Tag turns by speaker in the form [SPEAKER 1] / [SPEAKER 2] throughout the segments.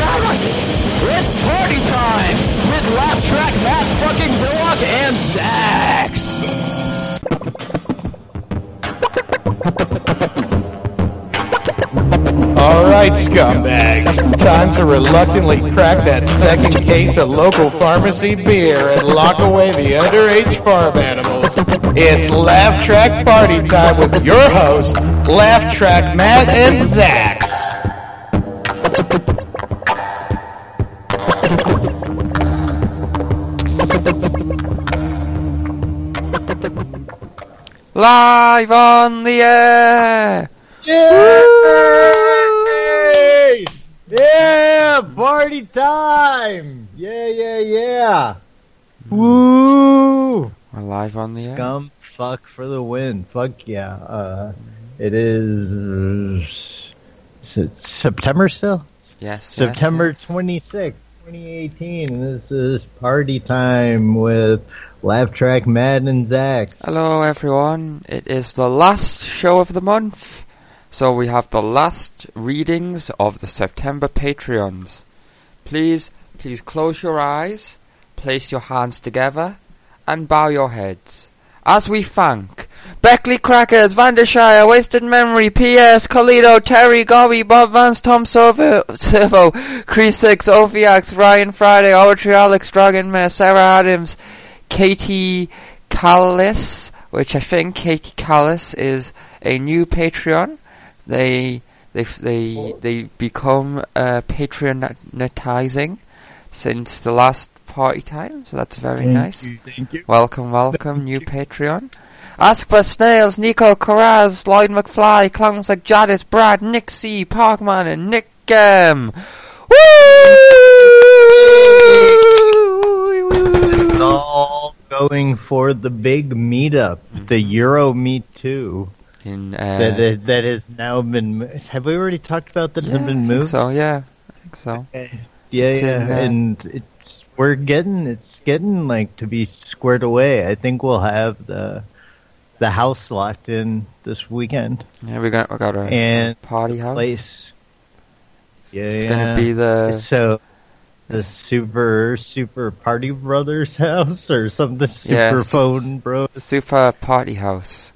[SPEAKER 1] It's party time with Laugh Track, Matt fucking Zillock, and Zax.
[SPEAKER 2] All right, scumbags. Time to reluctantly crack that second case of local pharmacy beer and lock away the underage farm animals. It's Laugh Track Party Time with your hosts, Laugh Track Matt and Zax.
[SPEAKER 3] Live on the air!
[SPEAKER 4] Yay! Yeah, party time! Yeah, yeah, yeah! Woo!
[SPEAKER 3] We're live Hmm. on the air.
[SPEAKER 4] Scum fuck for the win. Fuck yeah. Uh, it is, is it September still?
[SPEAKER 3] Yes.
[SPEAKER 4] September
[SPEAKER 3] yes, yes.
[SPEAKER 4] 26th, 2018. And this is party time with Laugh Track Mad and Zach.
[SPEAKER 3] Hello, everyone. It is the last show of the month. So we have the last readings of the September Patreons. Please, please close your eyes, place your hands together, and bow your heads. As we thank Beckley Crackers, Vandershire, Wasted Memory, P.S., Colito, Terry, Gobby, Bob Vance, Tom Silvo, Silvo Cree Six, Oviax, Ryan Friday, Audrey, Alex, Dragon Mare, Sarah Adams, Katie Callis, which I think Katie Callis is a new Patreon. They they they they become uh, patronizing since the last party time, so that's very nice.
[SPEAKER 4] thank you.
[SPEAKER 3] Welcome, welcome, new Patreon. Ask for Snails, Nico Carraz, Lloyd McFly, clowns like Jadis, Brad, Nick C, Parkman, and Nick Gem.
[SPEAKER 4] It's
[SPEAKER 3] Woo!
[SPEAKER 4] all going for the big meetup, the Euro Meet 2.
[SPEAKER 3] Mm-hmm. In,
[SPEAKER 4] that
[SPEAKER 3] uh,
[SPEAKER 4] is, that has now been. mo- Have we already talked about that?
[SPEAKER 3] yeah,
[SPEAKER 4] has been
[SPEAKER 3] I think
[SPEAKER 4] moved.
[SPEAKER 3] so yeah, I think so.
[SPEAKER 4] Uh, Yeah,
[SPEAKER 3] It's
[SPEAKER 4] yeah,
[SPEAKER 3] in, uh,
[SPEAKER 4] and it's we're getting it's getting like to be squared away. I think we'll have the the house locked in this weekend
[SPEAKER 3] Yeah, we got we got a
[SPEAKER 4] and
[SPEAKER 3] party house.
[SPEAKER 4] place. Yeah,
[SPEAKER 3] It's
[SPEAKER 4] yeah.
[SPEAKER 3] gonna be the
[SPEAKER 4] so the super super party brothers house or something super
[SPEAKER 3] Yeah, s-
[SPEAKER 4] phone bros.
[SPEAKER 3] super party house.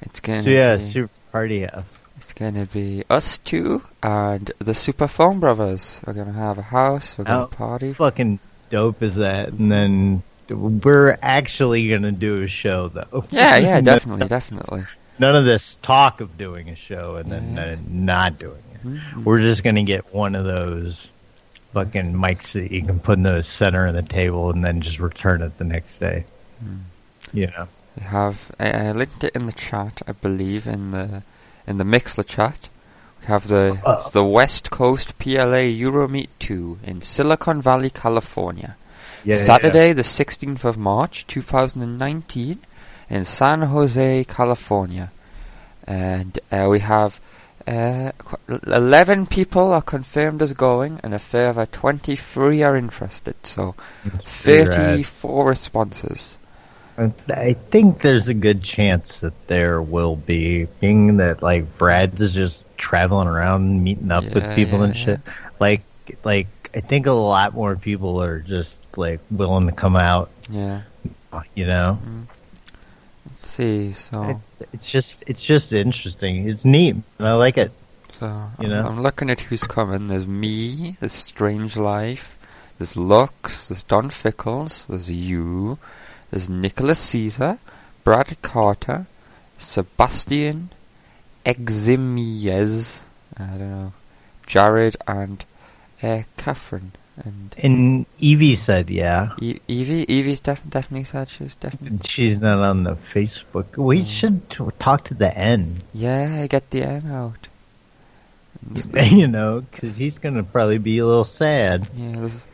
[SPEAKER 3] It's gonna
[SPEAKER 4] So yeah,
[SPEAKER 3] be,
[SPEAKER 4] super party house.
[SPEAKER 3] It's gonna be us two and the Super Phone Brothers. We're gonna have a house. We're gonna
[SPEAKER 4] Oh,
[SPEAKER 3] party.
[SPEAKER 4] Fucking dope is that? And then we're actually gonna do a show though.
[SPEAKER 3] Yeah, yeah,
[SPEAKER 4] No-
[SPEAKER 3] definitely, definitely.
[SPEAKER 4] None of this talk of doing a show and then
[SPEAKER 3] Yes.
[SPEAKER 4] uh, not doing it.
[SPEAKER 3] Mhm.
[SPEAKER 4] We're just gonna get one of those fucking mics that you can put in the center of the table and then just return it the next day.
[SPEAKER 3] Mm.
[SPEAKER 4] You know,
[SPEAKER 3] We have I, I linked it in the chat, I believe, in the in the Mixler chat. We have the
[SPEAKER 4] Uh.
[SPEAKER 3] it's the West Coast PLA Euromeet two in Silicon Valley, California.
[SPEAKER 4] Yeah, yeah, yeah.
[SPEAKER 3] Saturday, the 16th of March, 2019, in San Jose, California. And uh, we have uh, qu- 11 people are confirmed as going, and a further 23 are interested. So
[SPEAKER 4] pretty
[SPEAKER 3] 34 responses.
[SPEAKER 4] I think there's a good chance that there will be being that like Brad is just traveling around and meeting up
[SPEAKER 3] Yeah,
[SPEAKER 4] with people
[SPEAKER 3] yeah,
[SPEAKER 4] and shit. Like like I think a lot more people are just like willing to come out,
[SPEAKER 3] Yeah. Mm.
[SPEAKER 4] you know.
[SPEAKER 3] Let's see. So,
[SPEAKER 4] It's, it's just it's just interesting. It's neat. And I like it.
[SPEAKER 3] so
[SPEAKER 4] you
[SPEAKER 3] I'm,
[SPEAKER 4] know.
[SPEAKER 3] I'm looking at who's coming. There's me, there's Strange Life, there's Lux, there's Don Fickles, there's you, There's Nicholas Caesar, Brad Carter, Sebastian Eximiez, I don't know, Jared, and uh, Catherine. And
[SPEAKER 4] And Evie said, "Yeah,
[SPEAKER 3] e- Evie, Evie's def- definitely said she's definitely. Mm.
[SPEAKER 4] she's not on the Facebook. We should t- talk to the N,
[SPEAKER 3] Yeah, get the N out.
[SPEAKER 4] you know, because he's gonna probably be a little sad."
[SPEAKER 3] Yeah, there's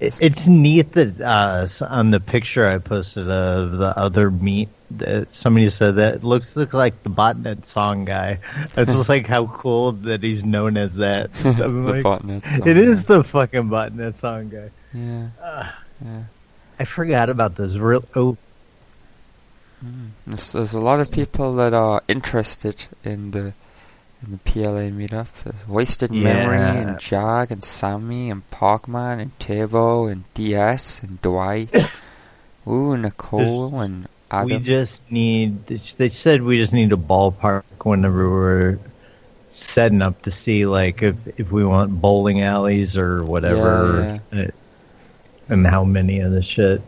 [SPEAKER 4] It- It's neat that uh, s- on the picture I posted of the other meat, that somebody said that it looks look like the botnet song guy. It's just like how cool that he's known as that. I'm
[SPEAKER 3] the
[SPEAKER 4] like,
[SPEAKER 3] botnet.
[SPEAKER 4] It is the fucking botnet song guy. Uh,
[SPEAKER 3] Yeah.
[SPEAKER 4] I forgot about this. Real oh,
[SPEAKER 3] Mm. There's, there's a lot of people that are interested in the in the PLA meetup. There's Wasted Memory
[SPEAKER 4] Yeah.
[SPEAKER 3] and Jag and Sammy and Parkman and Tabo and DS and Dwight. Ooh, and Nicole and
[SPEAKER 4] we
[SPEAKER 3] Adam.
[SPEAKER 4] just need. They said we just need a ballpark whenever we're setting up to see like if if we want bowling alleys or whatever, uh, and how many of the shit.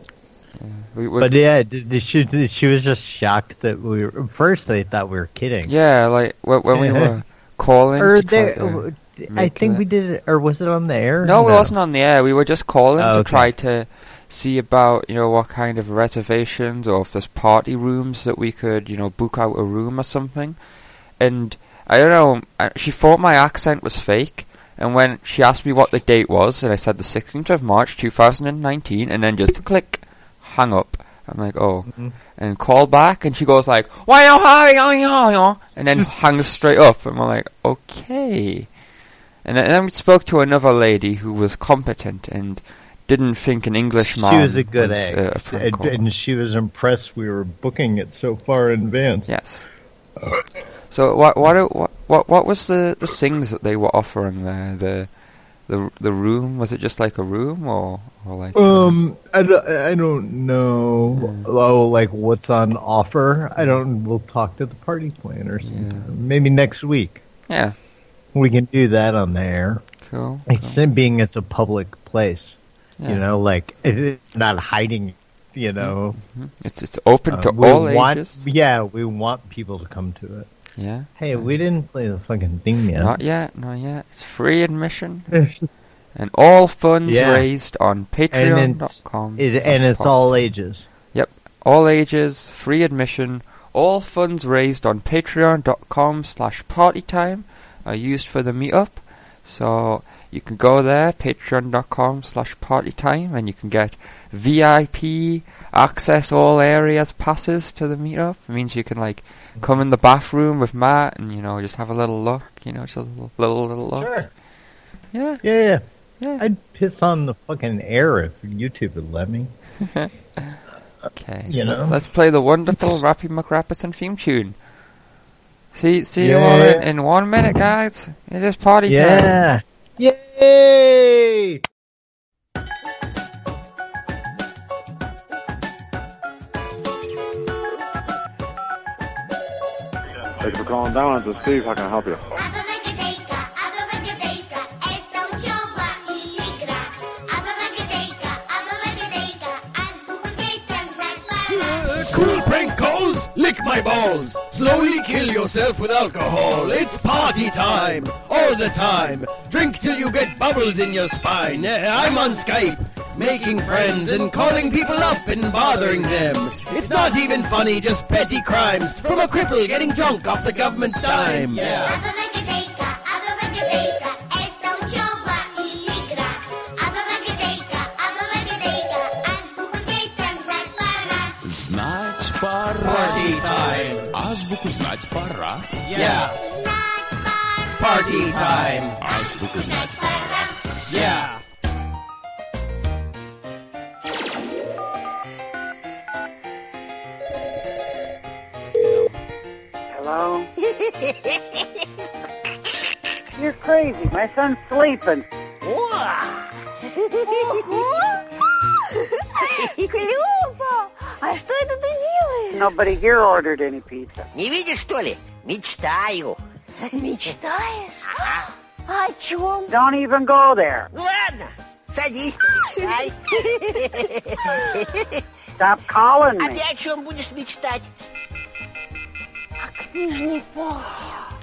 [SPEAKER 3] we, we-
[SPEAKER 4] But yeah, th- th- she th- she was just shocked that we were, first they thought we were kidding.
[SPEAKER 3] yeah, like wh- when we were calling. to
[SPEAKER 4] Or
[SPEAKER 3] try
[SPEAKER 4] they,
[SPEAKER 3] to-
[SPEAKER 4] w- I
[SPEAKER 3] make
[SPEAKER 4] think
[SPEAKER 3] that-
[SPEAKER 4] we did it, or was it on the air?
[SPEAKER 3] No, it wasn't on the air. We were just calling
[SPEAKER 4] Oh,
[SPEAKER 3] to
[SPEAKER 4] okay.
[SPEAKER 3] try to see about, you know, what kind of reservations or if there's party rooms that we could, you know, book out a room or something. And I don't know, I- she thought my accent was fake. And when she asked me what the date was, and I said the 16th of March 2019, and then just click, hung up. I'm like, oh.
[SPEAKER 4] Mm-hmm.
[SPEAKER 3] And called back, and she goes like, why you hi, oh, yeah, yeah," and then hung straight up. And we're like, okay. And then- and then we spoke to another lady who was competent and didn't think an
[SPEAKER 4] She
[SPEAKER 3] Englishman
[SPEAKER 4] was a good
[SPEAKER 3] was, uh, a
[SPEAKER 4] egg,
[SPEAKER 3] prank
[SPEAKER 4] and,
[SPEAKER 3] caller.
[SPEAKER 4] and she was impressed we were booking it so far in advance.
[SPEAKER 3] Yes. So what what do- what what what was the the things that they were offering there? The the the room was it just like a room or or like a-
[SPEAKER 4] Um, I don't, I don't know. Oh, like what's on offer? I don't. We'll talk to the party planner sometime. Maybe next week
[SPEAKER 3] yeah
[SPEAKER 4] we can do that on the air.
[SPEAKER 3] cool, cool.
[SPEAKER 4] Except being it's a public place,
[SPEAKER 3] Yeah.
[SPEAKER 4] you know, like it's not hiding. You know,
[SPEAKER 3] Mm-hmm. it's it's open
[SPEAKER 4] Uh,
[SPEAKER 3] to
[SPEAKER 4] we
[SPEAKER 3] all
[SPEAKER 4] want,
[SPEAKER 3] ages
[SPEAKER 4] Yeah, we want people to come to it.
[SPEAKER 3] yeah
[SPEAKER 4] Hey, we didn't play the fucking theme yet.
[SPEAKER 3] not yet not yet it's free admission and all funds
[SPEAKER 4] Yeah.
[SPEAKER 3] raised on
[SPEAKER 4] and it's,
[SPEAKER 3] Patreon.com
[SPEAKER 4] it,
[SPEAKER 3] slash
[SPEAKER 4] and it's
[SPEAKER 3] pod.
[SPEAKER 4] all ages.
[SPEAKER 3] Yep. All ages, free admission. All funds raised on patreon.com slash partytime are used for the meetup. So you can go there, patreon.com slash partytime, and you can get VIP access all areas passes to the meetup. It means you can like come in the bathroom with Matt and, you know, just have a little look, you know, just a little, little, little look. Yeah,
[SPEAKER 4] Yeah, yeah.
[SPEAKER 3] yeah.
[SPEAKER 4] I'd piss on the fucking air if YouTube would let me.
[SPEAKER 3] Okay,
[SPEAKER 4] You
[SPEAKER 3] so let's,
[SPEAKER 4] know?
[SPEAKER 3] let's play the wonderful Rappy McRapperson theme tune. See, see you all
[SPEAKER 4] Yeah.
[SPEAKER 3] in, in one minute, guys. It is party time.
[SPEAKER 4] Yeah. Yay!
[SPEAKER 5] Thanks for calling Don's. It's Steve. How can I help you?
[SPEAKER 6] Abarakadeka, abarakadeka, eto cioba i igra. Abarakadeka, abarakadeka, as bubudetan zakpara.
[SPEAKER 1] Cool prank calls? Lick my balls. Slowly kill yourself with alcohol. It's party time. All the time. Drink till you get bubbles in your spine. Eh, I'm on Skype. Making friends and calling people up and bothering them. It's not even funny, just petty crimes from a cripple getting drunk off the government's dime. Yeah.
[SPEAKER 6] Abarakadeka, abarakadeka, eto cioba i igra. Abarakadeka, abarakadeka, as bubudetan zakpara.
[SPEAKER 7] Знать пора.
[SPEAKER 1] Party time.
[SPEAKER 7] Азбуку знать пора.
[SPEAKER 1] Yeah.
[SPEAKER 6] Znać para,
[SPEAKER 1] Party time.
[SPEAKER 7] Азбуку знать
[SPEAKER 6] para.
[SPEAKER 1] Yeah.
[SPEAKER 8] Hello? You're crazy. My son's sleeping.
[SPEAKER 9] Крюпа, а что это ты делаешь?
[SPEAKER 8] Nobody here ordered any pizza.
[SPEAKER 10] Не видишь, что ли? Мечтаю.
[SPEAKER 9] Мечтаешь? А о чем?
[SPEAKER 8] Don't even go there.
[SPEAKER 10] Ну ладно, садись, помечтай.
[SPEAKER 8] Stop calling
[SPEAKER 10] А
[SPEAKER 8] me.
[SPEAKER 10] ты о чем будешь мечтать?
[SPEAKER 9] Книжный пол.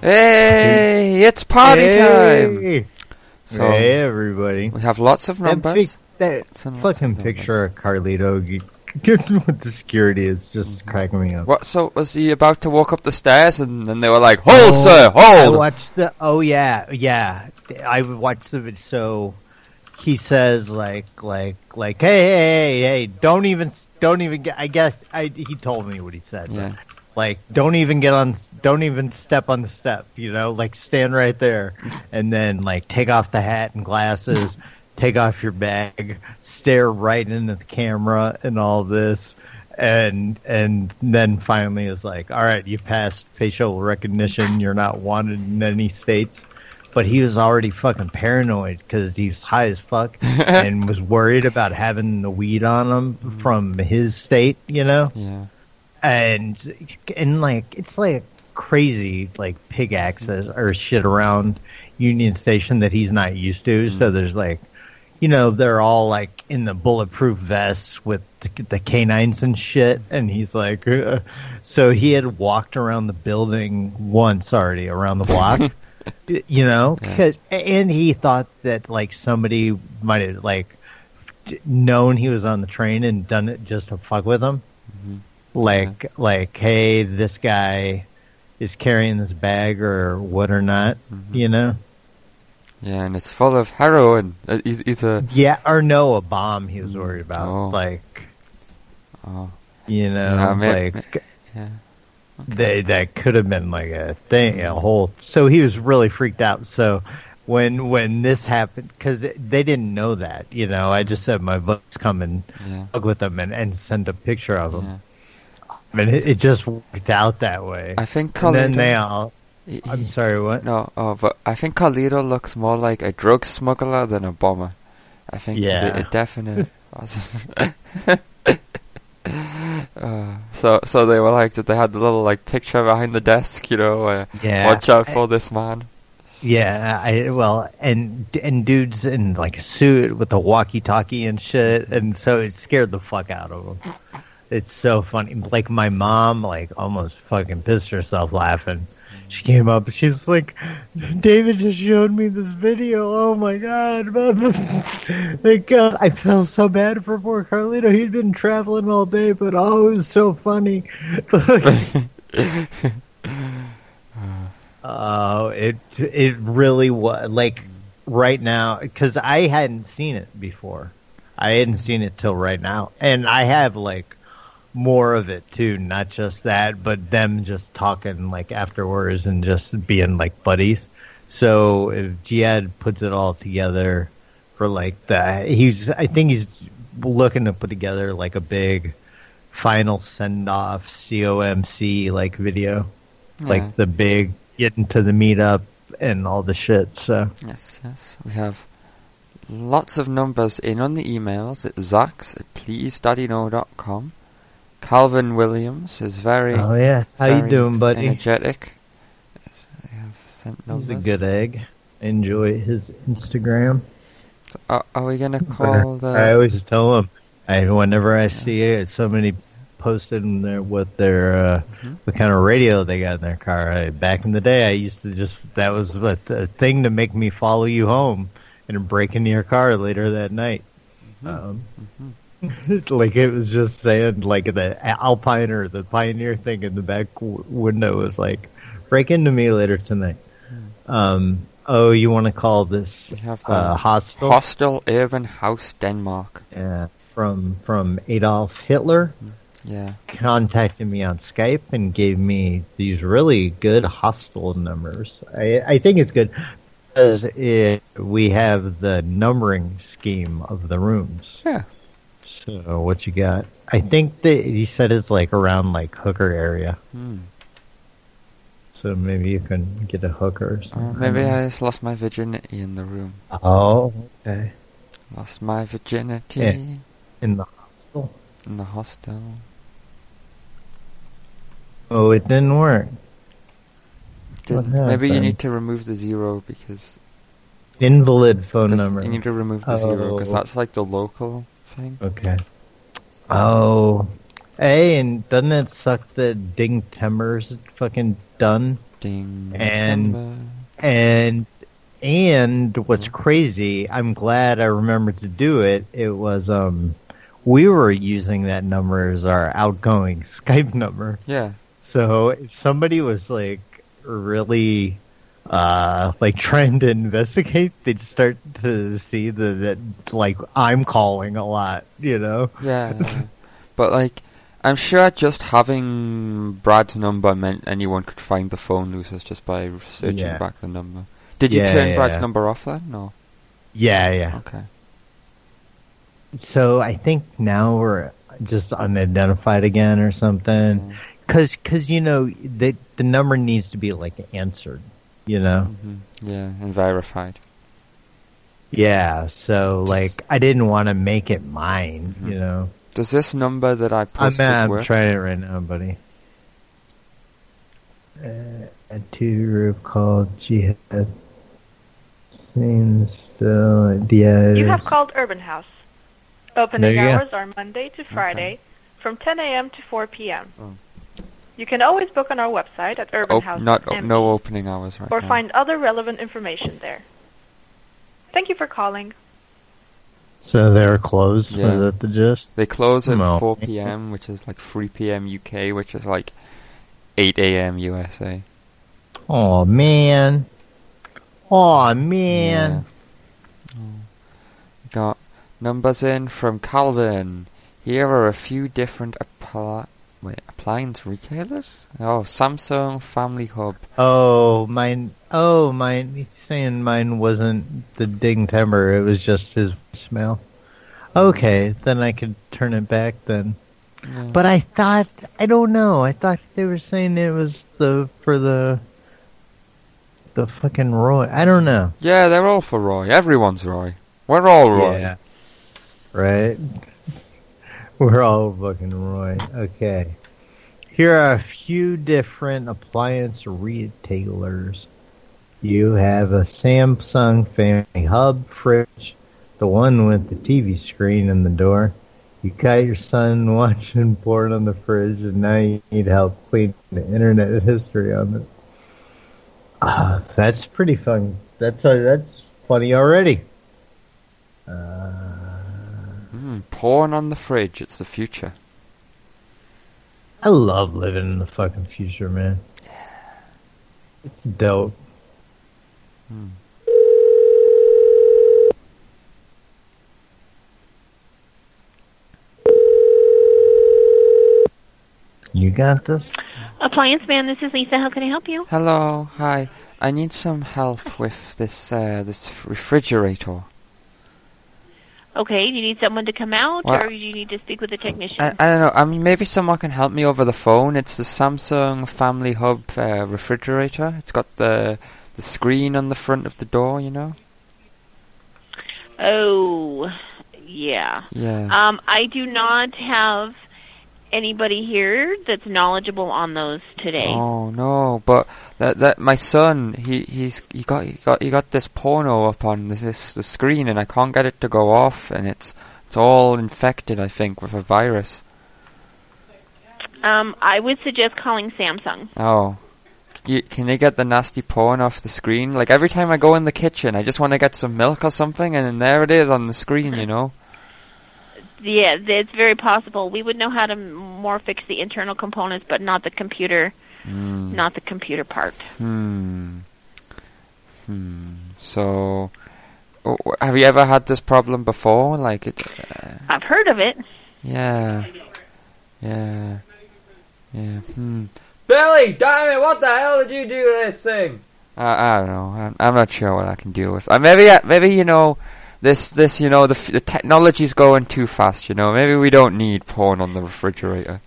[SPEAKER 3] Hey, it's party time.
[SPEAKER 4] Hey.
[SPEAKER 3] So
[SPEAKER 4] hey, everybody.
[SPEAKER 3] we have lots of
[SPEAKER 4] That, pic-
[SPEAKER 3] numbers.
[SPEAKER 4] that
[SPEAKER 3] It's in lots of
[SPEAKER 4] fucking
[SPEAKER 3] numbers.
[SPEAKER 4] picture of Carlito g- g- with the security is just cracking me up.
[SPEAKER 3] What? So was he about to walk up the stairs and then they were like, "Hold, sir,
[SPEAKER 4] Oh, I
[SPEAKER 3] hold."
[SPEAKER 4] watched the. Oh yeah, yeah. I watched the. vid- So he says like like like hey hey hey hey don't even don't even get I guess I he told me what he said. but,
[SPEAKER 3] Yeah.
[SPEAKER 4] Like don't even get on don't even step on the step, you know, like stand right there and then like take off the hat and glasses, take off your bag, stare right into the camera and all this and and then finally is like, "All right, you passed facial recognition. You're not wanted in any states." But he was already fucking paranoid because he was high as fuck and was worried about having the weed on him from his state, you know.
[SPEAKER 3] Yeah.
[SPEAKER 4] And and like it's like crazy like pig access or shit around Union Station that he's not used to. So there's like you know, they're all like in the bulletproof vests with the, the canines and shit. And he's like, "Ugh." so he had walked around the building once already around the block, you know, 'cause- and he thought that like somebody might have like d- known he was on the train and done it just to fuck with him.
[SPEAKER 3] Mm-hmm.
[SPEAKER 4] Like, like, hey, this guy is carrying this bag or what or not, you know?
[SPEAKER 3] Mm-hmm. Yeah, and it's full of heroin. Uh, He's, he's a
[SPEAKER 4] Yeah, or no, a bomb he was worried about.
[SPEAKER 3] Oh.
[SPEAKER 4] Like,
[SPEAKER 3] oh,
[SPEAKER 4] you know,
[SPEAKER 3] Yeah, may-
[SPEAKER 4] like
[SPEAKER 3] Um, yeah.
[SPEAKER 4] they that could have been like a thing, a whole. So he was really freaked out. So when when this happened, because they didn't know that, you know, I just said my buddy's coming,
[SPEAKER 3] Yeah.
[SPEAKER 4] fuck with them, and and sent a picture of
[SPEAKER 3] Yeah.
[SPEAKER 4] him. I mean, it, it just worked out that way.
[SPEAKER 3] I think
[SPEAKER 4] and
[SPEAKER 3] Carlito.
[SPEAKER 4] then they all.
[SPEAKER 3] he- he-
[SPEAKER 4] I'm sorry, what?
[SPEAKER 3] no, oh, but I think Carlito looks more like a drug smuggler than a bomber. I think he's a,
[SPEAKER 4] Yeah.
[SPEAKER 3] a definite. uh, so, so they were like, they had the little like picture behind the desk, you know. Uh,
[SPEAKER 4] Yeah.
[SPEAKER 3] Watch out for this man.
[SPEAKER 4] Yeah, I well, and and dudes in like a suit with a walkie-talkie and shit, and so it scared the fuck out of them. It's so funny. Like my mom, like almost fucking pissed herself laughing. She came up, she's like, "David just showed me this video. Oh my god, thank God! I feel so bad for poor Carlito. He'd been traveling all day, but oh, it was so funny." Oh, it it really was like right now because I hadn't seen it before. I hadn't seen it till right now, and I have like more of it too, not just that, but them just talking like afterwards and just being like buddies. So if Jihad puts it all together for like that, he's I think he's looking to put together like a big final send off COMC like video
[SPEAKER 3] Yeah.
[SPEAKER 4] like the big getting to the meetup and all the shit. So
[SPEAKER 3] Yes, yes. We have lots of numbers in on the emails. It's Zax at pleasedaddyknow.com. Calvin Williams is very,
[SPEAKER 4] oh yeah, how
[SPEAKER 3] very
[SPEAKER 4] you doing, buddy?
[SPEAKER 3] energetic. They have sent numbers.
[SPEAKER 4] He's a good egg. Enjoy his Instagram.
[SPEAKER 3] Are, Uh, are we going to call
[SPEAKER 4] I
[SPEAKER 3] the...
[SPEAKER 4] always tell him. I whenever I see it, somebody posted in their what their uh,
[SPEAKER 3] Mm-hmm.
[SPEAKER 4] what kind of radio they got in their car. I, back in the day, I used to just that was a, a thing to make me follow you home and break into your car later that night.
[SPEAKER 3] Mm-hmm.
[SPEAKER 4] Um, like it was just saying like the Alpine or the Pioneer thing in the back w- window was like, break into me later tonight. Um, oh, you want to call this
[SPEAKER 3] Hmm. We have the
[SPEAKER 4] uh, hostel?
[SPEAKER 3] Hostel Urban House Denmark.
[SPEAKER 4] uh, from from Adolf Hitler
[SPEAKER 3] Yeah.
[SPEAKER 4] contacted me on Skype and gave me these really good hostel numbers. I, I think it's good because it, we have the numbering scheme of the rooms.
[SPEAKER 3] Yeah.
[SPEAKER 4] So what you got? I think that he said it's like around like hooker area.
[SPEAKER 3] Hmm.
[SPEAKER 4] So maybe you can get a hooker. Or
[SPEAKER 3] Uh,
[SPEAKER 4] something.
[SPEAKER 3] maybe I just lost my virginity in the room.
[SPEAKER 4] Mm. Oh, okay.
[SPEAKER 3] Lost my virginity
[SPEAKER 4] In the hostel.
[SPEAKER 3] in the hostel.
[SPEAKER 4] Oh, it didn't work. What
[SPEAKER 3] Did, maybe you
[SPEAKER 4] happened?
[SPEAKER 3] need to remove the zero because
[SPEAKER 4] Invalid phone
[SPEAKER 3] Just-
[SPEAKER 4] number.
[SPEAKER 3] You need to remove the zero because
[SPEAKER 4] Oh.
[SPEAKER 3] that's like the local thing.
[SPEAKER 4] Okay. Oh. Hey, and doesn't it suck that Ding Timmer's fucking done?
[SPEAKER 3] Ding.
[SPEAKER 4] And-
[SPEAKER 3] number.
[SPEAKER 4] And and what's crazy, I'm glad I remembered to do it. It was um we were using that number as our outgoing Skype number.
[SPEAKER 3] yeah,
[SPEAKER 4] So if somebody was like really uh, like trying to investigate, they'd start to see the, that like I'm calling a lot, you know.
[SPEAKER 3] Yeah, yeah. but like, I'm sure just having Brad's number meant anyone could find the phone losers just by searching
[SPEAKER 4] Yeah.
[SPEAKER 3] back the number. Did you
[SPEAKER 4] Yeah,
[SPEAKER 3] turn
[SPEAKER 4] yeah,
[SPEAKER 3] Brad's
[SPEAKER 4] yeah.
[SPEAKER 3] number off then? No.
[SPEAKER 4] Yeah, yeah.
[SPEAKER 3] Okay.
[SPEAKER 4] So I think now we're just unidentified again or
[SPEAKER 3] Mm-hmm.
[SPEAKER 4] something, because you know the the number needs to be like answered, you know.
[SPEAKER 3] hmm Yeah, and verified.
[SPEAKER 4] Yeah, so like I didn't want to make it mine,
[SPEAKER 3] Mm-hmm.
[SPEAKER 4] you know.
[SPEAKER 3] Does this number that I
[SPEAKER 4] I'm,
[SPEAKER 3] posted
[SPEAKER 4] I'm
[SPEAKER 3] work?
[SPEAKER 4] trying it right now, buddy. Uh, a two group called Jihad. Seems still at the edge.
[SPEAKER 11] You have called Urban House.
[SPEAKER 4] There
[SPEAKER 11] Opening
[SPEAKER 4] you go.
[SPEAKER 11] hours are Monday to Friday from 10 a.m. to 4 p.m.
[SPEAKER 3] Oh.
[SPEAKER 11] You can always book on our website at Urban
[SPEAKER 3] Op-
[SPEAKER 11] House
[SPEAKER 3] not op-
[SPEAKER 11] MP,
[SPEAKER 3] no opening hours right
[SPEAKER 11] or
[SPEAKER 3] now.
[SPEAKER 11] find other relevant information there. Thank you for calling.
[SPEAKER 4] So they're closed.
[SPEAKER 3] Yeah.
[SPEAKER 4] Was that the gist?
[SPEAKER 3] They close at
[SPEAKER 4] No.
[SPEAKER 3] 4 p.m., which is like 3 p.m. UK, which is like 8 a.m. USA.
[SPEAKER 4] Oh man. Oh man.
[SPEAKER 3] Got numbers in from Calvin. Here are a few different appli- wait, appliance retailers. Oh, Samsung Family Hub.
[SPEAKER 4] Oh mine. Oh mine. He's saying mine wasn't the ding timber. It was just his smell. Okay, then I could turn it back then. But I thought I don't know. I thought they were saying it was the for the the fucking Roy. I don't know.
[SPEAKER 3] Yeah, they're all for Roy. Everyone's Roy. We're all Roy.
[SPEAKER 4] Yeah. Right? We're all fucking Roy. Okay. Here are a few different appliance retailers. You have a Samsung Family Hub fridge, the one with the TV screen in the door. You got your son watching porn on the fridge, and now you need help cleaning the internet history on it. Ah, that's pretty fun. That's uh, that's funny already.
[SPEAKER 3] Mm, porn on the fridge. It's the future.
[SPEAKER 4] I love living in the fucking future, man. It's dope. You got this?
[SPEAKER 12] Appliance man, this is Lisa. How can I help you?
[SPEAKER 3] Hello, hi. I need some help with this uh, this refrigerator.
[SPEAKER 12] Okay, do you need someone to come out,
[SPEAKER 3] Well,
[SPEAKER 12] or do you need to speak with a technician?
[SPEAKER 3] I, I don't know. I mean, maybe someone can help me over the phone. It's the Samsung Family Hub uh, refrigerator. It's got the the screen on the front of the door. You know.
[SPEAKER 12] oh, yeah.
[SPEAKER 3] Yeah.
[SPEAKER 12] Um, I do not have anybody here that's knowledgeable on those today.
[SPEAKER 3] Oh no! But that that my son he he's he got he got he got this porno up on this, this the screen, and I can't get it to go off, and it's it's all infected. I think with a virus.
[SPEAKER 12] Um, I would suggest calling Samsung.
[SPEAKER 3] Oh. Can you- Can they get the nasty porn off the screen? Like every time I go in the kitchen, I just want to get some milk or something, and then there it is on the screen, you know.
[SPEAKER 12] Yeah, th- it's very possible. We would know how to m- more fix the internal components, but not the computer,
[SPEAKER 3] Hmm.
[SPEAKER 12] not the computer part.
[SPEAKER 3] Hmm. Hmm. So, oh, wh- have you ever had this problem before? Like it? Uh,
[SPEAKER 12] I've heard of it.
[SPEAKER 3] yeah. Yeah. Yeah. Hmm.
[SPEAKER 13] Billy, damn it, what the hell did you do to this thing?
[SPEAKER 3] I, I don't know. I'm, I'm not sure what I can deal with. Uh, maybe, I- maybe you know, this, this, you know, the, f- the technology's going too fast. You know, maybe we don't need porn on the refrigerator.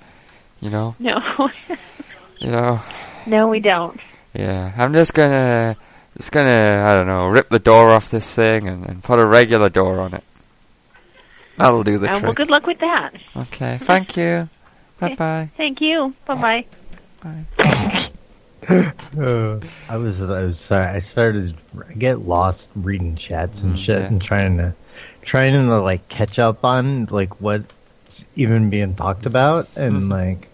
[SPEAKER 3] You know,
[SPEAKER 12] No,
[SPEAKER 3] you know.
[SPEAKER 12] no, we don't.
[SPEAKER 3] Yeah, I'm just gonna, just gonna, I don't know, rip the door off this thing and, and put a regular door on it. That'll do the
[SPEAKER 12] Uh, well,
[SPEAKER 3] trick. Uh.
[SPEAKER 12] good luck with that.
[SPEAKER 3] Okay, thank you. Bye bye.
[SPEAKER 12] Thank you. Bye bye.
[SPEAKER 4] Uh, I was I was sorry. I started I get lost reading chats and shit
[SPEAKER 3] yeah.
[SPEAKER 4] and trying to trying to like catch up on like what's even being talked about and like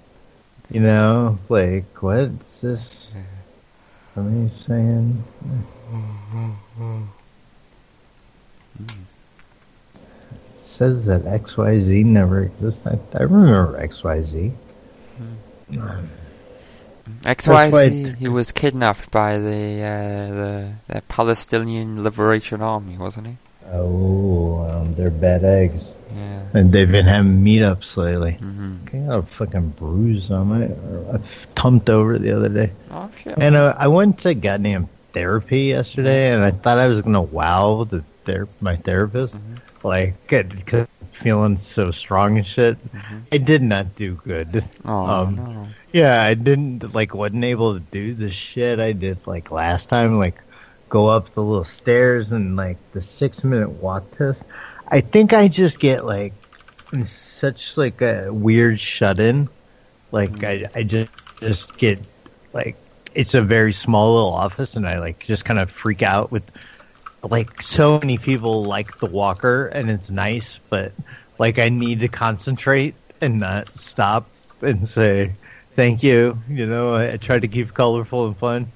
[SPEAKER 4] you know like what's this somebody saying says that Mm-hmm. XYZ never exists. I, I remember XYZ. That's why
[SPEAKER 3] XYZ, he was kidnapped by the, uh, the the Palestinian Liberation Army, wasn't he?
[SPEAKER 4] Oh, um, they're bad eggs.
[SPEAKER 3] Yeah. Mm-hmm.
[SPEAKER 4] And they've been having meetups lately. I got a fucking bruise on my. I tumped over it the other day.
[SPEAKER 3] Oh, shit.
[SPEAKER 4] And uh, I went to goddamn therapy yesterday, and I thought I was gonna wow the ther- my therapist,
[SPEAKER 3] Mm-hmm.
[SPEAKER 4] like good because feeling so strong and shit. I did not do good.
[SPEAKER 3] Mm-hmm. Oh, no.
[SPEAKER 4] Um, Yeah, I didn't like wasn't able to do the shit I did like last time, like go up the little stairs and like the six minute walk test. I think I just get like in such like a weird shut in. Like I I just just get like it's a very small little office and I like just kind of freak out with like so many people like the walker and it's nice, but like I need to concentrate and not stop and say thank you. You know, I, I try to keep colorful and fun.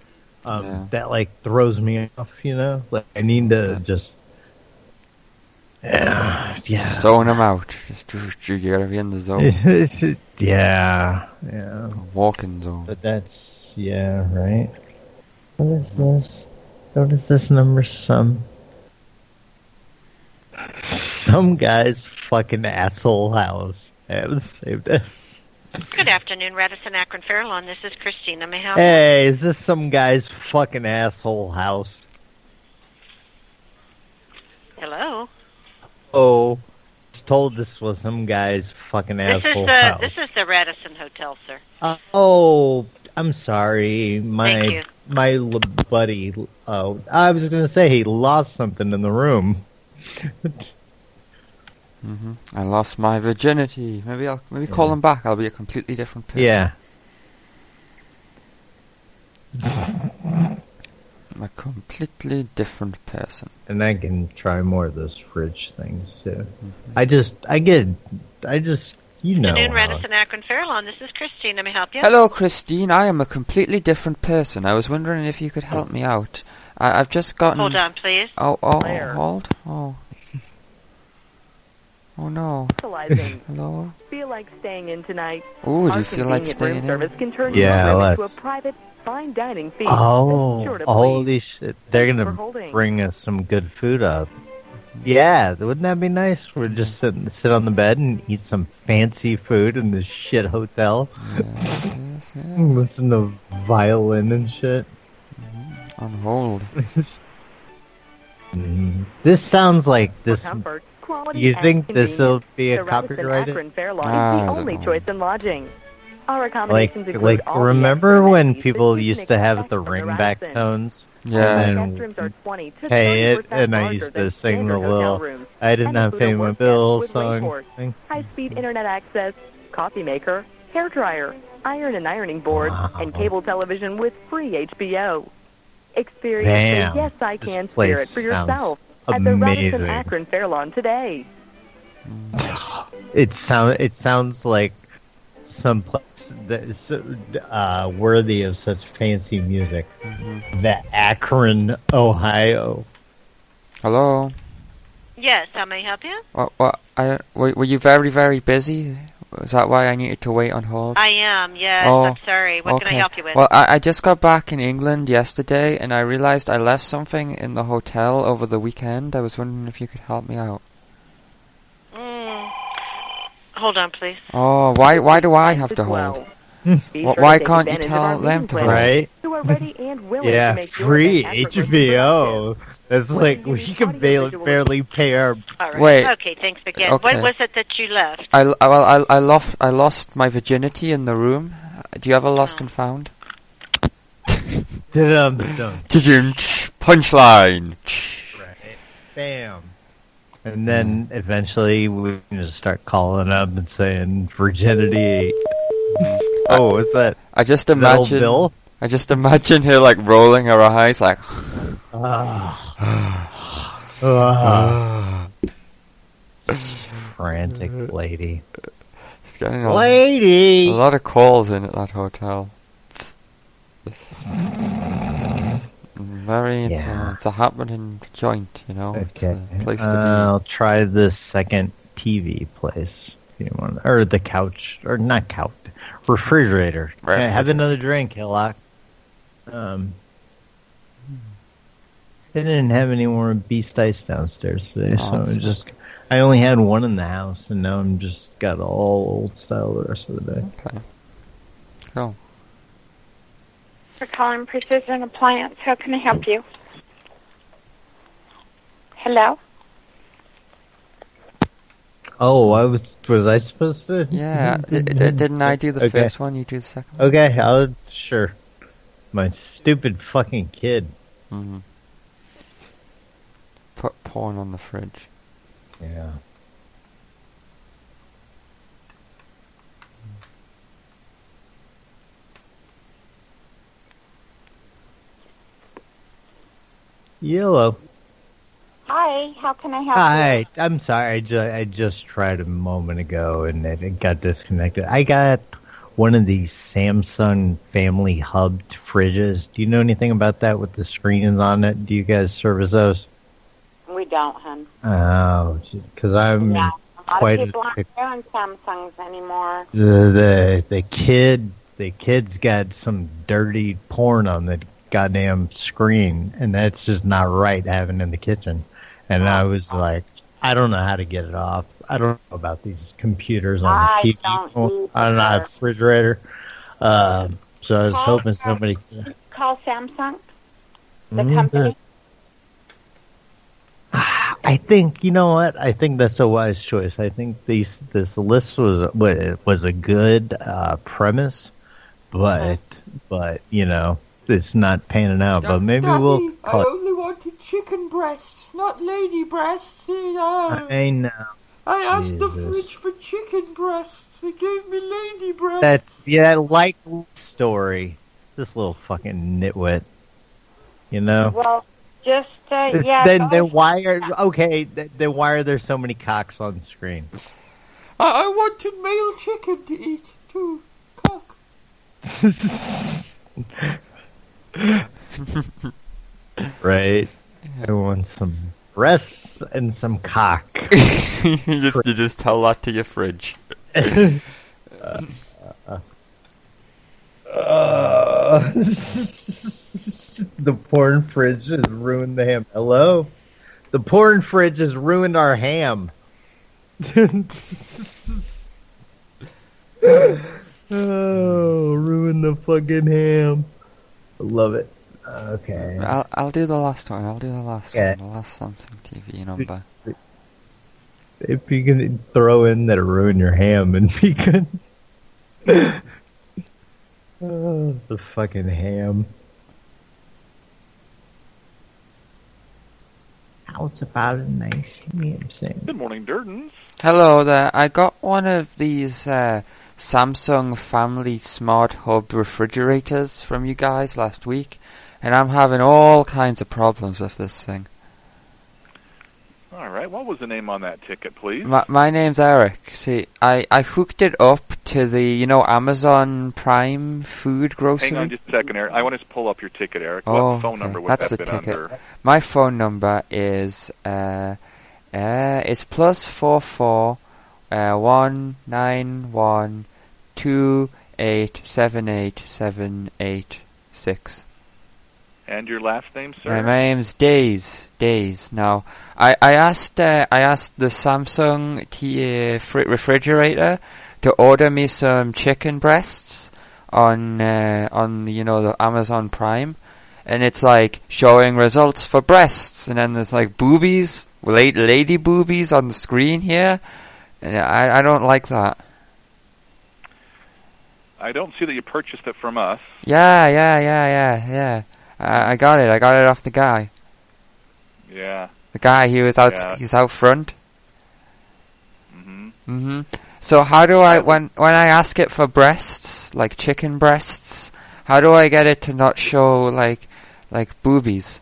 [SPEAKER 4] Um, That like throws me off. You know, like I need to just yeah, yeah.
[SPEAKER 3] Zone him out. Just, you gotta be in the zone.
[SPEAKER 4] yeah, yeah.
[SPEAKER 3] Walking zone.
[SPEAKER 4] But that's yeah, right. What is this? What is this number? Some some guy's fucking asshole house. I haven't saved this.
[SPEAKER 14] Good afternoon, Radisson Akron Fairlawn. This is Christina. May I help you?
[SPEAKER 4] Hey, is this some guy's fucking asshole house?
[SPEAKER 14] Hello.
[SPEAKER 4] Oh, I was told this was some guy's fucking
[SPEAKER 14] This is uh,
[SPEAKER 4] asshole
[SPEAKER 14] the
[SPEAKER 4] house.
[SPEAKER 14] this is the Radisson Hotel, sir.
[SPEAKER 4] Uh, oh, I'm sorry, my
[SPEAKER 14] Thank you.
[SPEAKER 4] my l- buddy. Oh, I was gonna say he lost something in the room.
[SPEAKER 3] hmm I lost my virginity. Maybe I'll maybe call him back. I'll be a completely different person.
[SPEAKER 4] Yeah.
[SPEAKER 3] I'm a completely different person.
[SPEAKER 4] and I can try more of those fridge things too.
[SPEAKER 3] Mm-hmm.
[SPEAKER 4] I just, I get, I just, you know.
[SPEAKER 14] afternoon,
[SPEAKER 4] how-
[SPEAKER 14] Radisson Akron Fairlawn. This is Christina. May I help you?
[SPEAKER 3] Hello, Christine. I am a completely different person. I was wondering if you could help me out. I, I've just gotten.
[SPEAKER 14] Hold on, please.
[SPEAKER 3] Oh, oh,
[SPEAKER 14] Claire.
[SPEAKER 3] hold. Oh. Oh no.
[SPEAKER 15] Socializing.
[SPEAKER 3] Hello.
[SPEAKER 15] Feel like staying in tonight?
[SPEAKER 3] Ooh, do
[SPEAKER 15] Our
[SPEAKER 3] you feel like
[SPEAKER 15] convenient
[SPEAKER 3] staying
[SPEAKER 15] room
[SPEAKER 3] in?
[SPEAKER 15] service can turn
[SPEAKER 4] Yeah,
[SPEAKER 15] your room
[SPEAKER 4] let's-
[SPEAKER 15] into a private fine dining feast.
[SPEAKER 4] Oh,
[SPEAKER 15] Sure to
[SPEAKER 4] all of these shit. They're
[SPEAKER 15] for
[SPEAKER 4] gonna
[SPEAKER 15] holding.
[SPEAKER 4] bring us some good food up. Yeah, wouldn't that be nice? We're
[SPEAKER 15] Mm-hmm.
[SPEAKER 4] just sitting, sit on the bed and eat some fancy food in this shit hotel. Listen to violin and shit. Mm-hmm.
[SPEAKER 3] On hold.
[SPEAKER 4] this sounds like
[SPEAKER 15] for
[SPEAKER 4] this.
[SPEAKER 15] comfort, quality,
[SPEAKER 4] You
[SPEAKER 15] and
[SPEAKER 4] think this will
[SPEAKER 15] convenience.
[SPEAKER 4] be a
[SPEAKER 15] the Radisson
[SPEAKER 4] copyrighted?
[SPEAKER 15] Akron Fairlawn
[SPEAKER 4] Ah,
[SPEAKER 15] is
[SPEAKER 4] I
[SPEAKER 15] the
[SPEAKER 4] don't
[SPEAKER 15] only
[SPEAKER 4] know.
[SPEAKER 15] choice in lodging. Our
[SPEAKER 4] like
[SPEAKER 15] accommodations include
[SPEAKER 4] like
[SPEAKER 15] all the
[SPEAKER 4] remember when people used to have the ring back tones
[SPEAKER 3] Yeah.
[SPEAKER 4] and
[SPEAKER 15] Guest rooms are
[SPEAKER 4] then
[SPEAKER 15] 20 to
[SPEAKER 4] pay
[SPEAKER 15] 30%
[SPEAKER 4] it and i
[SPEAKER 15] larger than
[SPEAKER 4] used to sing the
[SPEAKER 15] standard hotel
[SPEAKER 4] little
[SPEAKER 15] rooms.
[SPEAKER 4] i did
[SPEAKER 15] And
[SPEAKER 4] not
[SPEAKER 15] include a
[SPEAKER 4] pay my
[SPEAKER 15] workout
[SPEAKER 4] bill
[SPEAKER 15] with
[SPEAKER 4] song
[SPEAKER 15] rainforest,
[SPEAKER 4] thing.
[SPEAKER 15] high-speed internet access, coffee maker, hair dryer, iron and ironing board, and cable television with free HBO. Experience
[SPEAKER 4] Damn,
[SPEAKER 15] the Yes I Can
[SPEAKER 4] place
[SPEAKER 15] spirit for
[SPEAKER 4] sounds
[SPEAKER 15] yourself at the Radisson
[SPEAKER 4] amazing.
[SPEAKER 15] Akron Fairlawn today.
[SPEAKER 4] it sound it sounds like some place that is uh, worthy of such fancy music
[SPEAKER 15] Mm-hmm.
[SPEAKER 4] the akron ohio
[SPEAKER 3] hello
[SPEAKER 14] Yes. How may I help you?
[SPEAKER 3] What? What? I, were, were you very, very busy? Is that why I needed to wait on hold? Oh,
[SPEAKER 14] I am, yes, I'm sorry. What can I help you with?
[SPEAKER 3] Well, I, I just got back in England yesterday, and I realized I left something in the hotel over the weekend. I was wondering if you could help me out.
[SPEAKER 14] Mm. Hold on, please.
[SPEAKER 3] Oh, why? Why do I have to hold?
[SPEAKER 4] Hmm.
[SPEAKER 15] Be
[SPEAKER 3] Wh-
[SPEAKER 15] sure
[SPEAKER 3] why
[SPEAKER 15] to take
[SPEAKER 3] can't you
[SPEAKER 15] advantage of our
[SPEAKER 3] tell them
[SPEAKER 15] meeting
[SPEAKER 3] to
[SPEAKER 15] plan.
[SPEAKER 3] hold?
[SPEAKER 15] Who are ready and willing to
[SPEAKER 4] yeah
[SPEAKER 15] make
[SPEAKER 4] free hbo that's like we can barely, barely pay our
[SPEAKER 14] All right.
[SPEAKER 3] Wait.
[SPEAKER 14] Okay. Thanks again.
[SPEAKER 3] Okay.
[SPEAKER 14] What was it that you left?
[SPEAKER 3] I, l- I- well, I, I lost I lost my virginity in the room. Do you ever
[SPEAKER 14] Oh.
[SPEAKER 3] lost and found?
[SPEAKER 4] Dum, dum.
[SPEAKER 3] Punchline.
[SPEAKER 4] bam and then eventually we can just start calling up and saying virginity oh what's that
[SPEAKER 3] I just
[SPEAKER 4] Is that old
[SPEAKER 3] imagine.
[SPEAKER 4] Bill?
[SPEAKER 3] I just imagine her like rolling her eyes, like. Uh-huh.
[SPEAKER 4] Ah. Uh, frantic lady
[SPEAKER 3] It's getting a,
[SPEAKER 4] Lady!
[SPEAKER 3] A lot of calls in at that hotel. Very, it's, a, it's a happening joint, you know. It's a place
[SPEAKER 4] Uh,
[SPEAKER 3] to
[SPEAKER 4] I'll try the second TV place. if You want, or the couch, or not couch, refrigerator. Hey, have another drink, Hillock. Um, they didn't have any more beast ice downstairs today, so
[SPEAKER 3] Oh,
[SPEAKER 4] I
[SPEAKER 3] that's-
[SPEAKER 4] just I only had one in the house, and now I'm just got all old style the rest of the day.
[SPEAKER 3] Okay. Cool.
[SPEAKER 16] We're calling Precision Appliance. How can I help you? Hello?
[SPEAKER 4] Oh, I was was I supposed to?
[SPEAKER 3] Yeah, d- d- didn't I do the
[SPEAKER 4] Okay.
[SPEAKER 3] first one? You do the second.
[SPEAKER 4] Okay, I'll sure. My stupid fucking kid.
[SPEAKER 3] Mm. Put porn on the fridge.
[SPEAKER 4] Yeah. Yellow.
[SPEAKER 16] Hi, how can I help
[SPEAKER 4] Hi, I'm sorry. I just, I just tried a moment ago and it, it got disconnected. I got one of these Samsung family hubbed fridges. Do you know anything about that with the screens on it? Do you guys service those?
[SPEAKER 16] you? We don't, hon.
[SPEAKER 4] Oh, because I'm
[SPEAKER 16] Yeah, a lot
[SPEAKER 4] quite
[SPEAKER 16] of people
[SPEAKER 4] a,
[SPEAKER 16] aren't wearing Samsungs anymore.
[SPEAKER 4] the the the kid. The kid's got some dirty porn on the goddamn screen, and that's just not right having in the kitchen. And I was like, I don't know how to get it off. I don't know about these computers on
[SPEAKER 16] I
[SPEAKER 4] the TV.
[SPEAKER 16] don't
[SPEAKER 4] I don't know
[SPEAKER 16] either.
[SPEAKER 4] refrigerator. Um, so I was hoping somebody.
[SPEAKER 16] Call Samsung.
[SPEAKER 4] Mm, uh, I think you know what. I think that's a wise choice. I think these this list was a- wa- was a good uh, premise, but but you know it's not panning out. But maybe
[SPEAKER 13] Daddy,
[SPEAKER 4] we'll
[SPEAKER 13] I
[SPEAKER 4] call it.
[SPEAKER 13] only wanted chicken breasts, not lady breasts. You
[SPEAKER 1] Oh,
[SPEAKER 13] know.
[SPEAKER 4] I know
[SPEAKER 13] I asked the
[SPEAKER 4] Jesus.
[SPEAKER 13] fridge for chicken breasts. They gave me lady breasts.
[SPEAKER 4] that's yeah, I like story. This little fucking nitwit, you know.
[SPEAKER 16] Well, just, uh, yeah.
[SPEAKER 4] then
[SPEAKER 16] go-
[SPEAKER 4] then why are okay? th- Then why are there so many cocks on screen?
[SPEAKER 13] I, I wanted male chicken to eat too.
[SPEAKER 4] right? I want some breasts and some cock.
[SPEAKER 3] you just you just tell that to your fridge.
[SPEAKER 4] Uh, the porn fridge has ruined the ham. Hello? The porn fridge has ruined our ham. oh, ruin the fucking ham. I love it. Okay.
[SPEAKER 3] I'll I'll do the last one. I'll do the last
[SPEAKER 4] Yeah.
[SPEAKER 3] one. The last Samsung TV number.
[SPEAKER 4] If you can throw in that it ruined your ham and be good. oh, the fucking ham. How's about a nice ham sandwich?
[SPEAKER 17] Good morning, Durden.
[SPEAKER 3] Hello there. I got one of these uh, Samsung Family Smart Hub refrigerators from you guys last week, and I'm having all kinds of problems with this thing.
[SPEAKER 17] All right, what was the name on that ticket, please?
[SPEAKER 3] My, my name's Eric. See, I, I hooked it up to the you know Amazon Prime food grocery.
[SPEAKER 17] Hang on just a second, Eric. I want to pull up your ticket, Eric.
[SPEAKER 3] Oh,
[SPEAKER 17] what phone
[SPEAKER 3] okay.
[SPEAKER 17] number would
[SPEAKER 3] that's
[SPEAKER 17] that
[SPEAKER 3] the
[SPEAKER 17] been
[SPEAKER 3] ticket.
[SPEAKER 17] under?
[SPEAKER 3] My phone number is uh, uh, it's plus four four uh, one nine one two eight seven eight seven eight six.
[SPEAKER 17] And your last name, sir?
[SPEAKER 3] Uh, my name's Days. Days. Now, I I asked uh, I asked the Samsung T uh, fri- refrigerator to order me some chicken breasts on uh, on you know the Amazon Prime, and it's like showing results for breasts, and then there's like boobies, la- lady boobies on the screen here, and I I don't like that.
[SPEAKER 17] I don't see that you purchased it from us.
[SPEAKER 3] Yeah, yeah, yeah, yeah, yeah. I, I got it. I got it off the guy.
[SPEAKER 17] Yeah.
[SPEAKER 3] The guy he was out
[SPEAKER 17] Yeah.
[SPEAKER 3] he was out front.
[SPEAKER 17] Mhm.
[SPEAKER 3] Mhm. So how do I when when I ask it for breasts, like chicken breasts, how do I get it to not show like like boobies?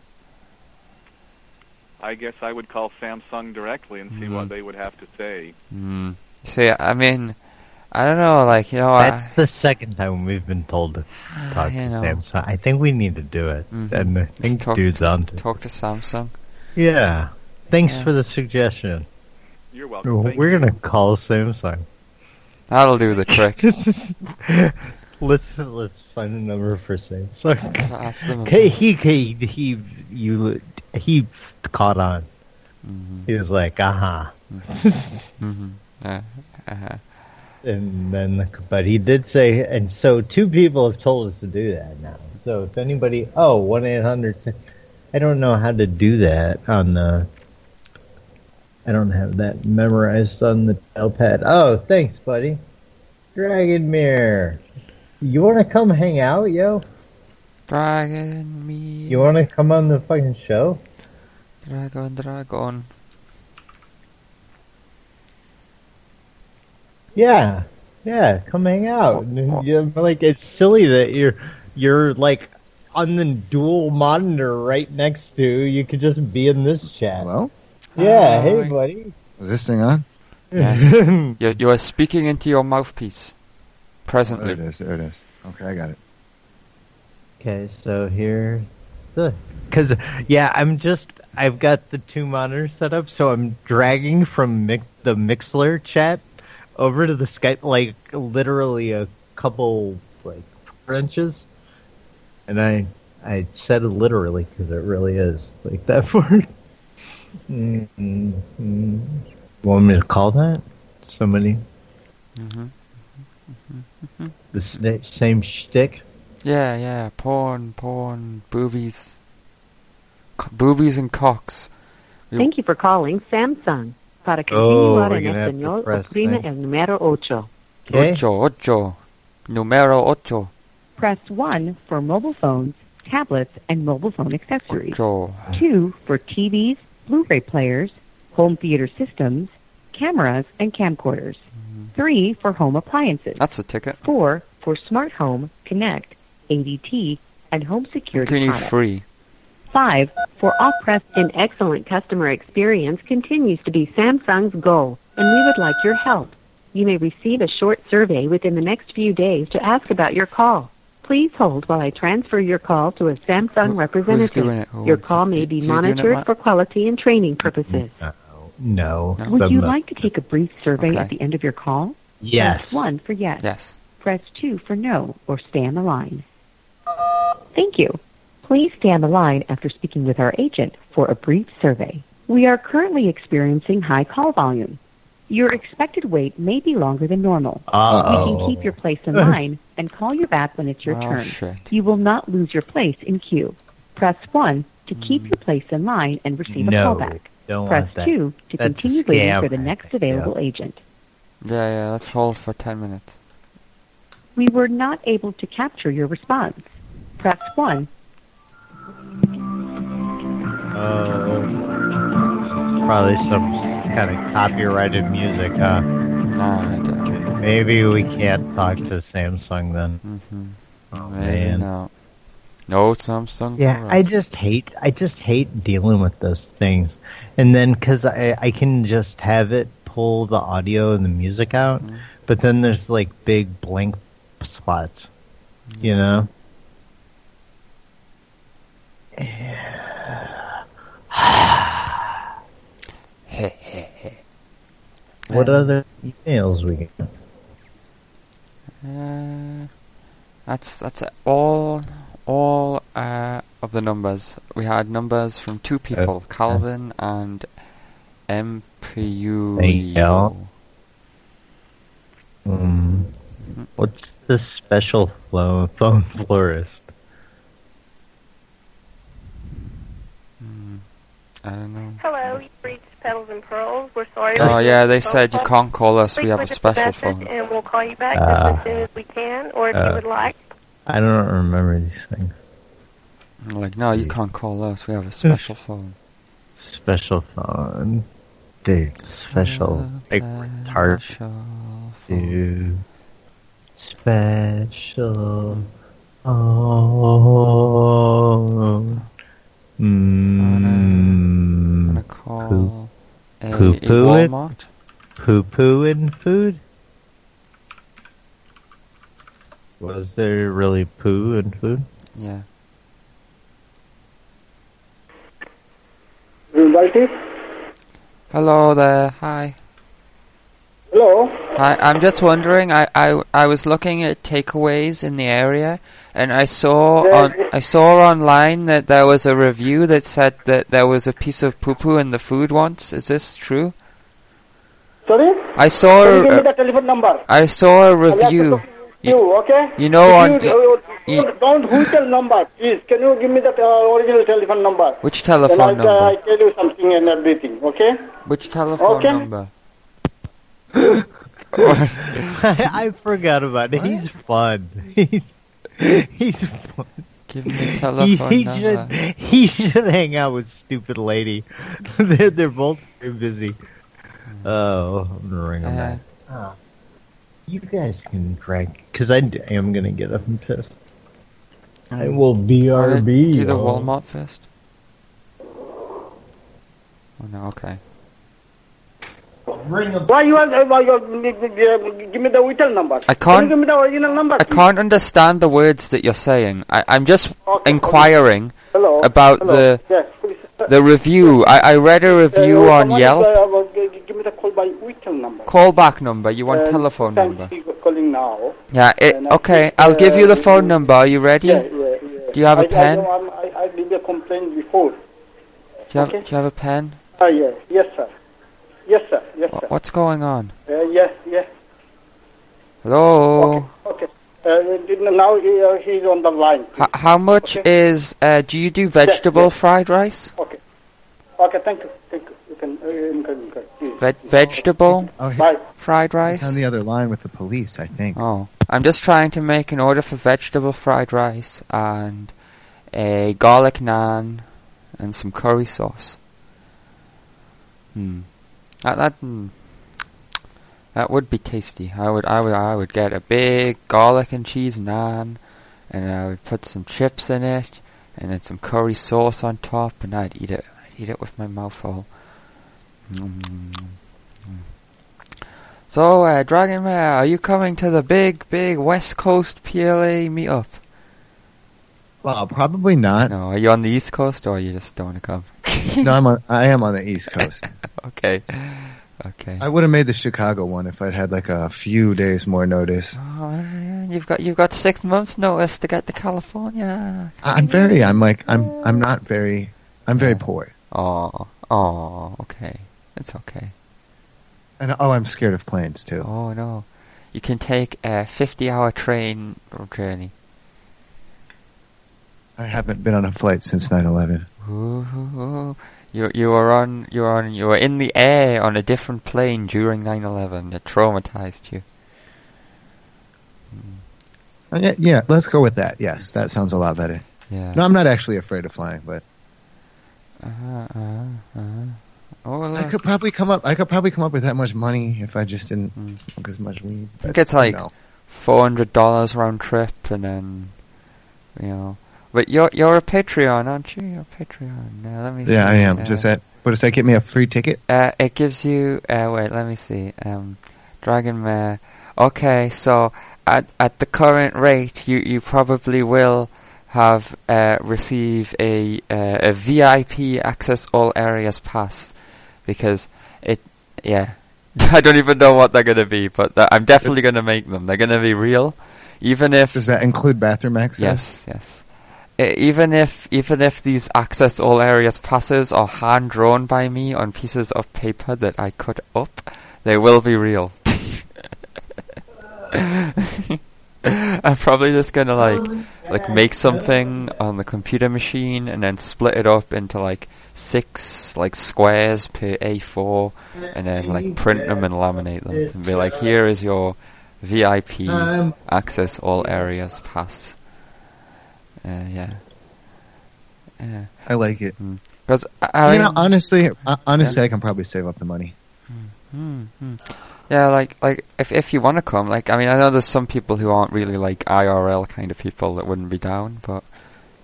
[SPEAKER 17] I guess I would call Samsung directly and see
[SPEAKER 3] Mm-hmm.
[SPEAKER 17] what they would have to say.
[SPEAKER 3] Mm. See, I mean, I don't know, like you know,
[SPEAKER 4] That's
[SPEAKER 3] I,
[SPEAKER 4] the second time we've been told to talk to
[SPEAKER 3] Uh, You know. Mm-hmm.
[SPEAKER 4] Samsung. I think we need to do it. And I think
[SPEAKER 3] Talk-
[SPEAKER 4] dude's on to
[SPEAKER 3] talk to Samsung.
[SPEAKER 4] Yeah. Thanks
[SPEAKER 3] Yeah.
[SPEAKER 4] for the suggestion.
[SPEAKER 17] You're
[SPEAKER 4] We're going to call Samsung.
[SPEAKER 3] That'll do the trick.
[SPEAKER 4] Let's let's find a number for Sam. So,
[SPEAKER 3] That's the number.
[SPEAKER 4] he, he he he you he caught on. He was like, uh-huh. "Aha!"
[SPEAKER 3] hmm Uh, uh,
[SPEAKER 4] and then, but he did say, and so two people have told us to do that now. So if anybody, oh, one eight hundred, I don't know how to do that on the. I don't have that memorized on the dial pad. Oh, thanks, buddy. Dragonmere, you want to come hang out, yo?
[SPEAKER 3] Dragon me.
[SPEAKER 4] You want to come on the fucking show?
[SPEAKER 3] Dragon, dragon.
[SPEAKER 4] Yeah, yeah, come hang out. Yeah, but, like it's silly that you're you're like on the dual monitor right next to. You could just be in this chat.
[SPEAKER 18] Well,
[SPEAKER 4] yeah,
[SPEAKER 18] Hi.
[SPEAKER 4] hey buddy.
[SPEAKER 18] Is this thing on?
[SPEAKER 3] Yes. you're, you are speaking into your mouthpiece. Presently.
[SPEAKER 18] There it is. There it is. Okay, I got it.
[SPEAKER 4] Okay, so here, because yeah, I'm just I've got the two monitors set up, so I'm dragging from mix, the Mixler chat over to the Skype, like literally a couple like four inches, and I I said it literally because it really is like that word. mm mm mm. Want me to call that somebody
[SPEAKER 3] Mm-hmm.
[SPEAKER 4] the sna- same shtick?
[SPEAKER 3] Yeah, yeah. Porn, porn, boobies. C- boobies and cocks. We-
[SPEAKER 19] Thank you for calling Samsung. Para
[SPEAKER 3] Oh,
[SPEAKER 19] continuar
[SPEAKER 3] we're
[SPEAKER 19] en
[SPEAKER 3] gonna have to
[SPEAKER 19] español,
[SPEAKER 3] press
[SPEAKER 19] oprime
[SPEAKER 3] thing.
[SPEAKER 19] el número ocho.
[SPEAKER 3] Ocho, ocho. Numero ocho.
[SPEAKER 19] Press 1 for mobile phones, tablets, and mobile phone accessories.
[SPEAKER 3] Ocho.
[SPEAKER 19] 2 for TVs, Blu-ray players, home theater systems, cameras, and camcorders. 3 for home appliances.
[SPEAKER 3] That's a ticket.
[SPEAKER 19] 4 for smart home, connect, ADT, and home security
[SPEAKER 3] Can you
[SPEAKER 19] products.
[SPEAKER 3] free?
[SPEAKER 19] 5 for all press an excellent customer experience continues to be Samsung's goal and we would like your help. You may receive a short survey within the next few days to ask about your call. Please hold while I transfer your call to a Samsung representative.
[SPEAKER 4] doing it? Who
[SPEAKER 19] Your
[SPEAKER 4] is
[SPEAKER 19] call may be
[SPEAKER 4] you doing it, Mm-hmm.
[SPEAKER 19] monitored
[SPEAKER 4] Ma-
[SPEAKER 19] for quality and training purposes.
[SPEAKER 4] No.
[SPEAKER 19] Would you
[SPEAKER 4] some- uh,
[SPEAKER 19] like to take a brief survey
[SPEAKER 4] Okay.
[SPEAKER 19] at the end of your call?
[SPEAKER 4] Yes.
[SPEAKER 19] Press 1 for yes.
[SPEAKER 3] Yes.
[SPEAKER 19] Press 2 for no or stay on the line. Thank you. Please stay on the line after speaking with our agent for a brief survey. We are currently experiencing high call volume. Your expected wait may be longer than normal. We
[SPEAKER 6] Uh-oh.
[SPEAKER 19] can keep your place in line and call you back when it's your
[SPEAKER 6] Oh,
[SPEAKER 19] turn.
[SPEAKER 6] shit.
[SPEAKER 19] You will not lose your place in queue. Press 1 to keep your place in line and receive
[SPEAKER 3] Hmm. No,
[SPEAKER 19] a callback.
[SPEAKER 3] don't
[SPEAKER 19] Press
[SPEAKER 3] want that.
[SPEAKER 19] 2 to
[SPEAKER 3] That's a
[SPEAKER 19] continue waiting
[SPEAKER 3] scam,
[SPEAKER 19] for the
[SPEAKER 3] I
[SPEAKER 19] next available agent.
[SPEAKER 3] Yeah, yeah. Let's hold for ten minutes.
[SPEAKER 19] We were not able to capture your response. Press 1.
[SPEAKER 4] It's Uh, probably some kind of copyrighted music, huh? No,
[SPEAKER 3] I
[SPEAKER 4] don't. Maybe we can't talk to Samsung then.
[SPEAKER 3] Mm-hmm.
[SPEAKER 4] Oh
[SPEAKER 3] Maybe
[SPEAKER 4] man.
[SPEAKER 3] not. No Samsung.
[SPEAKER 4] Yeah,
[SPEAKER 3] for
[SPEAKER 4] I
[SPEAKER 3] us.
[SPEAKER 4] just hate. I just hate dealing with those things, and then because I I can just have it pull the audio and the music out, but then there's like big blank spots, you know. What other emails we get?
[SPEAKER 3] Uh, that's that's all all uh, of the numbers. We had numbers from two people, Calvin and MPU.
[SPEAKER 4] AL. Mm. What's the special phone phone florist?
[SPEAKER 3] I don't know.
[SPEAKER 20] Hello, you reached Petals and Pearls. We're sorry.
[SPEAKER 3] Oh,
[SPEAKER 20] we
[SPEAKER 3] yeah,
[SPEAKER 20] missed
[SPEAKER 3] they
[SPEAKER 20] your phone
[SPEAKER 3] said you
[SPEAKER 20] call.
[SPEAKER 3] can't call us. We
[SPEAKER 20] Please
[SPEAKER 3] have a
[SPEAKER 20] leave us
[SPEAKER 3] special
[SPEAKER 20] message
[SPEAKER 3] phone.
[SPEAKER 20] And we'll call you back
[SPEAKER 4] Ah.
[SPEAKER 20] just as soon as we can, or if
[SPEAKER 4] Ah.
[SPEAKER 20] you would like.
[SPEAKER 4] I don't remember these things.
[SPEAKER 3] I'm like, no, you can't call us. We have a special phone.
[SPEAKER 4] Special phone, dude. Special, like retarded, dude. Special. Oh. Mm.
[SPEAKER 3] Call a
[SPEAKER 4] Poo poo
[SPEAKER 3] Walmart.
[SPEAKER 4] Poo poo in food. Was there really poo in food?
[SPEAKER 3] Yeah.
[SPEAKER 21] Invited?
[SPEAKER 3] Hello there. Hi.
[SPEAKER 21] Hello?
[SPEAKER 3] I, I'm just wondering. I, I, I was looking at takeaways in the area, and I saw on I saw online that there was a review that said that there was a piece of poo poo in the food once. Is this true?
[SPEAKER 21] Sorry?
[SPEAKER 3] I saw
[SPEAKER 21] Can you give me
[SPEAKER 3] a,
[SPEAKER 21] the telephone number?
[SPEAKER 3] I saw a
[SPEAKER 21] I'll have to
[SPEAKER 3] review.
[SPEAKER 21] talk to you, okay?
[SPEAKER 3] you know
[SPEAKER 21] If
[SPEAKER 3] on-
[SPEAKER 21] you,
[SPEAKER 3] you-
[SPEAKER 21] uh, don't hotel number, please. Can you give me the uh, original telephone number?
[SPEAKER 3] Which telephone
[SPEAKER 21] then I'll,
[SPEAKER 3] number?
[SPEAKER 21] I tell you something and everything, okay?
[SPEAKER 3] Which telephone
[SPEAKER 21] Okay.
[SPEAKER 3] number?
[SPEAKER 4] I forgot about it. He's fun. He's fun.
[SPEAKER 3] Give me
[SPEAKER 4] He,
[SPEAKER 3] telephone
[SPEAKER 4] he should
[SPEAKER 3] number.
[SPEAKER 4] he should hang out with stupid lady. they're they're both too
[SPEAKER 3] Mm.
[SPEAKER 4] busy. Oh, I'm gonna
[SPEAKER 3] Uh,
[SPEAKER 4] ring him back. You guys can drag because I d- am gonna get up and piss. I will
[SPEAKER 3] Wanna
[SPEAKER 4] BRB.
[SPEAKER 3] Do the
[SPEAKER 4] y'all.
[SPEAKER 3] Walmart first. Oh no. Okay.
[SPEAKER 21] Why you are, uh, why you are, uh, give me the hotel number?
[SPEAKER 3] I
[SPEAKER 21] Can
[SPEAKER 3] can't-
[SPEAKER 21] you give me the original number?
[SPEAKER 3] I can't understand the words that you're saying. I, I'm just
[SPEAKER 21] Okay.
[SPEAKER 3] inquiring
[SPEAKER 21] Hello.
[SPEAKER 3] about
[SPEAKER 21] Hello.
[SPEAKER 3] the
[SPEAKER 21] Yes, please. Uh,
[SPEAKER 3] the review. I, I read a review
[SPEAKER 21] uh,
[SPEAKER 3] on
[SPEAKER 21] someone is,
[SPEAKER 3] Yelp.
[SPEAKER 21] uh, uh, g- g- give me the call by hotel number.
[SPEAKER 3] Callback number. You want
[SPEAKER 21] Uh,
[SPEAKER 3] telephone
[SPEAKER 21] thank
[SPEAKER 3] number?
[SPEAKER 21] you for calling now.
[SPEAKER 3] Yeah. It,
[SPEAKER 21] And I
[SPEAKER 3] okay.
[SPEAKER 21] think,
[SPEAKER 3] I'll give you the
[SPEAKER 21] uh,
[SPEAKER 3] phone number. Are you ready?
[SPEAKER 21] Yeah, yeah, yeah.
[SPEAKER 3] Do you have
[SPEAKER 21] I-
[SPEAKER 3] a pen?
[SPEAKER 21] I, know I'm- I, I did a complaint before.
[SPEAKER 3] do you have
[SPEAKER 21] okay.
[SPEAKER 3] Do you have a pen?
[SPEAKER 21] Ah, yes, yes, sir. Yes, sir. Yes, sir.
[SPEAKER 3] Wh- What's going on?
[SPEAKER 21] Uh, yes, yes.
[SPEAKER 3] Hello.
[SPEAKER 21] Okay. Uh, did- now he, uh, he's on the line.
[SPEAKER 3] H- how much is? Uh, do you do vegetable fried rice?
[SPEAKER 21] Okay. Okay. Thank you. Thank you. You can. Uh, you can, you can please.
[SPEAKER 3] Ve- vegetable
[SPEAKER 18] Oh, he-
[SPEAKER 3] fried rice.
[SPEAKER 18] He's on the other line with the police, I think.
[SPEAKER 3] Oh, I'm just trying to make an order for vegetable fried rice and a garlic naan and some curry sauce. Hmm. That that hmm. that would be tasty. I would I would I would get a big garlic and cheese naan, and I would put some chips in it, and then some curry sauce on top, and I'd eat it. I'd eat it with my mouth full. Mm-hmm. So, uh, Dragon Mare, are you coming to the big, big West Coast PLA meetup?
[SPEAKER 18] Well, probably not.
[SPEAKER 3] No, are you on the East Coast or you just don't want to come?
[SPEAKER 18] no, I'm on, I am on the East Coast.
[SPEAKER 3] okay. Okay.
[SPEAKER 18] I would have made the Chicago one if I'd had like a few days more notice.
[SPEAKER 3] Oh, yeah, you've got you've got six months notice to get to California.
[SPEAKER 18] I- I'm very, I'm like, I'm, I'm not very, I'm very poor.
[SPEAKER 3] Oh, oh, okay. It's okay.
[SPEAKER 18] And oh, I'm scared of planes too.
[SPEAKER 3] Oh no, you can take a fifty-hour train oh, journey.
[SPEAKER 18] I haven't been on a flight since 9/11.
[SPEAKER 3] Ooh, you you were on you were on you were in the air on a different plane during 9/11. It traumatized you.
[SPEAKER 18] Uh, Yeah, yeah, let's go with that. Yes, that sounds a lot better.
[SPEAKER 3] Yeah.
[SPEAKER 18] No, I'm not actually afraid of flying, but
[SPEAKER 3] Uh-huh, uh-huh, uh-huh. Oh,
[SPEAKER 18] I
[SPEAKER 3] look.
[SPEAKER 18] could probably come up. I could probably come up with that much money if I just didn't smoke as much weed.
[SPEAKER 3] I think
[SPEAKER 18] but
[SPEAKER 3] it's Mm. like
[SPEAKER 18] no.
[SPEAKER 3] four hundred dollars round trip, and then you know. But you're you're a Patreon, aren't you? You're a Patreon. Now let me.
[SPEAKER 18] yeah,
[SPEAKER 3] see.
[SPEAKER 18] I am.
[SPEAKER 3] Uh,
[SPEAKER 18] Does that? What does that get me a free ticket?
[SPEAKER 3] Uh, it gives you. Uh, wait, let me see. Um, Dragon Mare. Okay, so at at the current rate, you you probably will have uh, receive a uh, a VIP access all areas pass because it. Yeah, I don't even know what they're gonna be, but th- I'm definitely gonna make them. They're gonna be real, even if
[SPEAKER 18] Does that include bathroom access?
[SPEAKER 3] Yes, yes. E- Even if even if these access all areas passes are hand drawn by me on pieces of paper that I cut up, they will be real. I'm probably just gonna like like make something on the computer machine and then split it up into like six like squares per A4 and then like print them and laminate them and be like, here is your VIP access all areas pass. Uh, yeah. Yeah.
[SPEAKER 18] I like it.
[SPEAKER 3] Because I
[SPEAKER 18] you know,
[SPEAKER 3] mean-
[SPEAKER 18] honestly, uh, honestly,
[SPEAKER 3] Yeah.
[SPEAKER 18] I can probably save up the money.
[SPEAKER 3] Hmm, hmm. Yeah, like like if if you want to come, like I mean, I know there's some people who aren't really like IRL kind of people that wouldn't be down, but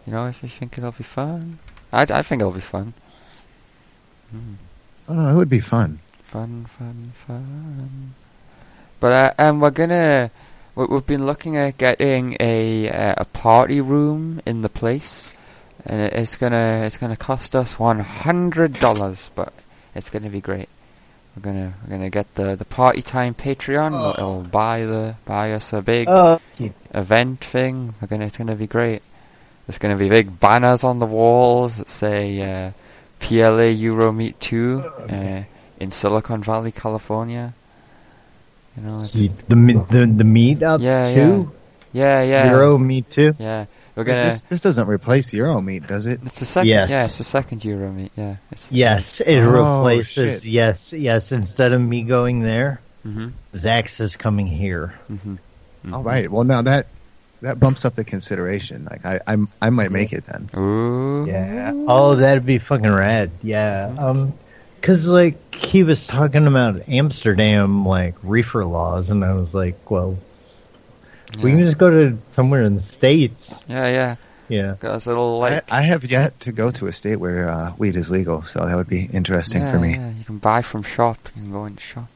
[SPEAKER 3] you know, if you think it'll be fun, I I think it'll be fun. Hmm.
[SPEAKER 18] Oh no, it would be fun.
[SPEAKER 3] Fun, fun, fun. But uh, um, we're gonna we- we've been looking at getting a uh, a party room in the place, and it- it's gonna it's gonna cost us one hundred dollars, but it's gonna be great. We're gonna we're gonna get the, the party time Patreon. It'll buy the buy us a big
[SPEAKER 4] Oh.
[SPEAKER 3] event thing. We're gonna it's gonna be great. There's gonna be big banners on the walls that say uh, PLA Euro Meet Two uh, in Silicon Valley, California. You know, it's,
[SPEAKER 4] The the the meat out
[SPEAKER 3] yeah,
[SPEAKER 4] too.
[SPEAKER 3] yeah, yeah, yeah.
[SPEAKER 4] Euro meat too.
[SPEAKER 3] Yeah, we're gonna.
[SPEAKER 18] This, this doesn't replace Euro meat, does it?
[SPEAKER 3] It's the second,
[SPEAKER 4] Yes.
[SPEAKER 3] yeah, it's the second Euro Meet. Yeah, it's,
[SPEAKER 4] Yes, it
[SPEAKER 18] Oh,
[SPEAKER 4] replaces.
[SPEAKER 18] shit.
[SPEAKER 4] Yes, yes. Instead of me going there,
[SPEAKER 3] Mhm.
[SPEAKER 4] Zax is coming here.
[SPEAKER 3] Mm-hmm.
[SPEAKER 18] All right. Well, now that that bumps up the consideration. Like I, I'm, I might make it then.
[SPEAKER 3] Ooh.
[SPEAKER 4] Yeah. Oh, that'd be fucking rad. Yeah. Um, cause like he was talking about Amsterdam like reefer laws, and I was like, well, we can just go to somewhere in the states.
[SPEAKER 3] yeah, yeah.
[SPEAKER 4] Yeah.
[SPEAKER 3] Got this little
[SPEAKER 18] I,
[SPEAKER 3] like
[SPEAKER 18] I have yet to go to a state where uh, weed is legal, so that would be interesting
[SPEAKER 3] yeah,
[SPEAKER 18] for me.
[SPEAKER 3] Yeah, you can buy from shop. You can go into shop.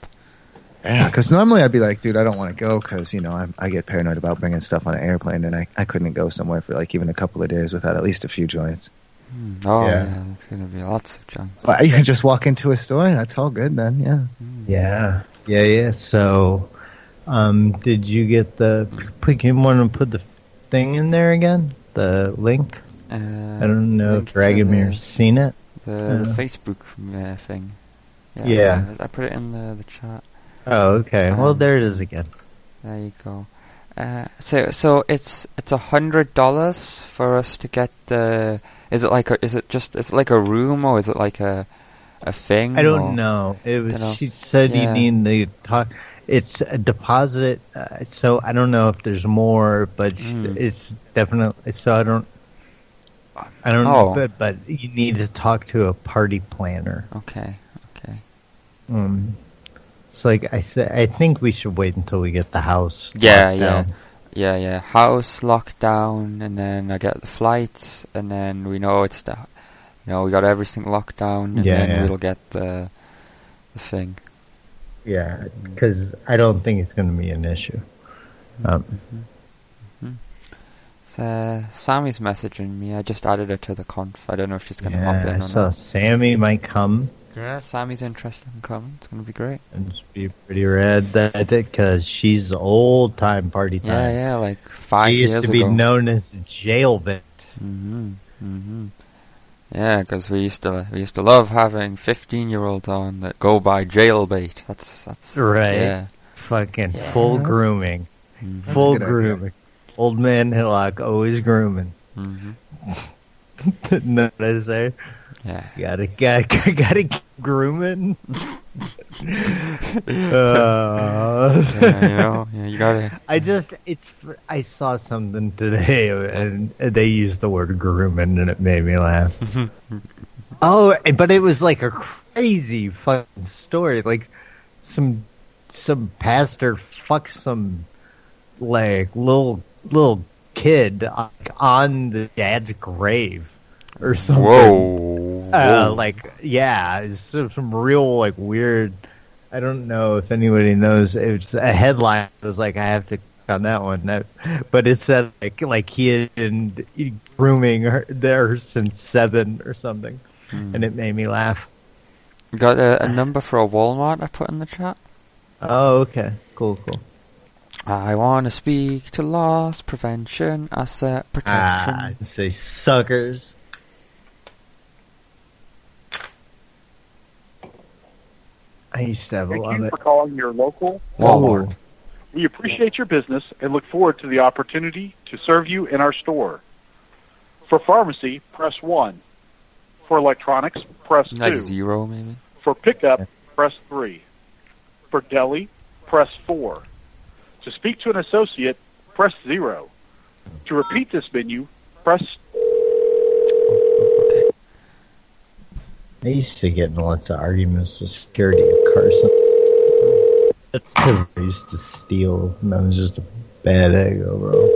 [SPEAKER 18] Yeah, because normally I'd be like, dude, I don't want to go because you know I'm, I get paranoid about bringing stuff on an airplane, and I, I couldn't go somewhere for like even a couple of days without at least a few joints.
[SPEAKER 3] Hmm. Oh
[SPEAKER 18] Yeah.
[SPEAKER 3] yeah, it's gonna be lots of junk.
[SPEAKER 18] But you can just walk into a store, and that's all good then. Yeah.
[SPEAKER 3] Hmm.
[SPEAKER 4] Yeah. Yeah. Yeah. So, um, did you get the? Put, you want to put the thing in there again? The link.
[SPEAKER 3] Uh,
[SPEAKER 4] I don't know
[SPEAKER 3] link
[SPEAKER 4] if
[SPEAKER 3] to
[SPEAKER 4] Dragomir's
[SPEAKER 3] the-
[SPEAKER 4] seen it.
[SPEAKER 3] The
[SPEAKER 4] Uh,
[SPEAKER 3] Facebook uh, thing.
[SPEAKER 4] Yeah.
[SPEAKER 3] I put it in the the chat.
[SPEAKER 4] oh, okay. Well,
[SPEAKER 3] Um,
[SPEAKER 4] there it is again.
[SPEAKER 3] There you go. Uh, so so it's it's a hundred dollars for us to get the. Is it like a, is it just is it like a room or is it like a a thing?
[SPEAKER 4] I
[SPEAKER 3] or-
[SPEAKER 4] don't know. It was.
[SPEAKER 3] Dunno.
[SPEAKER 4] She said
[SPEAKER 3] Yeah.
[SPEAKER 4] you need to talk. It's a deposit, uh, so I don't know if there's more, but it's-
[SPEAKER 3] Mm.
[SPEAKER 4] it's definitely. So I don't. I don't
[SPEAKER 3] Oh.
[SPEAKER 4] know, but, but you need to talk to a party planner.
[SPEAKER 3] Okay. Okay.
[SPEAKER 4] Um, it's like I said. I think we should wait until we get the house.
[SPEAKER 3] Yeah,
[SPEAKER 4] locked
[SPEAKER 3] yeah,
[SPEAKER 4] down.
[SPEAKER 3] yeah, yeah. House lockdown, and then I get the flights, and then we know it's the, you know, we got everything locked down, and
[SPEAKER 4] Yeah,
[SPEAKER 3] then
[SPEAKER 4] yeah.
[SPEAKER 3] we'll get the, the thing.
[SPEAKER 4] yeah. Because I don't think it's going to be an issue. Um,
[SPEAKER 3] Mm-hmm. So uh, Sammy's messaging me. I just added her to the conf. I don't know if she's gonna hop
[SPEAKER 4] yeah,
[SPEAKER 3] in
[SPEAKER 4] I
[SPEAKER 3] or
[SPEAKER 4] saw
[SPEAKER 3] not.
[SPEAKER 4] Sammy might come.
[SPEAKER 3] Yeah, Sammy's interested in coming. It's gonna be great.
[SPEAKER 4] and just be pretty rad that because she's old time party time.
[SPEAKER 3] Yeah, yeah, like five
[SPEAKER 4] She used
[SPEAKER 3] years
[SPEAKER 4] to be
[SPEAKER 3] ago.
[SPEAKER 4] known as Jailbit.
[SPEAKER 3] Mm-hmm. Mm-hmm. Yeah, because we used to we used to love having fifteen year olds on that go by jailbait. That's that's
[SPEAKER 4] Right.
[SPEAKER 3] Yeah.
[SPEAKER 4] Fucking
[SPEAKER 3] Yeah,
[SPEAKER 4] full
[SPEAKER 3] that's-
[SPEAKER 4] grooming.
[SPEAKER 3] Mm.
[SPEAKER 18] that's a
[SPEAKER 4] Full
[SPEAKER 18] good idea.
[SPEAKER 4] grooming. Old man Hillock always grooming.
[SPEAKER 3] Mm-hmm.
[SPEAKER 4] know what I say?
[SPEAKER 3] Yeah.
[SPEAKER 4] Gotta, gotta, gotta keep grooming. Uh,
[SPEAKER 3] yeah, you know, yeah, you gotta.
[SPEAKER 4] I just it's I saw something today and they used the word grooming and it made me laugh. oh, but it was like a crazy fucking story. Like some some pastor fucks some like little little kid like, on the dad's grave or something.
[SPEAKER 3] Whoa.
[SPEAKER 4] Uh,
[SPEAKER 3] whoa.
[SPEAKER 4] like yeah, it's some, some real like weird. I don't know if anybody knows. It's a headline that was like I have to click on that one, that, but it said like like he had been grooming her there since seven or something, and it made me laugh.
[SPEAKER 3] You got a, a number for a Walmart I put in the chat?
[SPEAKER 4] Oh, okay, cool, cool.
[SPEAKER 3] I want to speak to loss prevention, asset protection.
[SPEAKER 4] Ah, I'd say suckers. I used to have a
[SPEAKER 2] Thank
[SPEAKER 4] lot
[SPEAKER 2] you
[SPEAKER 4] of Oh.
[SPEAKER 2] for calling your local
[SPEAKER 4] Walmart.
[SPEAKER 2] We appreciate your business and look forward to the opportunity to serve you in our store. For pharmacy, press 1. For electronics, press 2.
[SPEAKER 3] like zero, maybe.
[SPEAKER 2] For pickup, press 3. For deli, press 4. To speak to an associate, press 0. To repeat this menu, press
[SPEAKER 4] I used to get in lots of arguments with security at Carson's. That's because I used to steal, and I was just a bad egg overall.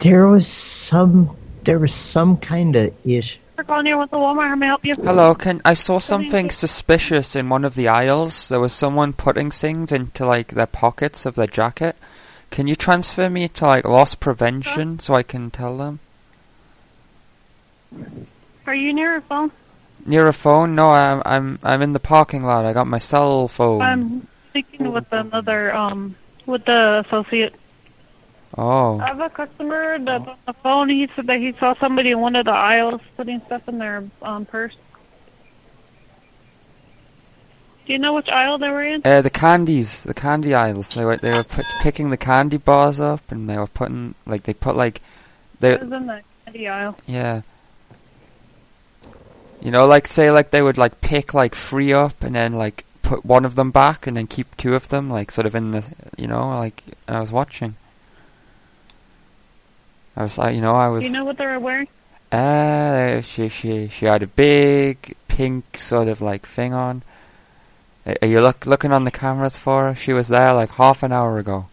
[SPEAKER 4] There was some, there was some kind of issue.
[SPEAKER 14] For calling here with the Walmart, how may I help you?
[SPEAKER 3] Hello, can I saw something suspicious in one of the aisles? There was someone putting things into like their pockets of their jacket. Can you transfer me to like loss prevention so I can tell them?
[SPEAKER 14] Are you near a phone?
[SPEAKER 3] Near a phone? No, I'm I'm I'm in the parking lot. I got my cell phone.
[SPEAKER 21] Um,
[SPEAKER 5] I'm speaking with another, um, with the associate.
[SPEAKER 3] oh.
[SPEAKER 5] I have a customer that's on the phone. He said that he saw somebody in one of the aisles putting stuff in their um, purse. Do you know which aisle they were in?
[SPEAKER 3] Uh, the candies, the candy aisles. They were they were put, picking the candy bars up, and they were putting like they put like they
[SPEAKER 5] It was in the candy aisle.
[SPEAKER 3] yeah. You know, like say like they would like pick like three up, and then like put one of them back, and then keep two of them like sort of in the you know like I was watching. I was like, you know, I was.
[SPEAKER 5] Do you know what they were wearing?
[SPEAKER 3] Uh, she she she had a big pink sort of like thing on. A- Are you look looking on the cameras for her? She was there like half an hour ago.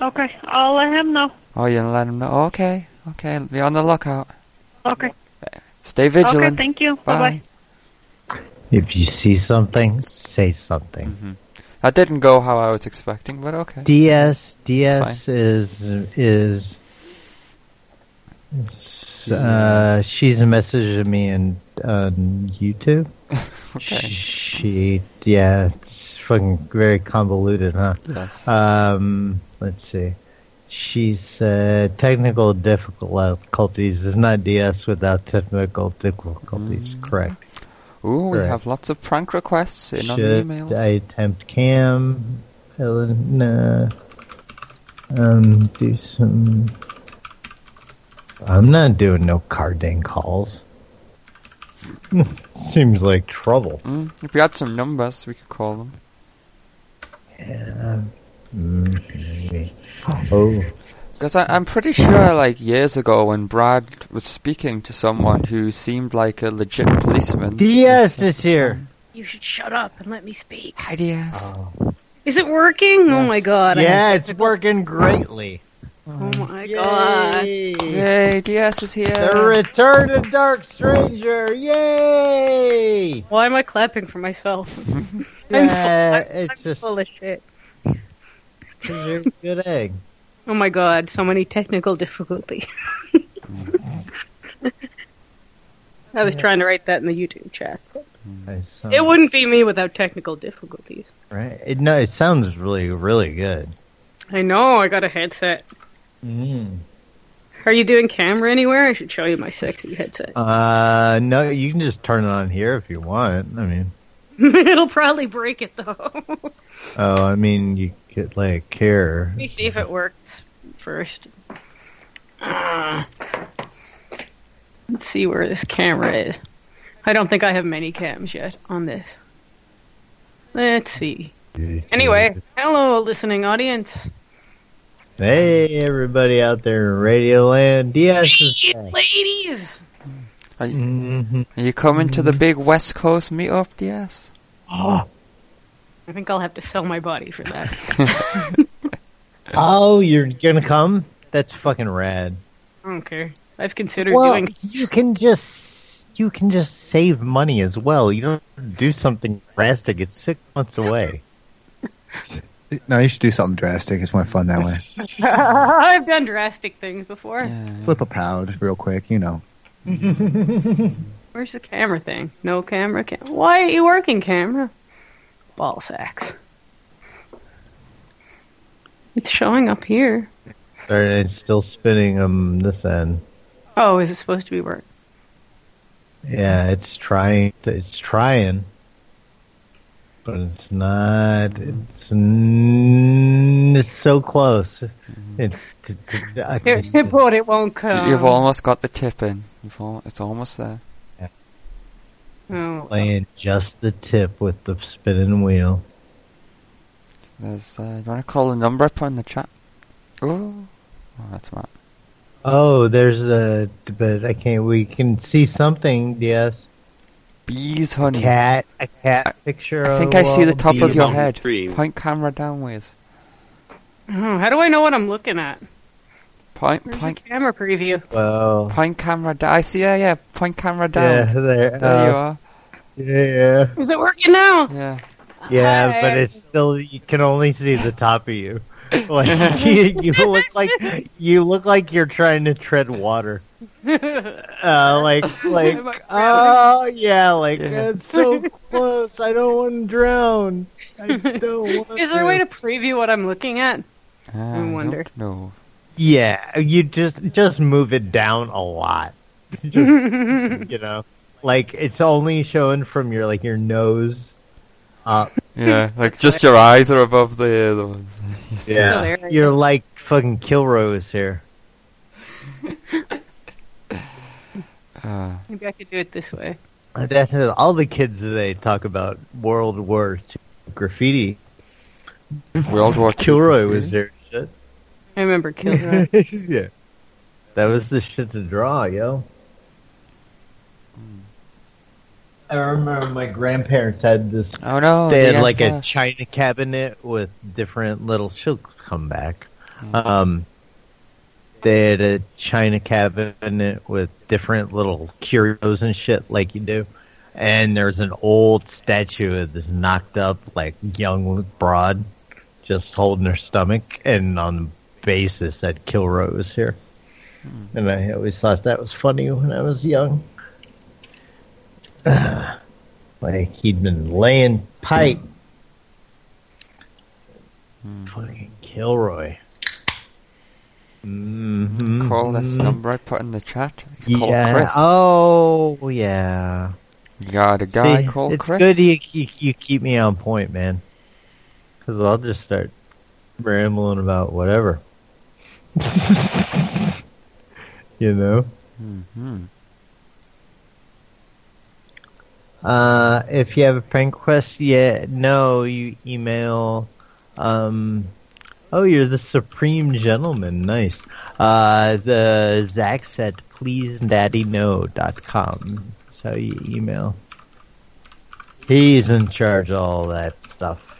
[SPEAKER 5] Okay, I'll let him know.
[SPEAKER 3] Oh, you let him know. Okay, okay, be on the lookout.
[SPEAKER 5] Okay.
[SPEAKER 3] Stay vigilant.
[SPEAKER 5] Okay, thank you. Bye bye.
[SPEAKER 4] If you see something, say something.
[SPEAKER 3] That didn't go how I was expecting, but okay.
[SPEAKER 4] DS DS is is uh, she's messaging me in on YouTube.
[SPEAKER 3] okay.
[SPEAKER 4] She yeah, it's fucking very convoluted, huh?
[SPEAKER 3] Yes.
[SPEAKER 4] Um, let's see. She said technical difficulties is not DS without technical
[SPEAKER 3] Mm.
[SPEAKER 4] difficulties. Correct.
[SPEAKER 3] Ooh, we
[SPEAKER 4] Correct.
[SPEAKER 3] have lots of prank requests in on the
[SPEAKER 4] Should
[SPEAKER 3] emails.
[SPEAKER 4] I attempt cam? Ellen, uh, um, do some. I'm not doing no carding calls. Seems like trouble.
[SPEAKER 3] Mm, if we had some numbers, we could call them.
[SPEAKER 4] Yeah. um, Mm, maybe. Oh.
[SPEAKER 3] Because I'm pretty sure, like years ago, when Brad was speaking to someone who seemed like a legit policeman.
[SPEAKER 4] DS is here.
[SPEAKER 22] You should shut up and let me speak.
[SPEAKER 3] Hi, DS.
[SPEAKER 4] Oh.
[SPEAKER 22] Is it working? Oh my god. I'm
[SPEAKER 4] Yeah,
[SPEAKER 22] so-
[SPEAKER 4] it's working greatly.
[SPEAKER 22] Oh my god.
[SPEAKER 3] Yay, DS is here.
[SPEAKER 4] The return of Dark Stranger. Yay!
[SPEAKER 22] Why am I clapping for myself? I'm, full,
[SPEAKER 4] Yeah,
[SPEAKER 22] I'm,
[SPEAKER 4] it's
[SPEAKER 22] I'm
[SPEAKER 4] just-
[SPEAKER 22] full of shit.
[SPEAKER 4] 'Cause you're a good egg.
[SPEAKER 22] Oh my god, so many technical difficulties. I was trying to write that in the YouTube chat.
[SPEAKER 4] I saw-
[SPEAKER 22] It wouldn't be me without technical difficulties.
[SPEAKER 4] Right? It, no, it sounds really, really good.
[SPEAKER 22] I know, I got a headset.
[SPEAKER 4] Mm.
[SPEAKER 22] Are you doing camera anywhere? I should show you my sexy headset.
[SPEAKER 4] Uh, no, you can just turn it on here if you want. I mean,
[SPEAKER 22] It'll probably break it though. Let
[SPEAKER 4] oh, I mean, you could like here.
[SPEAKER 22] me see if it works first. Ah. let's see where this camera is. I don't think I have many cams yet on this. Let's see. Anyway, hello, listening audience.
[SPEAKER 4] Hey, everybody out there in Radio Land, DS is back.
[SPEAKER 22] Ladies!
[SPEAKER 3] Are you, are you coming to the
[SPEAKER 4] Mm-hmm.
[SPEAKER 3] big West Coast meetup, DS?
[SPEAKER 22] I think I'll have to sell my body for that.
[SPEAKER 4] Oh, you're gonna come? That's fucking rad.
[SPEAKER 22] I don't care. I've considered
[SPEAKER 4] Well,
[SPEAKER 22] doing.
[SPEAKER 4] you can just you can just save money as well. You don't have to do something drastic. It's six months away.
[SPEAKER 18] No, you should do something drastic. It's more fun that way.
[SPEAKER 22] I've done drastic things before.
[SPEAKER 18] Flip a pound real quick, you know.
[SPEAKER 22] Where's the camera thing? No camera. Cam- Why aren't you working, camera? Ball sacks. It's showing up here.
[SPEAKER 4] Or it's still spinning um this end.
[SPEAKER 22] Oh, is it supposed to be work?
[SPEAKER 4] Yeah, it's trying. It's trying, but it's not. It's, n- it's so close. It's, t- t- t- I
[SPEAKER 22] Here,
[SPEAKER 4] can-
[SPEAKER 22] hip hop, it won't come.
[SPEAKER 3] You've almost got the tip in. You've al- it's almost there.
[SPEAKER 22] Oh,
[SPEAKER 4] playing just the tip with the spinning wheel.
[SPEAKER 3] There's. Uh, you want to call the number up on the chat? Ooh. Oh, that's right.
[SPEAKER 4] Oh, there's a. But I can't. We can see something. Yes.
[SPEAKER 3] Bees, honey.
[SPEAKER 4] Cat. A cat picture.
[SPEAKER 3] I
[SPEAKER 4] on
[SPEAKER 3] think I see
[SPEAKER 4] wall.
[SPEAKER 3] the top of
[SPEAKER 4] Bee
[SPEAKER 3] your
[SPEAKER 4] on the
[SPEAKER 3] head.
[SPEAKER 4] tree.
[SPEAKER 3] Point camera downwards.
[SPEAKER 22] oh, how do I know what I'm looking at?
[SPEAKER 3] Point,
[SPEAKER 22] Where's
[SPEAKER 3] point,
[SPEAKER 22] the camera preview?
[SPEAKER 4] Well.
[SPEAKER 3] point camera down. I see, yeah, yeah. Point camera down.
[SPEAKER 4] Yeah.
[SPEAKER 3] There
[SPEAKER 4] There.
[SPEAKER 3] you
[SPEAKER 4] uh,
[SPEAKER 3] are.
[SPEAKER 4] Yeah.
[SPEAKER 22] Is it working now?
[SPEAKER 3] Yeah.
[SPEAKER 4] Yeah,
[SPEAKER 22] Hi.
[SPEAKER 4] but it's still you can only see the top of you. Like you, you look like you look like you're trying to tread water. uh, like like oh yeah, like it's so close. I don't want to drown. I don't want
[SPEAKER 22] Is there a way to preview what I'm looking at?
[SPEAKER 3] Uh,
[SPEAKER 4] I
[SPEAKER 22] wonder.
[SPEAKER 3] No.
[SPEAKER 4] Yeah, you just just move it down a lot. Just, you know, like it's only shown from your like your nose up.
[SPEAKER 3] Yeah, like just your eyes are above the. the
[SPEAKER 4] Yeah, you're like fucking Kilrose here.
[SPEAKER 3] Uh,
[SPEAKER 22] Maybe I could do it this way.
[SPEAKER 4] That's it. All the kids today talk about World War II graffiti.
[SPEAKER 3] World War II
[SPEAKER 4] Kilroy was
[SPEAKER 3] graffiti?
[SPEAKER 4] their shit.
[SPEAKER 22] I remember Kilroy.
[SPEAKER 4] yeah, that was the shit to draw, yo. I remember my grandparents had this.
[SPEAKER 3] Oh no,
[SPEAKER 4] they
[SPEAKER 3] the
[SPEAKER 4] had like a
[SPEAKER 3] answer.
[SPEAKER 4] china cabinet with different little. She'll come back. Um, they had a china cabinet with different little curios and shit, like you do. And there's an old statue of this knocked up, like young broad, just holding her stomach, and on the basis that Kilroy was here. And I always thought that was funny when I was young. like he'd been laying pipe. Fucking Kilroy. Mhm.
[SPEAKER 3] Call this number I put in the chat. It's called
[SPEAKER 4] Yeah.
[SPEAKER 3] Chris.
[SPEAKER 4] Oh, yeah.
[SPEAKER 3] You got a guy
[SPEAKER 4] See,
[SPEAKER 3] called
[SPEAKER 4] it's
[SPEAKER 3] Chris.
[SPEAKER 4] good you, you, you keep me on point, man. Because I'll just start rambling about whatever. you know?
[SPEAKER 3] Mhm.
[SPEAKER 4] Uh, if you have a friend quest, yeah, no, you email. Um, oh, you're the supreme gentleman. Nice. Uh, the Zach's at pleasedaddyno.com. That's how you email. He's in charge of all that stuff.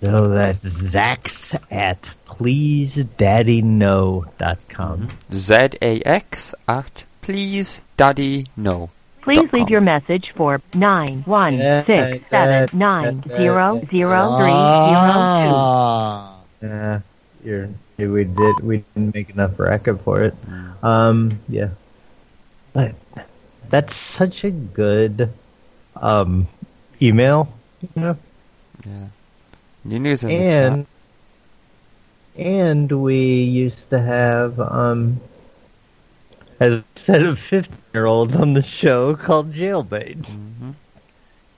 [SPEAKER 4] So that's Zach's at pleasedaddyno.com.
[SPEAKER 3] Z A X at please daddy no.
[SPEAKER 1] Please leave your message for nine one six seven nine zero zero three zero two.
[SPEAKER 4] Ah. Yeah, you're, yeah, we did. We didn't make enough racket for it. Um, yeah, but that's such a good um email. You know?
[SPEAKER 3] Yeah. New news in the
[SPEAKER 4] and and we used to have um as a set of 15 year olds on the show called jailbait
[SPEAKER 3] Mm-hmm.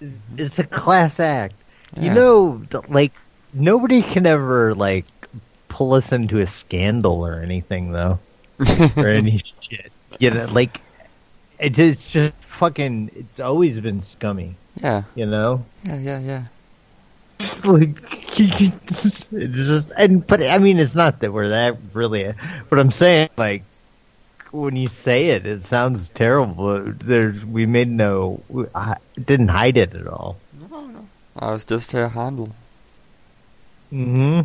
[SPEAKER 4] It's- it's a class act you
[SPEAKER 3] Yeah.
[SPEAKER 4] know th- like nobody can ever like pull us into a scandal or anything though or any shit you know like it- it's just fucking it's always been scummy
[SPEAKER 3] Yeah.
[SPEAKER 4] you know
[SPEAKER 3] chat. Yeah, yeah, yeah.
[SPEAKER 4] like it's just and but I mean it's not that we're that really but I'm saying like when you say it it sounds terrible but there's we made no we I didn't hide it at all
[SPEAKER 3] No, no. I was just her handle.
[SPEAKER 4] mm-hmm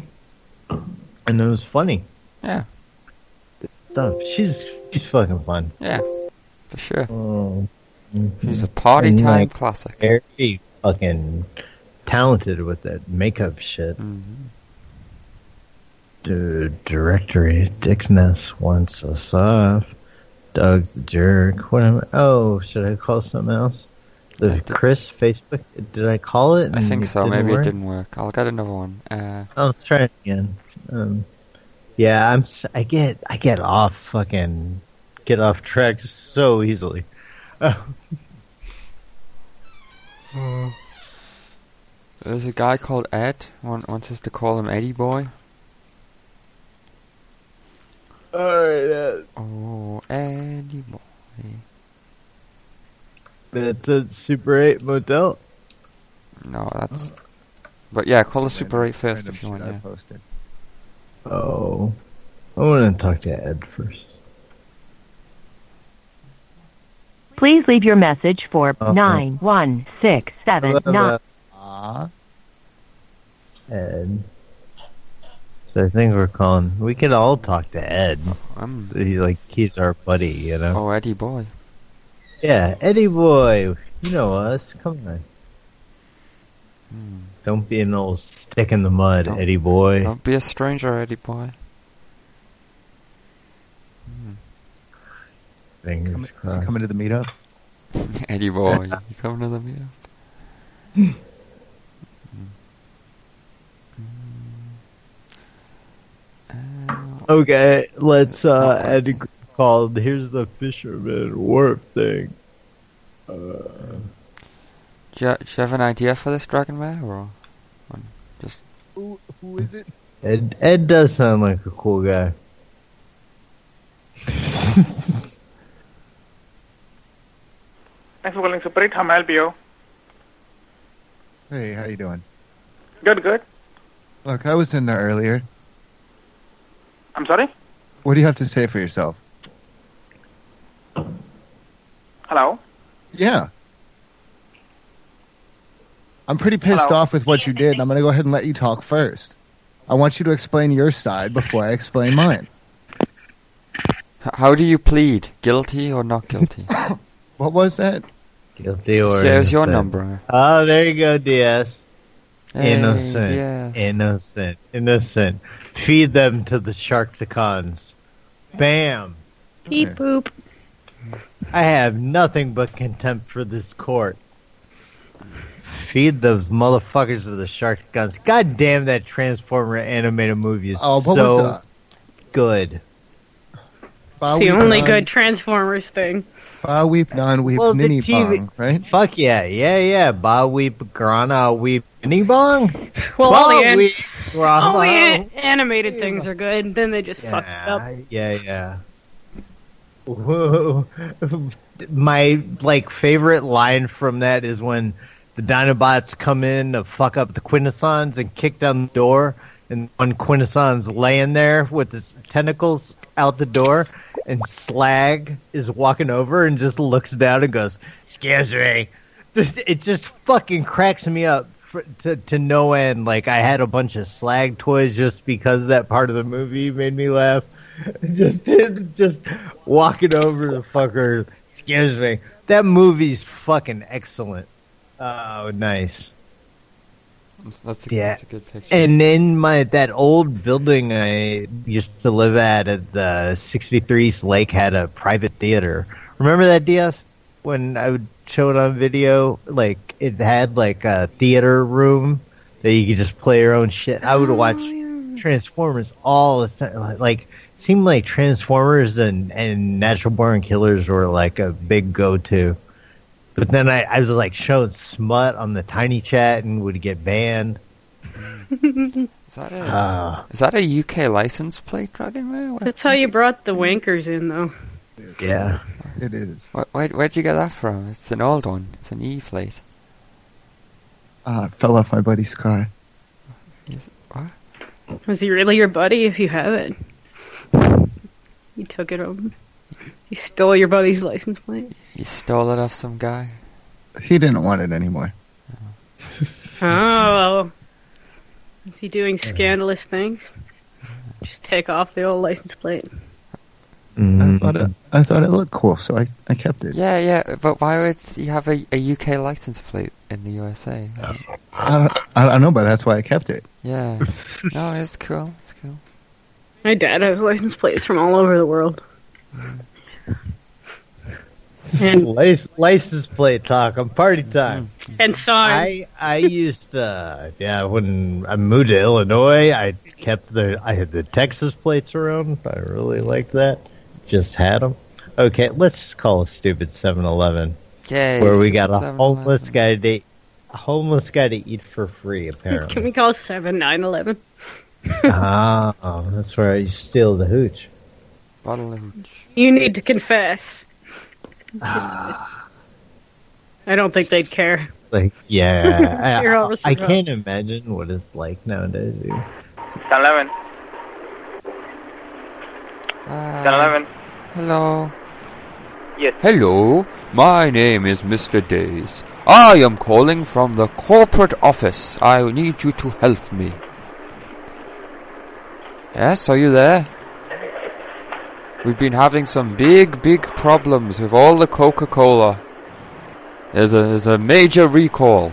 [SPEAKER 4] and it was funny
[SPEAKER 3] Yeah.
[SPEAKER 4] stuff she's she's fucking fun
[SPEAKER 3] Yeah. For sure.
[SPEAKER 4] oh,
[SPEAKER 3] She's a party
[SPEAKER 4] mhm. And,
[SPEAKER 3] time
[SPEAKER 4] like,
[SPEAKER 3] classic.
[SPEAKER 4] very fucking talented with that makeup shit
[SPEAKER 3] Mm-hmm.
[SPEAKER 4] Dude, directory dickness wants us off. Uh, Doug the jerk. What am I? Oh, should I call something else? The Chris Facebook. Did I call it?
[SPEAKER 3] I
[SPEAKER 4] and
[SPEAKER 3] think
[SPEAKER 4] it
[SPEAKER 3] so. Maybe
[SPEAKER 4] work?
[SPEAKER 3] it Mm, didn't work. I'll get another one. Uh,
[SPEAKER 4] I'll try it again. Um, yeah, I'm. s- I get. I get off fucking. Get off track so easily.
[SPEAKER 3] there's a guy called Ed. One wants us to call him Eddie Boy.
[SPEAKER 4] Alright,
[SPEAKER 17] uh,
[SPEAKER 3] Oh, Eddie Boy.
[SPEAKER 4] that's a Super 8 motel.
[SPEAKER 3] No, that's. But yeah, call the Super 8 first if you want. Yeah.
[SPEAKER 4] Oh. I want to talk to Ed first.
[SPEAKER 1] Please leave your message for
[SPEAKER 4] Uh-oh.
[SPEAKER 1] nine one six
[SPEAKER 4] Uh,
[SPEAKER 1] seven nine.
[SPEAKER 4] Ah. Ed. So I think we're calling. We could all talk to Ed.
[SPEAKER 3] Oh, I'm,
[SPEAKER 4] he like he's our buddy, you know.
[SPEAKER 3] Oh, Eddie Boy.
[SPEAKER 4] Yeah, Eddie boy, you know us. Come on. Don't be an old stick in the mud,
[SPEAKER 3] Hmm. Don't-
[SPEAKER 4] Eddie boy.
[SPEAKER 3] Don't be a stranger, Eddie Boy.
[SPEAKER 4] everything.
[SPEAKER 18] Coming, is he coming to the meetup?
[SPEAKER 3] Eddie boy, you coming to the meetup?
[SPEAKER 4] Okay, let's uh, add a group called "Here's the Fisherman Warp Thing." Uh,
[SPEAKER 3] Do you, do you have an idea for this Dragon Mare, or or just
[SPEAKER 18] Who, who is it?
[SPEAKER 4] Ed Ed does sound like a cool guy.
[SPEAKER 20] Thanks for calling Super 8. How may I help you?
[SPEAKER 18] Hey, how you doing?
[SPEAKER 20] Good, good.
[SPEAKER 18] Look, I was in there earlier.
[SPEAKER 20] I'm sorry?
[SPEAKER 18] What do you have to say for yourself?
[SPEAKER 20] Hello?
[SPEAKER 18] Yeah. I'm pretty pissed off with what you did, and I'm going to go ahead and let you talk first. I want you to explain your side before I explain mine.
[SPEAKER 3] h- how do you plead, guilty or not guilty?
[SPEAKER 18] What was that?
[SPEAKER 4] Guilty or
[SPEAKER 3] There's your
[SPEAKER 4] innocent.
[SPEAKER 3] number.
[SPEAKER 4] Oh, there you go, DS.
[SPEAKER 3] Hey,
[SPEAKER 4] innocent,
[SPEAKER 3] yes.
[SPEAKER 4] innocent, innocent. Feed them to the sharktacons. Bam!
[SPEAKER 22] Pee poop.
[SPEAKER 4] I have nothing but contempt for this court. Feed those motherfuckers to the sharktacons. God damn that Transformer animated movie is
[SPEAKER 18] Oh, what
[SPEAKER 4] so
[SPEAKER 18] was that?
[SPEAKER 4] good.
[SPEAKER 18] Ba
[SPEAKER 22] It's the
[SPEAKER 18] weep
[SPEAKER 22] only
[SPEAKER 18] non-
[SPEAKER 22] good Transformers thing.
[SPEAKER 18] Ba weep non weep
[SPEAKER 4] Well, the
[SPEAKER 18] ninny
[SPEAKER 4] TV
[SPEAKER 18] bong, right?
[SPEAKER 4] Fuck yeah, yeah, yeah. Ba weep, grana weep, ninny bong.
[SPEAKER 22] Well, all the,
[SPEAKER 4] Ba
[SPEAKER 22] an-
[SPEAKER 4] weep, grana.
[SPEAKER 22] all the an- animated things are good. Then they just fuck it up.
[SPEAKER 4] Yeah, yeah. Whoa. My like favorite line from that is when the Dinobots come in to fuck up the Quintessons and kick down the door, and one Quintesson's laying there with his tentacles out the door, and Slag is walking over and just looks down and goes, "Excuse me." Just, it just fucking cracks me up for, to to no end. Like I had a bunch of slag toys just because that part of the movie made me laugh. Just just walking over the fucker. Excuse me. That movie's fucking excellent. Oh, nice.
[SPEAKER 3] That's a,
[SPEAKER 4] Yeah.
[SPEAKER 3] that's a good picture.
[SPEAKER 4] And in my that old building I used to live at at the 63 East Lake had a private theater. Remember that DS when I would show it on video? Like it had like a theater room that you could just play your own shit. I would watch Transformers all the time. Like it seemed like Transformers and and Natural Born Killers were like a big go to. But then I, I was like showing smut on the tiny chat and would get banned.
[SPEAKER 3] Is that a,
[SPEAKER 4] Ah.
[SPEAKER 3] is that a UK license plate Dragon Mare? Where,
[SPEAKER 22] That's how you brought the wankers in, though.
[SPEAKER 4] Yeah.
[SPEAKER 18] It is.
[SPEAKER 3] where, where, would you get that from? It's an old one. It's an E plate.
[SPEAKER 18] Uh, it fell off my buddy's car.
[SPEAKER 3] Yes. What?
[SPEAKER 22] Was he really your buddy if you have it? You took it over. You stole your buddy's license plate.
[SPEAKER 3] You stole it off some guy.
[SPEAKER 18] He didn't want it anymore.
[SPEAKER 22] Oh. Is he doing scandalous things? Just take off the old license plate.
[SPEAKER 18] I, thought it, I thought it looked cool, so I, I kept it.
[SPEAKER 3] Yeah, yeah, but why would you have a, a UK license plate in the USA?
[SPEAKER 18] I don't, I don't know, but that's why I kept it.
[SPEAKER 3] Yeah. no, it's cool. It's cool.
[SPEAKER 22] My dad has license plates from all over the world. And
[SPEAKER 4] Lice, license plate talk on party time.
[SPEAKER 3] Mm-hmm.
[SPEAKER 22] and signs.
[SPEAKER 4] I I used to yeah when I moved to Illinois I kept the I had the Texas plates around I really liked that just had them okay let's just call a stupid 7-Eleven
[SPEAKER 3] Yay.
[SPEAKER 4] where we got a
[SPEAKER 3] stupid
[SPEAKER 4] homeless guy to a homeless guy to eat for free
[SPEAKER 22] Can
[SPEAKER 4] apparently
[SPEAKER 22] we call seven nine eleven?
[SPEAKER 4] ah that's where you steal the hooch
[SPEAKER 3] 7-Eleven. Bottle of hooch.
[SPEAKER 22] You need to confess.
[SPEAKER 4] Ah.
[SPEAKER 22] I don't think they'd care.
[SPEAKER 4] like yeah
[SPEAKER 22] You're
[SPEAKER 4] I,
[SPEAKER 22] almost
[SPEAKER 4] I
[SPEAKER 22] wrong.
[SPEAKER 4] can't imagine what it's like nowadays dude.
[SPEAKER 20] 11.
[SPEAKER 3] Ah.
[SPEAKER 20] 11.
[SPEAKER 3] Hello.
[SPEAKER 20] Yes.
[SPEAKER 3] Hello, my name is Mr. Days. I am calling from the corporate office. I need you to help me. Yes, are you there? We've been having some big, big problems with all the Coca-Cola. There's a, there's a major recall.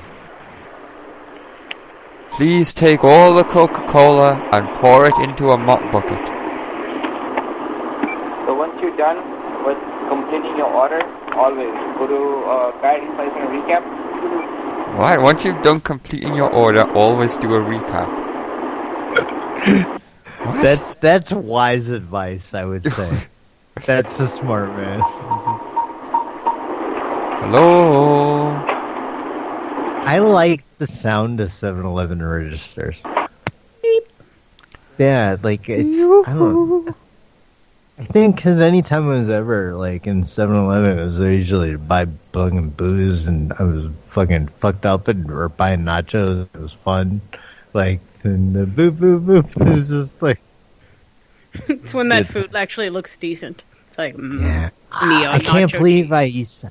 [SPEAKER 3] Please take all the Coca-Cola and pour it into a mop bucket.
[SPEAKER 7] So once you're done, with completing your order, always go to uh, guide installation and recap.
[SPEAKER 3] Right, once you've done completing your order, always do a recap.
[SPEAKER 4] That's that's wise advice, I would say. that's a smart man.
[SPEAKER 3] Hello.
[SPEAKER 4] I like the sound of 7-Eleven registers. Yeah, like it's. I don't. I think because anytime I was ever like in 7-Eleven, it was usually to buy fucking booze, and I was fucking fucked up and or buying nachos. It was fun, like and the boop boop boop. It was just like
[SPEAKER 22] it's when that food actually looks decent. It's like mm, neon
[SPEAKER 4] I can't
[SPEAKER 22] nacho
[SPEAKER 4] believe I used to.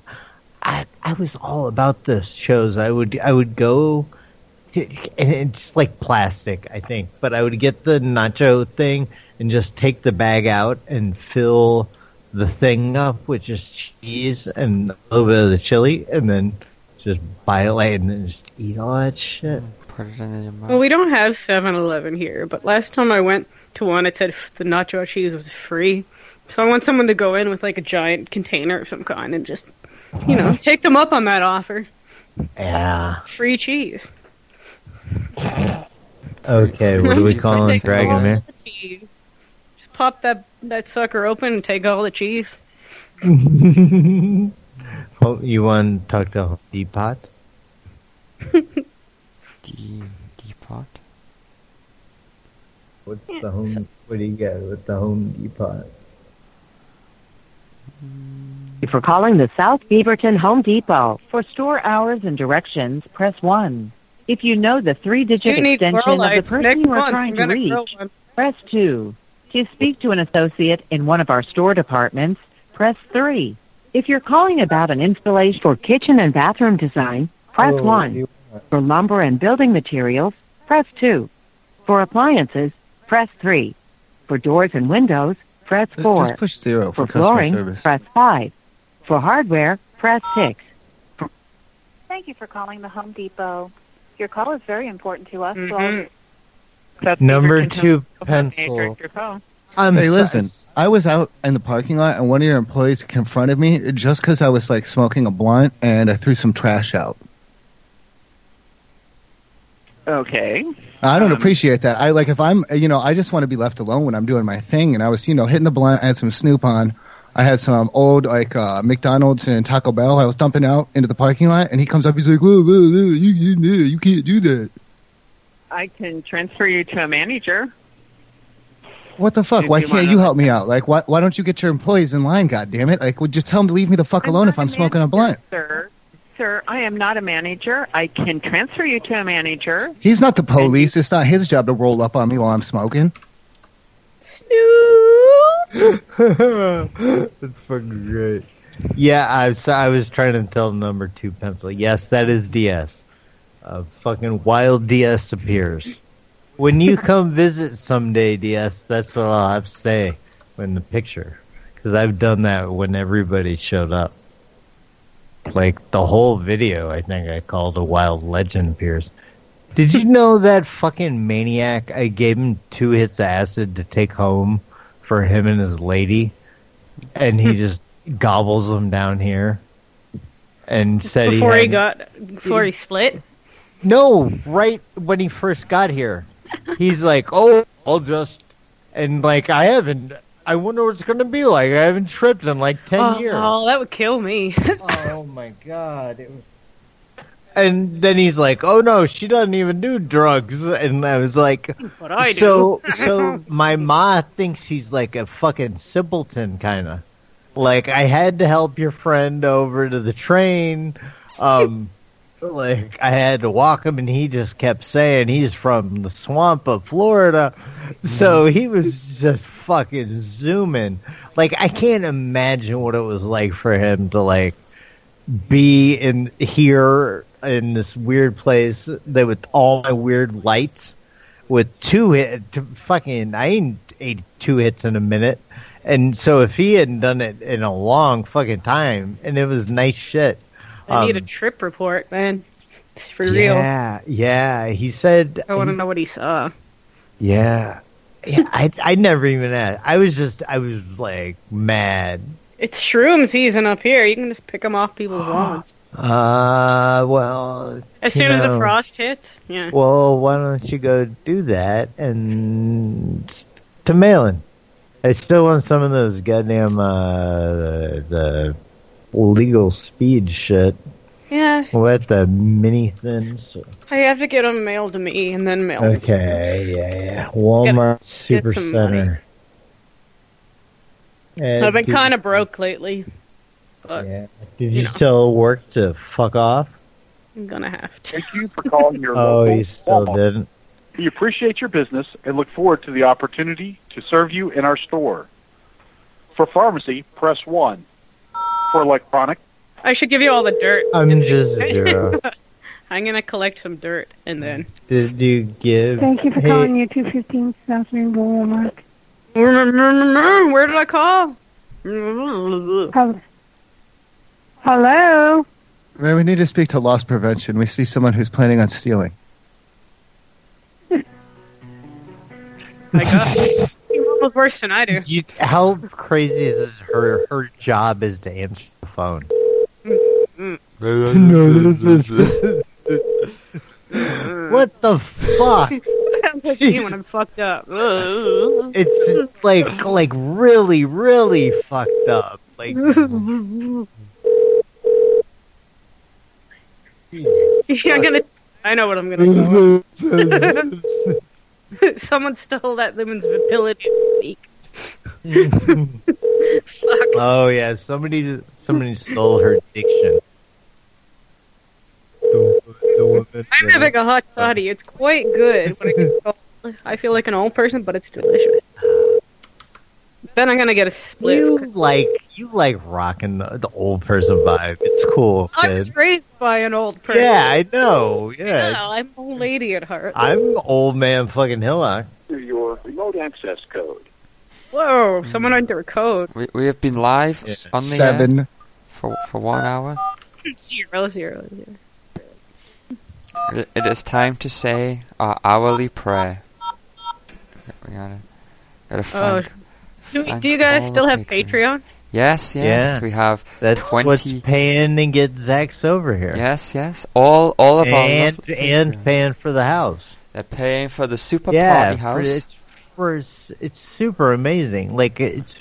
[SPEAKER 4] I I was all about the shows. I would I would go, to, and it's like plastic, I think. But I would get the nacho thing and just take the bag out and fill the thing up with just cheese and a little bit of the chili, and then just buy it like and then just eat all that shit.
[SPEAKER 3] Put it in your
[SPEAKER 22] Well, we don't have 7-Eleven here, but last time I went to one, it said f- the nacho cheese was free. So I want someone to go in with like a giant container of some kind and just, you know, take them up on that offer.
[SPEAKER 4] Yeah.
[SPEAKER 22] Free cheese.
[SPEAKER 4] Okay, what do we
[SPEAKER 22] Just
[SPEAKER 4] call it,
[SPEAKER 22] take all
[SPEAKER 4] Dragomir?
[SPEAKER 22] the cheese. Just pop that that sucker open and take all the cheese.
[SPEAKER 4] Oh, you want to talk to Depot?
[SPEAKER 3] D Depot.
[SPEAKER 4] What's the home? What do you got with the Home Depot?
[SPEAKER 1] If you're calling the South Beaverton Home Depot for store hours and directions, press 1. If you know the three-digit
[SPEAKER 22] You need grow
[SPEAKER 1] extension of the
[SPEAKER 22] lights.
[SPEAKER 1] person
[SPEAKER 22] Next
[SPEAKER 1] you are
[SPEAKER 22] month,
[SPEAKER 1] trying
[SPEAKER 22] we're
[SPEAKER 1] to
[SPEAKER 22] gonna grow
[SPEAKER 1] reach, press 2. To speak to an associate in one of our store departments, press 3. If you're calling about an installation for kitchen and bathroom design, press
[SPEAKER 19] Oh,
[SPEAKER 1] 1.
[SPEAKER 19] you-
[SPEAKER 1] For lumber and building materials, press 2. For appliances, press 3. For doors and windows, press 4.
[SPEAKER 18] Just push zero for,
[SPEAKER 1] For
[SPEAKER 18] customer
[SPEAKER 1] flooring,
[SPEAKER 18] service.
[SPEAKER 1] press 5. For hardware, press 6.
[SPEAKER 8] Thank you for calling the Home Depot. Your call is very important to us. So I'll-
[SPEAKER 22] Mm-hmm.
[SPEAKER 4] Number two pencil. I'm
[SPEAKER 18] hey,
[SPEAKER 4] so-
[SPEAKER 18] listen. I was out in the parking lot, and one of your employees confronted me just because I was like smoking a blunt, and I threw some trash out.
[SPEAKER 23] Okay.
[SPEAKER 18] I don't appreciate that. I like if I'm, you know, I just want to be left alone when I'm doing my thing. And I was, you know, hitting the blunt. I had some Snoop on. I had some old like uh, McDonald's and Taco Bell. I was dumping out into the parking lot, and he comes up. He's like, whoa, whoa, whoa, you, you, no, you can't do that.
[SPEAKER 23] I can transfer you to a manager.
[SPEAKER 18] What the fuck?
[SPEAKER 23] Did
[SPEAKER 18] Why
[SPEAKER 23] you
[SPEAKER 18] can't
[SPEAKER 23] wanna-
[SPEAKER 18] you help me out? Like, why, why don't you get your employees in line? God damn it! Like, would just tell them to leave me the fuck alone if I'm smoking a blunt.
[SPEAKER 23] Sir, sir, I am not a manager. I can transfer you to a manager.
[SPEAKER 18] He's not the police. It's not his job to roll up on me while I'm smoking.
[SPEAKER 4] That's fucking great. Yeah, I was, I was trying to tell number two pencil. Yes, that is DS. A fucking wild DS appears. When you come visit someday, DS, that's what I'll have to say in the picture. Because I've done that when everybody showed up. Like the whole video, I think I called a wild legend appears. Did you know that fucking maniac? I gave him two hits of acid to take home for him and his lady, and he just gobbles them down here. And said
[SPEAKER 22] Before
[SPEAKER 4] he,
[SPEAKER 22] he
[SPEAKER 4] had-
[SPEAKER 22] got before he split.
[SPEAKER 4] no, right when he first got here, he's like, "Oh, I'll just," and like I haven't. I wonder what it's gonna be like. I haven't tripped in like ten
[SPEAKER 22] oh,
[SPEAKER 4] years.
[SPEAKER 22] oh, that would kill me.
[SPEAKER 4] oh my god. It was... And then he's like, "Oh no, she doesn't even do drugs." And I was like,
[SPEAKER 22] But I do.
[SPEAKER 4] "So, so my ma thinks he's like a fucking simpleton, kind of. Like I had to help your friend over to the train. Um, like I had to walk him, and he just kept saying he's from the swamp of Florida. So
[SPEAKER 22] Mm-hmm.
[SPEAKER 4] he was just fucking zooming. Like I can't imagine what it was like for him to like be in here in this weird place that with all my weird lights with two hit t- fucking I ain't ate two hits in a minute. And so if he hadn't done it in a long fucking time and it was nice shit.
[SPEAKER 22] I need a
[SPEAKER 4] um,
[SPEAKER 22] trip report, man. It's for real.
[SPEAKER 4] yeah, yeah. He said
[SPEAKER 22] I want to know what he saw.
[SPEAKER 4] yeah. Yeah, I I never even asked. I was just I was like mad
[SPEAKER 22] It's shroom season up here. You can just pick them off people's lawns.
[SPEAKER 4] Uh, well.
[SPEAKER 22] As
[SPEAKER 4] you
[SPEAKER 22] soon as the
[SPEAKER 4] know,
[SPEAKER 22] frost hits, yeah.
[SPEAKER 4] Well, why don't you go do that and s- to Malin? I still want some of those goddamn uh, the, the legal speed shit.
[SPEAKER 22] Yeah,
[SPEAKER 4] What the mini thins?
[SPEAKER 22] I have to get them mailed to me and then mailed.
[SPEAKER 4] Okay, yeah, yeah. Walmart
[SPEAKER 22] get
[SPEAKER 4] Super
[SPEAKER 22] some money.
[SPEAKER 4] Center.
[SPEAKER 22] I've been kind of broke lately, but
[SPEAKER 4] Did you tell work to fuck off?
[SPEAKER 22] I'm gonna have to.
[SPEAKER 2] Thank you for calling your
[SPEAKER 4] Oh,
[SPEAKER 2] local
[SPEAKER 4] you still
[SPEAKER 2] Walmart.
[SPEAKER 4] didn't.
[SPEAKER 2] We appreciate your business and look forward to the opportunity to serve you in our store. For pharmacy, press 1. For electronic,
[SPEAKER 22] I should give you all the dirt.
[SPEAKER 4] I'm just zero.
[SPEAKER 22] I'm gonna collect some dirt and then.
[SPEAKER 4] Did you give?
[SPEAKER 22] Thank you for
[SPEAKER 4] hey,
[SPEAKER 22] calling.
[SPEAKER 5] On your 215 South Rainbow Walmart.
[SPEAKER 22] Mm-hmm. Where did I call?
[SPEAKER 5] Hello?
[SPEAKER 18] Man, we need to speak to loss prevention. We see someone who's planning on stealing.
[SPEAKER 22] You almost worse than I do.
[SPEAKER 4] You, how crazy is this? her? Her job is to answer the phone.
[SPEAKER 22] Mm-hmm.
[SPEAKER 4] what the fuck?
[SPEAKER 22] Sounds like me when I'm fucked up.
[SPEAKER 4] It's, it's like like really really fucked up. Like
[SPEAKER 22] Yeah, I'm gonna. I know what I'm gonna call. Someone stole that woman's ability to speak. Fuck.
[SPEAKER 4] oh yeah, somebody somebody stole her diction. The, the woman.
[SPEAKER 22] I'm having a hot toddy. It's quite good when it gets cold. I feel like an old person, but it's delicious. Then I'm gonna get a split.
[SPEAKER 4] you
[SPEAKER 22] 'cause
[SPEAKER 4] like you like rocking the, the old person vibe. It's cool.
[SPEAKER 22] I
[SPEAKER 4] kid.
[SPEAKER 22] was raised by an old person.
[SPEAKER 4] Yeah, I know. Yeah,
[SPEAKER 22] Yeah, I'm an old lady at heart.
[SPEAKER 4] I'm old man fucking Hillock.
[SPEAKER 9] Your remote access code.
[SPEAKER 22] Whoa, someone entered code.
[SPEAKER 3] We, we have been live s- on the
[SPEAKER 18] Seven.
[SPEAKER 3] air for for one hour.
[SPEAKER 22] zero, zero, zero.
[SPEAKER 3] It, it is time to say our hourly prayer. We gotta, gotta
[SPEAKER 22] Oh,
[SPEAKER 3] thank-
[SPEAKER 22] do, we,
[SPEAKER 3] thank
[SPEAKER 22] do you guys
[SPEAKER 3] all
[SPEAKER 22] still
[SPEAKER 3] the
[SPEAKER 22] have
[SPEAKER 3] patrons.
[SPEAKER 22] Patreons?
[SPEAKER 3] Yes, yes,
[SPEAKER 4] Yeah.
[SPEAKER 3] we have
[SPEAKER 4] That's
[SPEAKER 3] twenty.
[SPEAKER 4] what's paying and get Zach's over here.
[SPEAKER 3] Yes, yes, all all of our
[SPEAKER 4] and
[SPEAKER 3] lovely
[SPEAKER 4] and paying for the house.
[SPEAKER 3] They're paying for the super
[SPEAKER 4] yeah,
[SPEAKER 3] party
[SPEAKER 4] for-
[SPEAKER 3] house.
[SPEAKER 4] it's for it's super amazing. Like it's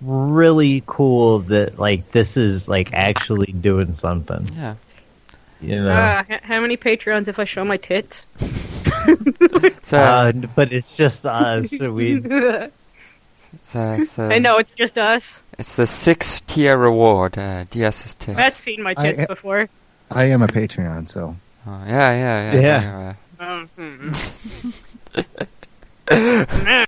[SPEAKER 4] really cool that like this is like actually doing something.
[SPEAKER 3] Yeah.
[SPEAKER 4] You know.
[SPEAKER 22] Ah, h- how many Patreons if I show my tits?
[SPEAKER 4] Uh, but it's just us. we
[SPEAKER 3] It's, uh, it's, uh,
[SPEAKER 22] I know it's just us.
[SPEAKER 3] It's the sixth tier reward. Uh, DS's tits.
[SPEAKER 22] I've seen my tits
[SPEAKER 4] uh,
[SPEAKER 18] I-
[SPEAKER 22] before.
[SPEAKER 18] I am a Patreon, so.
[SPEAKER 3] Oh, yeah, yeah, yeah.
[SPEAKER 18] Yeah.
[SPEAKER 3] yeah,
[SPEAKER 22] Oh, hmm.
[SPEAKER 3] yeah.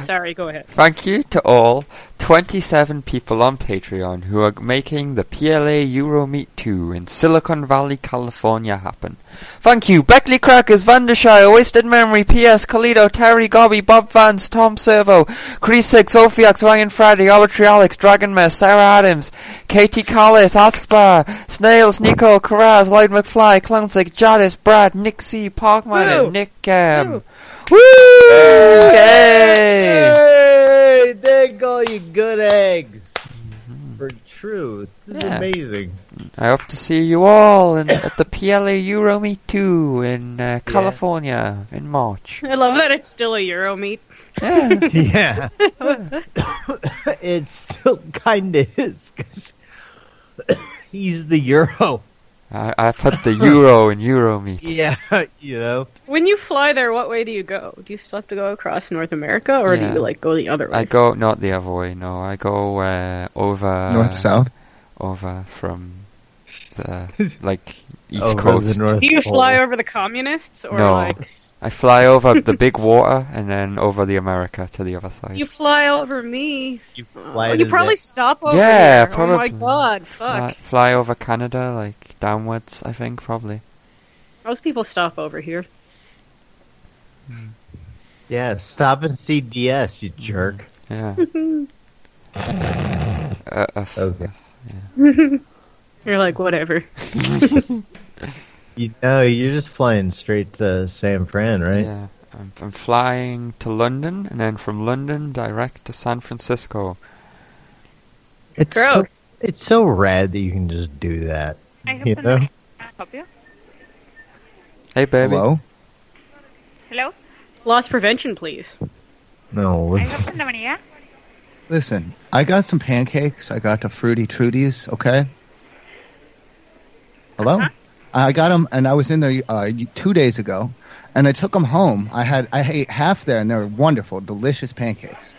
[SPEAKER 22] Sorry, go ahead.
[SPEAKER 3] Thank you to all 27 people on Patreon who are making the PLA Euromeet 2 in Silicon Valley, California happen. Thank you, Beckley Crackers, Vandershire, Wasted Memory, PS, Colito, Terry, Gobby, Bob Vance, Tom Servo, Kreesig, Ophiax, Ryan Friday, Arbitrary Alex, Dragon Mess, Sarah Adams, Katie Callis, Askbar, Snails, Nico, Karaz, Lloyd McFly, Clownsig, Jadis, Brad, Nick C, Parkman,
[SPEAKER 4] Woo!
[SPEAKER 3] and Nick M. Woo! Yay!
[SPEAKER 4] Hey, thank all you good eggs for truth. This
[SPEAKER 3] Mm-hmm. Yeah.
[SPEAKER 4] is amazing.
[SPEAKER 3] I hope to see you all in, at the PLA Euro Meet 2 in uh, California in March.
[SPEAKER 22] I love that it's still a Euro meet.
[SPEAKER 4] yeah, it still kind of is 'cause he's the Euro.
[SPEAKER 3] I, I put the Euro in Euro Meet.
[SPEAKER 4] Yeah, you know.
[SPEAKER 22] When you fly there, what way do you go? Do you still have to go across North America, or
[SPEAKER 3] Yeah.
[SPEAKER 22] do you like go the other way?
[SPEAKER 3] I go not the other way. No, I go uh, over
[SPEAKER 18] North, south?
[SPEAKER 3] over from the like east
[SPEAKER 4] Over the
[SPEAKER 3] coast.
[SPEAKER 4] North
[SPEAKER 22] do you fly over the communists, or
[SPEAKER 3] no,
[SPEAKER 22] like
[SPEAKER 3] I fly over the big water and then over the America to the other side.
[SPEAKER 22] you fly over me?
[SPEAKER 4] You,
[SPEAKER 22] oh, you probably stop over there.
[SPEAKER 3] Yeah, probably.
[SPEAKER 22] Oh my god,
[SPEAKER 3] Fly,
[SPEAKER 22] fuck!
[SPEAKER 3] fly over Canada, like downwards. I think probably.
[SPEAKER 22] Most people stop over here.
[SPEAKER 4] Yeah, stop and see DS, you jerk.
[SPEAKER 3] Yeah.
[SPEAKER 22] You're
[SPEAKER 3] Uh, uh, f-
[SPEAKER 4] Okay.
[SPEAKER 22] like whatever.
[SPEAKER 4] You know, you're just flying straight to San Fran, right?
[SPEAKER 3] Yeah, um, I'm, I'm flying to London and then from London direct to San Francisco.
[SPEAKER 4] It's so, it's so rad that you can just do that.
[SPEAKER 5] I
[SPEAKER 4] You
[SPEAKER 5] hope
[SPEAKER 4] know?
[SPEAKER 5] Help you?
[SPEAKER 3] Hey, baby.
[SPEAKER 4] Hello?
[SPEAKER 16] Hello?
[SPEAKER 22] Loss prevention, please.
[SPEAKER 4] No. let's-
[SPEAKER 16] Maria?
[SPEAKER 18] Listen, I got some pancakes. I got the fruity trudies. Okay. Hello.
[SPEAKER 4] Uh-huh.
[SPEAKER 18] I got them, and I was in there uh, two days ago, and I took them home. I had I ate half there, and they were wonderful, delicious pancakes.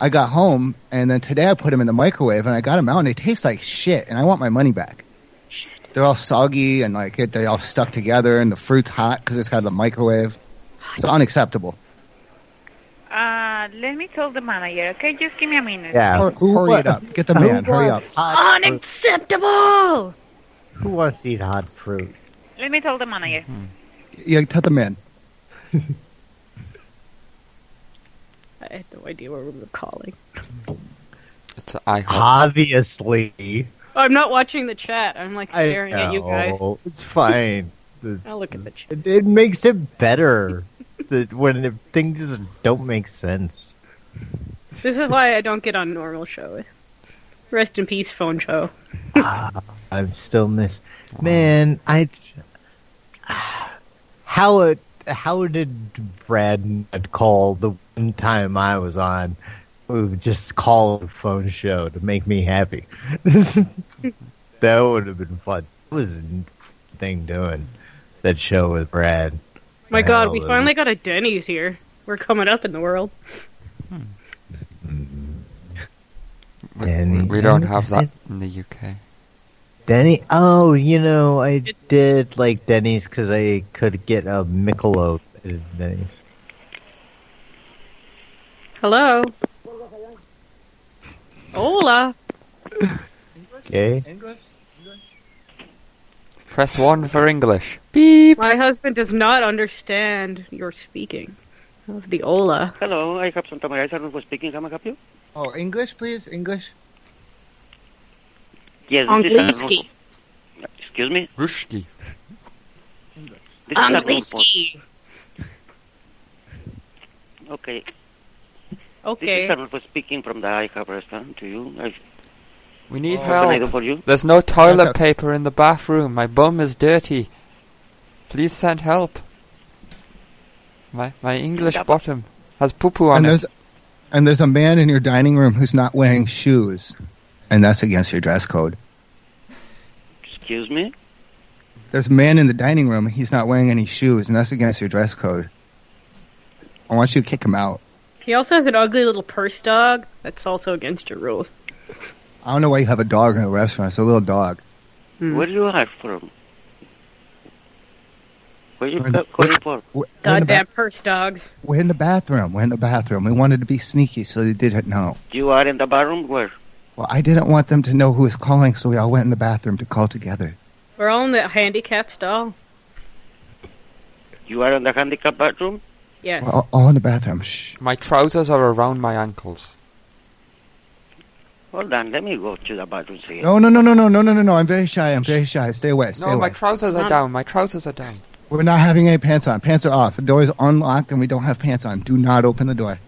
[SPEAKER 18] I got home, and then today I put them in the microwave, and I got them out, and they taste like shit, and I want my money back. They're all soggy and like it, they all stuck together, and the fruit's hot because it's got the microwave. It's unacceptable.
[SPEAKER 16] Uh, let me tell the manager, okay? Just give me a minute.
[SPEAKER 18] Hur- hurry it up. Get the
[SPEAKER 4] Who
[SPEAKER 18] man. Hurry up.
[SPEAKER 4] wants-
[SPEAKER 16] Unacceptable!
[SPEAKER 4] Who wants to eat hot fruit?
[SPEAKER 16] Let me tell the manager.
[SPEAKER 18] Yeah, tell the man.
[SPEAKER 22] I had no idea where we were calling.
[SPEAKER 3] It's an icon.
[SPEAKER 4] Obviously.
[SPEAKER 22] Oh, I'm not watching the chat. I'm like
[SPEAKER 4] I
[SPEAKER 22] staring at you guys.
[SPEAKER 4] know. It's fine.
[SPEAKER 22] I'll look at the
[SPEAKER 4] It, it makes it better that when it, things just don't make sense.
[SPEAKER 22] This is why I don't get on normal shows. Rest in peace, phone show.
[SPEAKER 4] I'm still miss. Man, I. How it, how did Brad not call the one time I was on? We would just call a phone show to make me happy. that would have been fun. That was a thing doing that show with Brad.
[SPEAKER 22] Oh My God, we
[SPEAKER 4] Hell,
[SPEAKER 22] finally got a Denny's here. We're coming up in the world.
[SPEAKER 4] Denny.
[SPEAKER 3] We don't have that in the UK.
[SPEAKER 4] Denny. Oh, you know, I did like Denny's because I could get a Michelob at Denny's.
[SPEAKER 22] Hello. Hola.
[SPEAKER 4] Okay.
[SPEAKER 18] English?
[SPEAKER 3] Press one for English.
[SPEAKER 22] My husband does not understand your speaking of the Ola.
[SPEAKER 9] Hello, I have some Tamara Sarno for speaking. Can I help you?
[SPEAKER 18] Oh, English, please. English.
[SPEAKER 9] Yes, this is Arnulfo. Excuse me?
[SPEAKER 3] Ruski.
[SPEAKER 9] This is Arnulfo. Okay. This
[SPEAKER 22] Okay.
[SPEAKER 9] is Arnulfo speaking from the IHOP restaurant to you. I,
[SPEAKER 3] We need
[SPEAKER 9] What Oh, can I do
[SPEAKER 3] help.
[SPEAKER 9] for you?
[SPEAKER 3] There's no toilet paper in the bathroom. My bum is dirty. Please send help. My my English bottom has poo poo on
[SPEAKER 18] and
[SPEAKER 3] it.
[SPEAKER 18] there's and there's a man in your dining room who's not wearing shoes, and that's against your dress code.
[SPEAKER 9] Excuse me?
[SPEAKER 18] There's a man in the dining room. He's not wearing any shoes, and that's against your dress code. I want you to kick him out.
[SPEAKER 22] He also has an ugly little purse dog. That's also against your rules.
[SPEAKER 18] I don't know why you have a dog in a restaurant. It's a little dog.
[SPEAKER 9] Where you are from? Where you ca- calling for?
[SPEAKER 18] We're in, the ba-
[SPEAKER 22] Goddamn purse dogs.
[SPEAKER 18] we're in the bathroom. We're in the bathroom. We wanted to be sneaky, so they didn't know.
[SPEAKER 9] You are in the bathroom? Where?
[SPEAKER 18] Well, I didn't want them to know who was calling, so we all went in the bathroom to call together.
[SPEAKER 22] We're all in the handicap stall.
[SPEAKER 9] You are in the handicap bathroom?
[SPEAKER 22] Yes.
[SPEAKER 18] We're all, all in the bathroom. Shh.
[SPEAKER 3] My trousers are around my ankles.
[SPEAKER 9] Hold on, let me go to the bathroom see.
[SPEAKER 18] No, no, no, no, no, no, no, no, no. I'm very shy. I'm very shy. Stay away. Stay
[SPEAKER 3] No,
[SPEAKER 18] away.
[SPEAKER 3] my trousers are
[SPEAKER 18] Mom.
[SPEAKER 3] down. My trousers are down.
[SPEAKER 18] We're not having any pants on. Pants are off. The door is unlocked and we don't have pants on. Do not open the door.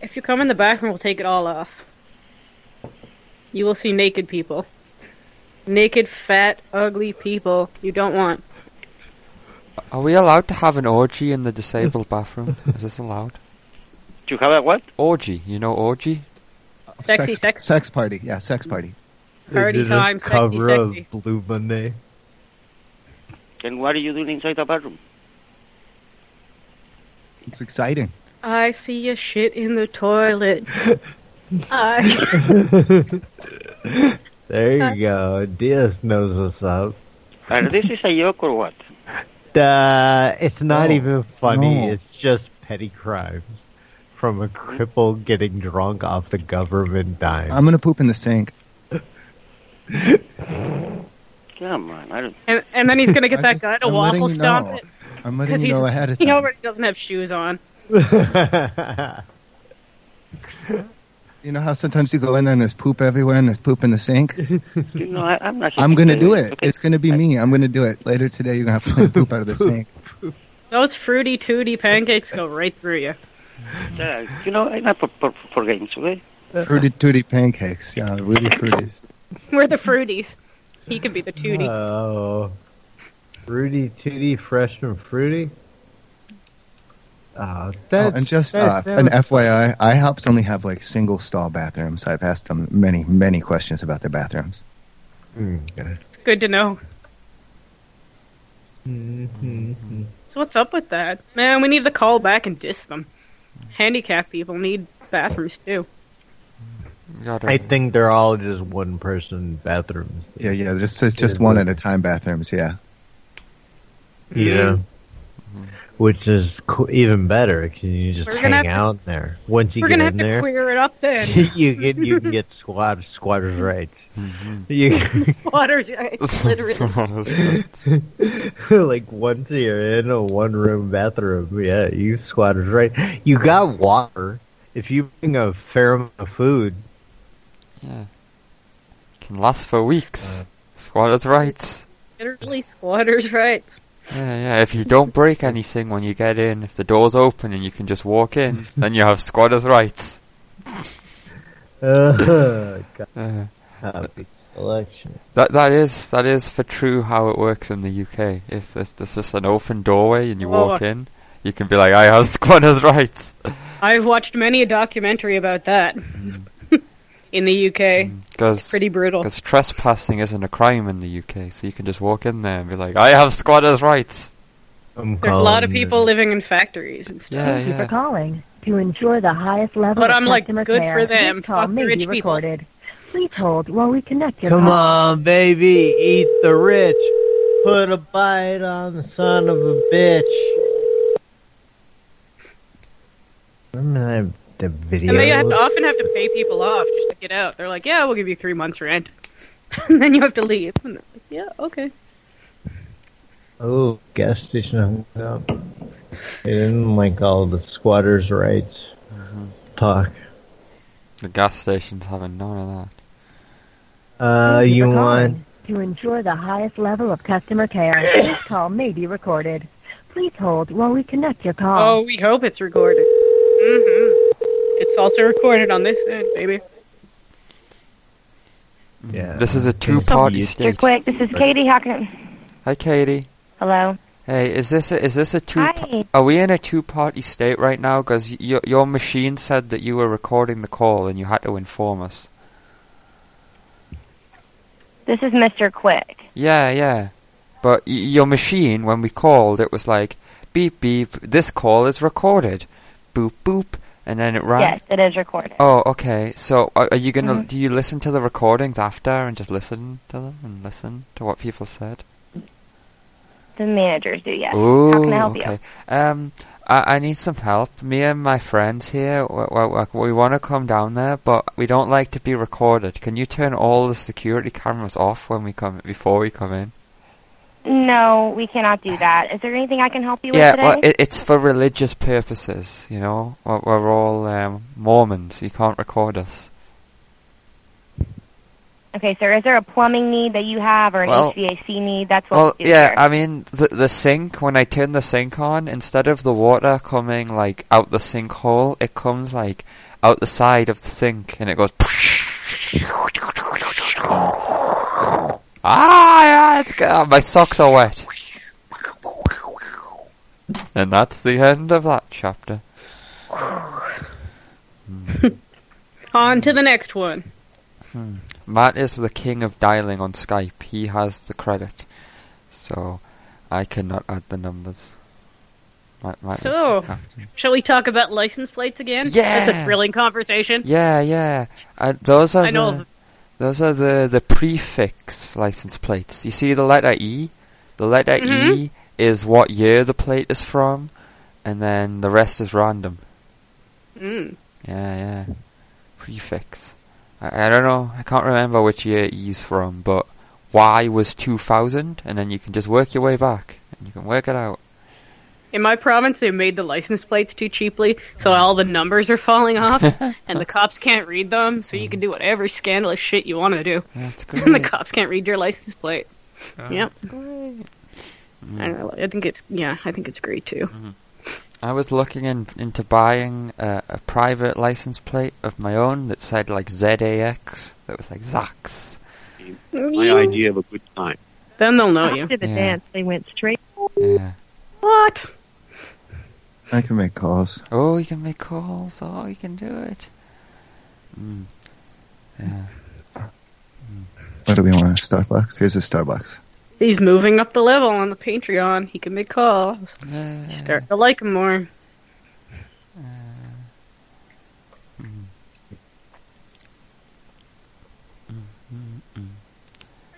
[SPEAKER 22] If you come in the bathroom, we'll take it all off. You will see naked people. Naked, fat, ugly people you don't want.
[SPEAKER 3] Are we allowed to have an orgy in the disabled bathroom? Is this allowed?
[SPEAKER 9] Do you have a what?
[SPEAKER 3] Orgy. You know orgy?
[SPEAKER 22] Sexy,
[SPEAKER 18] sex. Sex party. Yeah, sex party.
[SPEAKER 22] Party
[SPEAKER 4] They did a
[SPEAKER 22] time, sexy,
[SPEAKER 4] cover
[SPEAKER 22] sexy.
[SPEAKER 4] of Blue Monday.
[SPEAKER 9] Then what are you doing inside the bathroom?
[SPEAKER 18] It's exciting.
[SPEAKER 22] I see a shit in the toilet. I...
[SPEAKER 4] There you go. Diaz knows what's up.
[SPEAKER 9] And this is a yoke or what?
[SPEAKER 4] Uh, it's not
[SPEAKER 9] Oh,
[SPEAKER 4] even funny.
[SPEAKER 9] no.
[SPEAKER 4] It's just petty crimes from a cripple getting drunk off the government dime.
[SPEAKER 18] I'm going to poop in the sink.
[SPEAKER 9] Come on, I don't.
[SPEAKER 22] and, and then he's going to get
[SPEAKER 9] I
[SPEAKER 22] that
[SPEAKER 9] just-
[SPEAKER 22] guy to
[SPEAKER 9] I'm letting
[SPEAKER 22] waffle
[SPEAKER 9] you
[SPEAKER 22] stomp
[SPEAKER 9] know.
[SPEAKER 22] it.
[SPEAKER 18] I'm
[SPEAKER 22] Because
[SPEAKER 18] letting you know ahead of
[SPEAKER 22] he
[SPEAKER 18] time.
[SPEAKER 22] already doesn't have shoes on.
[SPEAKER 18] You know how sometimes you go in there and there's poop everywhere and there's poop in the sink?
[SPEAKER 9] You know, I, I'm not.
[SPEAKER 18] I'm going to do it. It's going to be me. I'm going to do it. Later today, you're going to have to clean poop out of the sink.
[SPEAKER 22] Those fruity tooty pancakes go right through you.
[SPEAKER 9] Uh, you know, I'm not for, for, for games, okay?
[SPEAKER 18] Fruity Tooty pancakes. Yeah, Rudy Fruities.
[SPEAKER 22] We're the fruities. He could be the tootie.
[SPEAKER 18] Uh.
[SPEAKER 4] Oh. Rudy Tooty Freshman Fruity? Oh,
[SPEAKER 18] Oh,
[SPEAKER 4] that's,
[SPEAKER 18] and just uh,
[SPEAKER 4] that's- that
[SPEAKER 18] an
[SPEAKER 4] was-
[SPEAKER 18] FYI, IHOPs only have like single stall bathrooms. I've asked them many, many questions about their bathrooms.
[SPEAKER 22] It's good to know.
[SPEAKER 18] Mm-hmm.
[SPEAKER 4] Mhm.
[SPEAKER 22] So what's up with that? Man, we need to call back and diss them. Handicapped people need bathrooms too.
[SPEAKER 4] I think they're all just one person bathrooms.
[SPEAKER 18] Yeah, yeah, just it's just one at a time bathrooms. Yeah,
[SPEAKER 22] Mm-hmm.
[SPEAKER 4] Yeah. Mm-hmm. Which is co- even better because you just
[SPEAKER 22] We're gonna have
[SPEAKER 4] hang
[SPEAKER 22] to-
[SPEAKER 4] out there. Once you
[SPEAKER 22] We're
[SPEAKER 4] get
[SPEAKER 22] gonna have
[SPEAKER 4] in
[SPEAKER 22] to
[SPEAKER 4] there,
[SPEAKER 22] queer it up then.
[SPEAKER 4] you get you can get squat squatters' rights. You
[SPEAKER 22] Squatters, rights, literally.
[SPEAKER 4] like once you're in a one room bathroom, yeah, you squatters' right. You got water. If you bring a fair amount of food,
[SPEAKER 3] Yeah. Can last for weeks.
[SPEAKER 18] Uh.
[SPEAKER 3] Squatters' rights.
[SPEAKER 22] literally squatters' rights.
[SPEAKER 3] Yeah, yeah. If you don't break anything when you get in, if the door's open and you can just walk in, then you have squatters' rights.
[SPEAKER 4] uh, got
[SPEAKER 3] Uh,
[SPEAKER 4] copy selection.
[SPEAKER 3] That that is that is for true how it works in the UK. If, if there's just an open doorway and you walk
[SPEAKER 22] Oh.
[SPEAKER 3] in, you can be like, "I have squatters' rights."
[SPEAKER 22] I've watched many a documentary about that in the UK.
[SPEAKER 3] Because
[SPEAKER 22] pretty brutal.
[SPEAKER 3] Because trespassing isn't a crime in the UK, so you can just walk in there and be like, "I have squatters' rights."
[SPEAKER 22] There's a lot of people living in factories and stuff.
[SPEAKER 3] Yeah, yeah.
[SPEAKER 10] calling to ensure the highest level
[SPEAKER 22] But
[SPEAKER 10] of
[SPEAKER 22] I'm like,
[SPEAKER 10] customer
[SPEAKER 22] good
[SPEAKER 10] care.
[SPEAKER 22] for them.
[SPEAKER 10] This call
[SPEAKER 22] Fuck the
[SPEAKER 10] may
[SPEAKER 22] rich
[SPEAKER 10] be
[SPEAKER 22] people.
[SPEAKER 10] recorded. Please hold while we connect your
[SPEAKER 4] Come
[SPEAKER 10] call.
[SPEAKER 4] on, baby, eat the rich. Put a bite on the son of a bitch. Remember that, that video?
[SPEAKER 22] And they have to often have to pay people off just to get out. They're like, yeah, we'll give you three months rent, and then you have to leave. And they're like, yeah, okay.
[SPEAKER 4] Oh, gas station hung up. They didn't like all the squatters' rights
[SPEAKER 22] Mm-hmm.
[SPEAKER 4] talk.
[SPEAKER 3] The gas station's having none of
[SPEAKER 4] Uh,
[SPEAKER 10] Thank
[SPEAKER 4] you
[SPEAKER 10] for calling
[SPEAKER 4] want?
[SPEAKER 10] to ensure the highest level of customer care. this call may be recorded. Please hold while we connect your call.
[SPEAKER 22] Oh, we hope it's recorded. hmm It's also recorded on this end, baby.
[SPEAKER 3] that. This is a two-party state.
[SPEAKER 16] Quick, this is Katie. How can
[SPEAKER 3] Hi, Katie.
[SPEAKER 16] Hello.
[SPEAKER 3] Hey, is this a, is this a two? pa- Are we in a two-party state right now? Because your your machine said that you were recording the call and you had to inform us.
[SPEAKER 16] This is Mr. Quick.
[SPEAKER 3] Yeah, yeah. But y- your machine, when we called, it was like beep beep. This call is recorded. Boop boop, and then it rang.
[SPEAKER 16] Yes, it is recorded.
[SPEAKER 3] Oh, okay. So are, are you gonna?
[SPEAKER 16] Mhm.
[SPEAKER 3] Do you listen to the recordings after and just listen to them and listen to what people said?
[SPEAKER 16] The managers do, yes.
[SPEAKER 3] Ooh,
[SPEAKER 16] How can I help
[SPEAKER 3] okay.
[SPEAKER 16] you?
[SPEAKER 3] Um, I, I need some help. Me and my friends here, we, we, we want to come down there, but we don't like to be recorded. Can you turn all the security cameras off when we come before we come in?
[SPEAKER 16] No, we cannot do that. Is there anything I can help you with
[SPEAKER 3] yeah,
[SPEAKER 16] today?
[SPEAKER 3] well, it, it's for religious purposes. You know, we're, we're all um, Mormons. You can't record us.
[SPEAKER 16] okay, sir. Is there a plumbing need that you have or an
[SPEAKER 3] Well-
[SPEAKER 16] HVAC need? That's what
[SPEAKER 3] Well,
[SPEAKER 16] we do
[SPEAKER 3] yeah,
[SPEAKER 16] here.
[SPEAKER 3] I mean, the, the sink, when I turn the sink on, instead of the water coming, like, out the sink hole, it comes, like, out the side of the sink, and it goes... Ah, yeah, it's good. Ah, my socks are wet. And that's the end of that chapter.
[SPEAKER 22] On to the next one.
[SPEAKER 3] Hmm. Matt is the king of dialing on Skype. He has the credit. So, I cannot add the numbers. Matt, Matt is the
[SPEAKER 22] So,
[SPEAKER 3] captain.
[SPEAKER 22] shall we talk about license plates again?
[SPEAKER 3] Yeah.
[SPEAKER 22] That's a thrilling conversation.
[SPEAKER 3] Yeah, yeah. Uh, those are
[SPEAKER 22] I know
[SPEAKER 3] the
[SPEAKER 22] of-
[SPEAKER 3] those are the the prefix license plates. You see the letter E. The letter E
[SPEAKER 22] Mm-hmm.
[SPEAKER 3] is what year the plate is from, and then the rest is random.
[SPEAKER 22] Mm.
[SPEAKER 3] Yeah, yeah. Prefix. I, I don't know. I can't remember which year E's from, but Y was 2000, and then you can just work your way back, and you can work it out.
[SPEAKER 22] In my province, they made the license plates too cheaply, so all the numbers are falling off, and the cops can't read them, so you can do whatever scandalous shit you want to do.
[SPEAKER 3] That's great.
[SPEAKER 22] and the cops can't read your license plate.
[SPEAKER 3] Oh,
[SPEAKER 22] yep.
[SPEAKER 3] Great.
[SPEAKER 22] I don't know. I think it's yeah. I think it's great too.
[SPEAKER 3] Mm-hmm. I was looking in, into buying a, a private license plate of my own that said like ZAX. That was like Zax.
[SPEAKER 11] My idea of a good time.
[SPEAKER 22] Then they'll know you.
[SPEAKER 10] After the
[SPEAKER 3] Yeah.
[SPEAKER 10] dance, they went straight.
[SPEAKER 3] Yeah.
[SPEAKER 22] What?
[SPEAKER 18] I can make calls.
[SPEAKER 3] Oh, you can make calls. Oh, you can do it. Mm. Yeah.
[SPEAKER 18] What do we want? Starbucks. Here's a Starbucks.
[SPEAKER 22] He's moving up the level on the Patreon. He can make calls.
[SPEAKER 3] You
[SPEAKER 22] start to like him more.
[SPEAKER 3] Mm-hmm.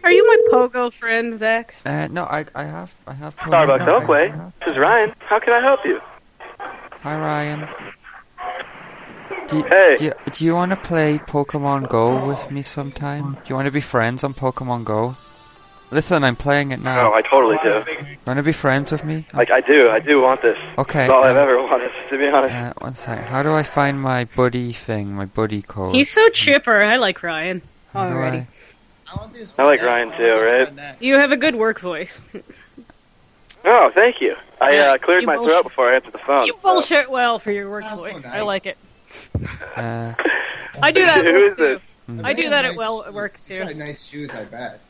[SPEAKER 22] Are you my pogo friend, Zax?
[SPEAKER 3] Uh, no, I I have I have. Pokemon.
[SPEAKER 11] Starbucks Oakway.
[SPEAKER 3] I-
[SPEAKER 11] This is Ryan. How can I help you?
[SPEAKER 3] Hi Ryan. Do you,
[SPEAKER 11] Hey.
[SPEAKER 3] Do you, do you want to play Pokemon Go with me sometime? Do you want to be friends on Pokemon Go? Listen, I'm playing it now.
[SPEAKER 12] No, Oh, I totally do.
[SPEAKER 3] Want to be friends with me?
[SPEAKER 12] Like I do, I do want this.
[SPEAKER 3] Okay,
[SPEAKER 12] It's all I've
[SPEAKER 3] um,
[SPEAKER 12] ever wanted, to be honest.
[SPEAKER 3] Uh, one sec. How do I find my buddy thing? My buddy code.
[SPEAKER 22] He's so chipper. I like Ryan
[SPEAKER 3] How do
[SPEAKER 22] already.
[SPEAKER 12] I like Ryan too, right?
[SPEAKER 22] You have a good work voice.
[SPEAKER 12] Oh, thank you. I
[SPEAKER 22] Yeah,
[SPEAKER 12] uh, cleared
[SPEAKER 22] you
[SPEAKER 12] my
[SPEAKER 22] bullshit.
[SPEAKER 12] throat before I answered the phone.
[SPEAKER 22] You bullshit well for your work voice. I like it.
[SPEAKER 3] Uh,
[SPEAKER 22] I do that. at
[SPEAKER 12] Who
[SPEAKER 22] work,
[SPEAKER 12] is this?
[SPEAKER 22] too. I do that at well at work too.
[SPEAKER 18] nice shoes, I bet.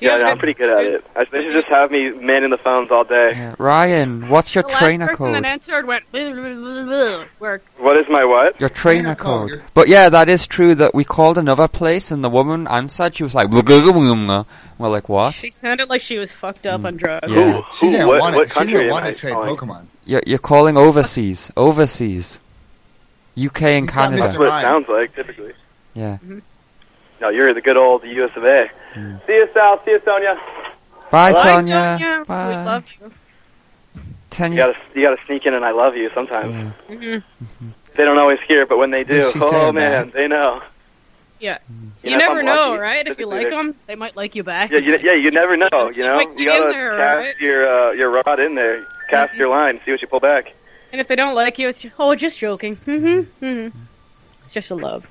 [SPEAKER 12] Yeah, no, I'm pretty good at it. I, they should just have me manning the phones all day.
[SPEAKER 3] Ryan, what's your
[SPEAKER 22] the last
[SPEAKER 3] trainer
[SPEAKER 22] person
[SPEAKER 3] code?
[SPEAKER 22] that answered went "Blah, blah, blah, blah, blah," work.
[SPEAKER 12] What is my what?
[SPEAKER 3] Your trainer code. But yeah, that is true that we called another place and the woman answered. She was like, we're like, what?
[SPEAKER 22] She sounded like she was fucked up on drugs.
[SPEAKER 3] Who- Mm. Yeah.
[SPEAKER 18] She didn't
[SPEAKER 12] what-
[SPEAKER 18] want
[SPEAKER 12] what
[SPEAKER 18] to, she
[SPEAKER 12] country
[SPEAKER 18] didn't
[SPEAKER 12] am
[SPEAKER 18] want
[SPEAKER 12] I
[SPEAKER 18] to trade
[SPEAKER 12] calling?
[SPEAKER 18] Pokemon.
[SPEAKER 3] You're, you're calling overseas. Overseas. UK and
[SPEAKER 12] That's what it
[SPEAKER 3] Canada.
[SPEAKER 12] sounds like, typically.
[SPEAKER 3] Yeah.
[SPEAKER 12] No, you're the good old U.S. of A.
[SPEAKER 3] Mm.
[SPEAKER 12] See you, Sal. See you, Sonia.
[SPEAKER 3] Bye,
[SPEAKER 12] Bye,
[SPEAKER 3] Sonia.
[SPEAKER 22] Yeah, we love you.
[SPEAKER 3] Ten
[SPEAKER 12] You gotta, you gotta sneak in, and I love you sometimes.
[SPEAKER 22] Mhm.
[SPEAKER 12] They don't always hear, it, but when they do,
[SPEAKER 3] Did she say
[SPEAKER 12] oh
[SPEAKER 3] that?
[SPEAKER 12] man, they know.
[SPEAKER 22] Yeah. You,
[SPEAKER 12] You know, if
[SPEAKER 22] never
[SPEAKER 12] I'm
[SPEAKER 22] know,
[SPEAKER 12] lucky,
[SPEAKER 22] right? If you
[SPEAKER 12] typically
[SPEAKER 22] like
[SPEAKER 12] they're-
[SPEAKER 22] them, they might like you back.
[SPEAKER 12] Yeah, you, yeah, you never know. You know,
[SPEAKER 22] Like,
[SPEAKER 12] you
[SPEAKER 22] get in
[SPEAKER 12] gotta
[SPEAKER 22] there,
[SPEAKER 12] cast
[SPEAKER 22] right?
[SPEAKER 12] your uh, your rod in there, cast
[SPEAKER 22] Mm-hmm.
[SPEAKER 12] your line, see what you pull back.
[SPEAKER 22] And if they don't like you, it's oh, just joking.
[SPEAKER 3] Mm.
[SPEAKER 22] Mm-hmm. Mm-hmm. It's just a love.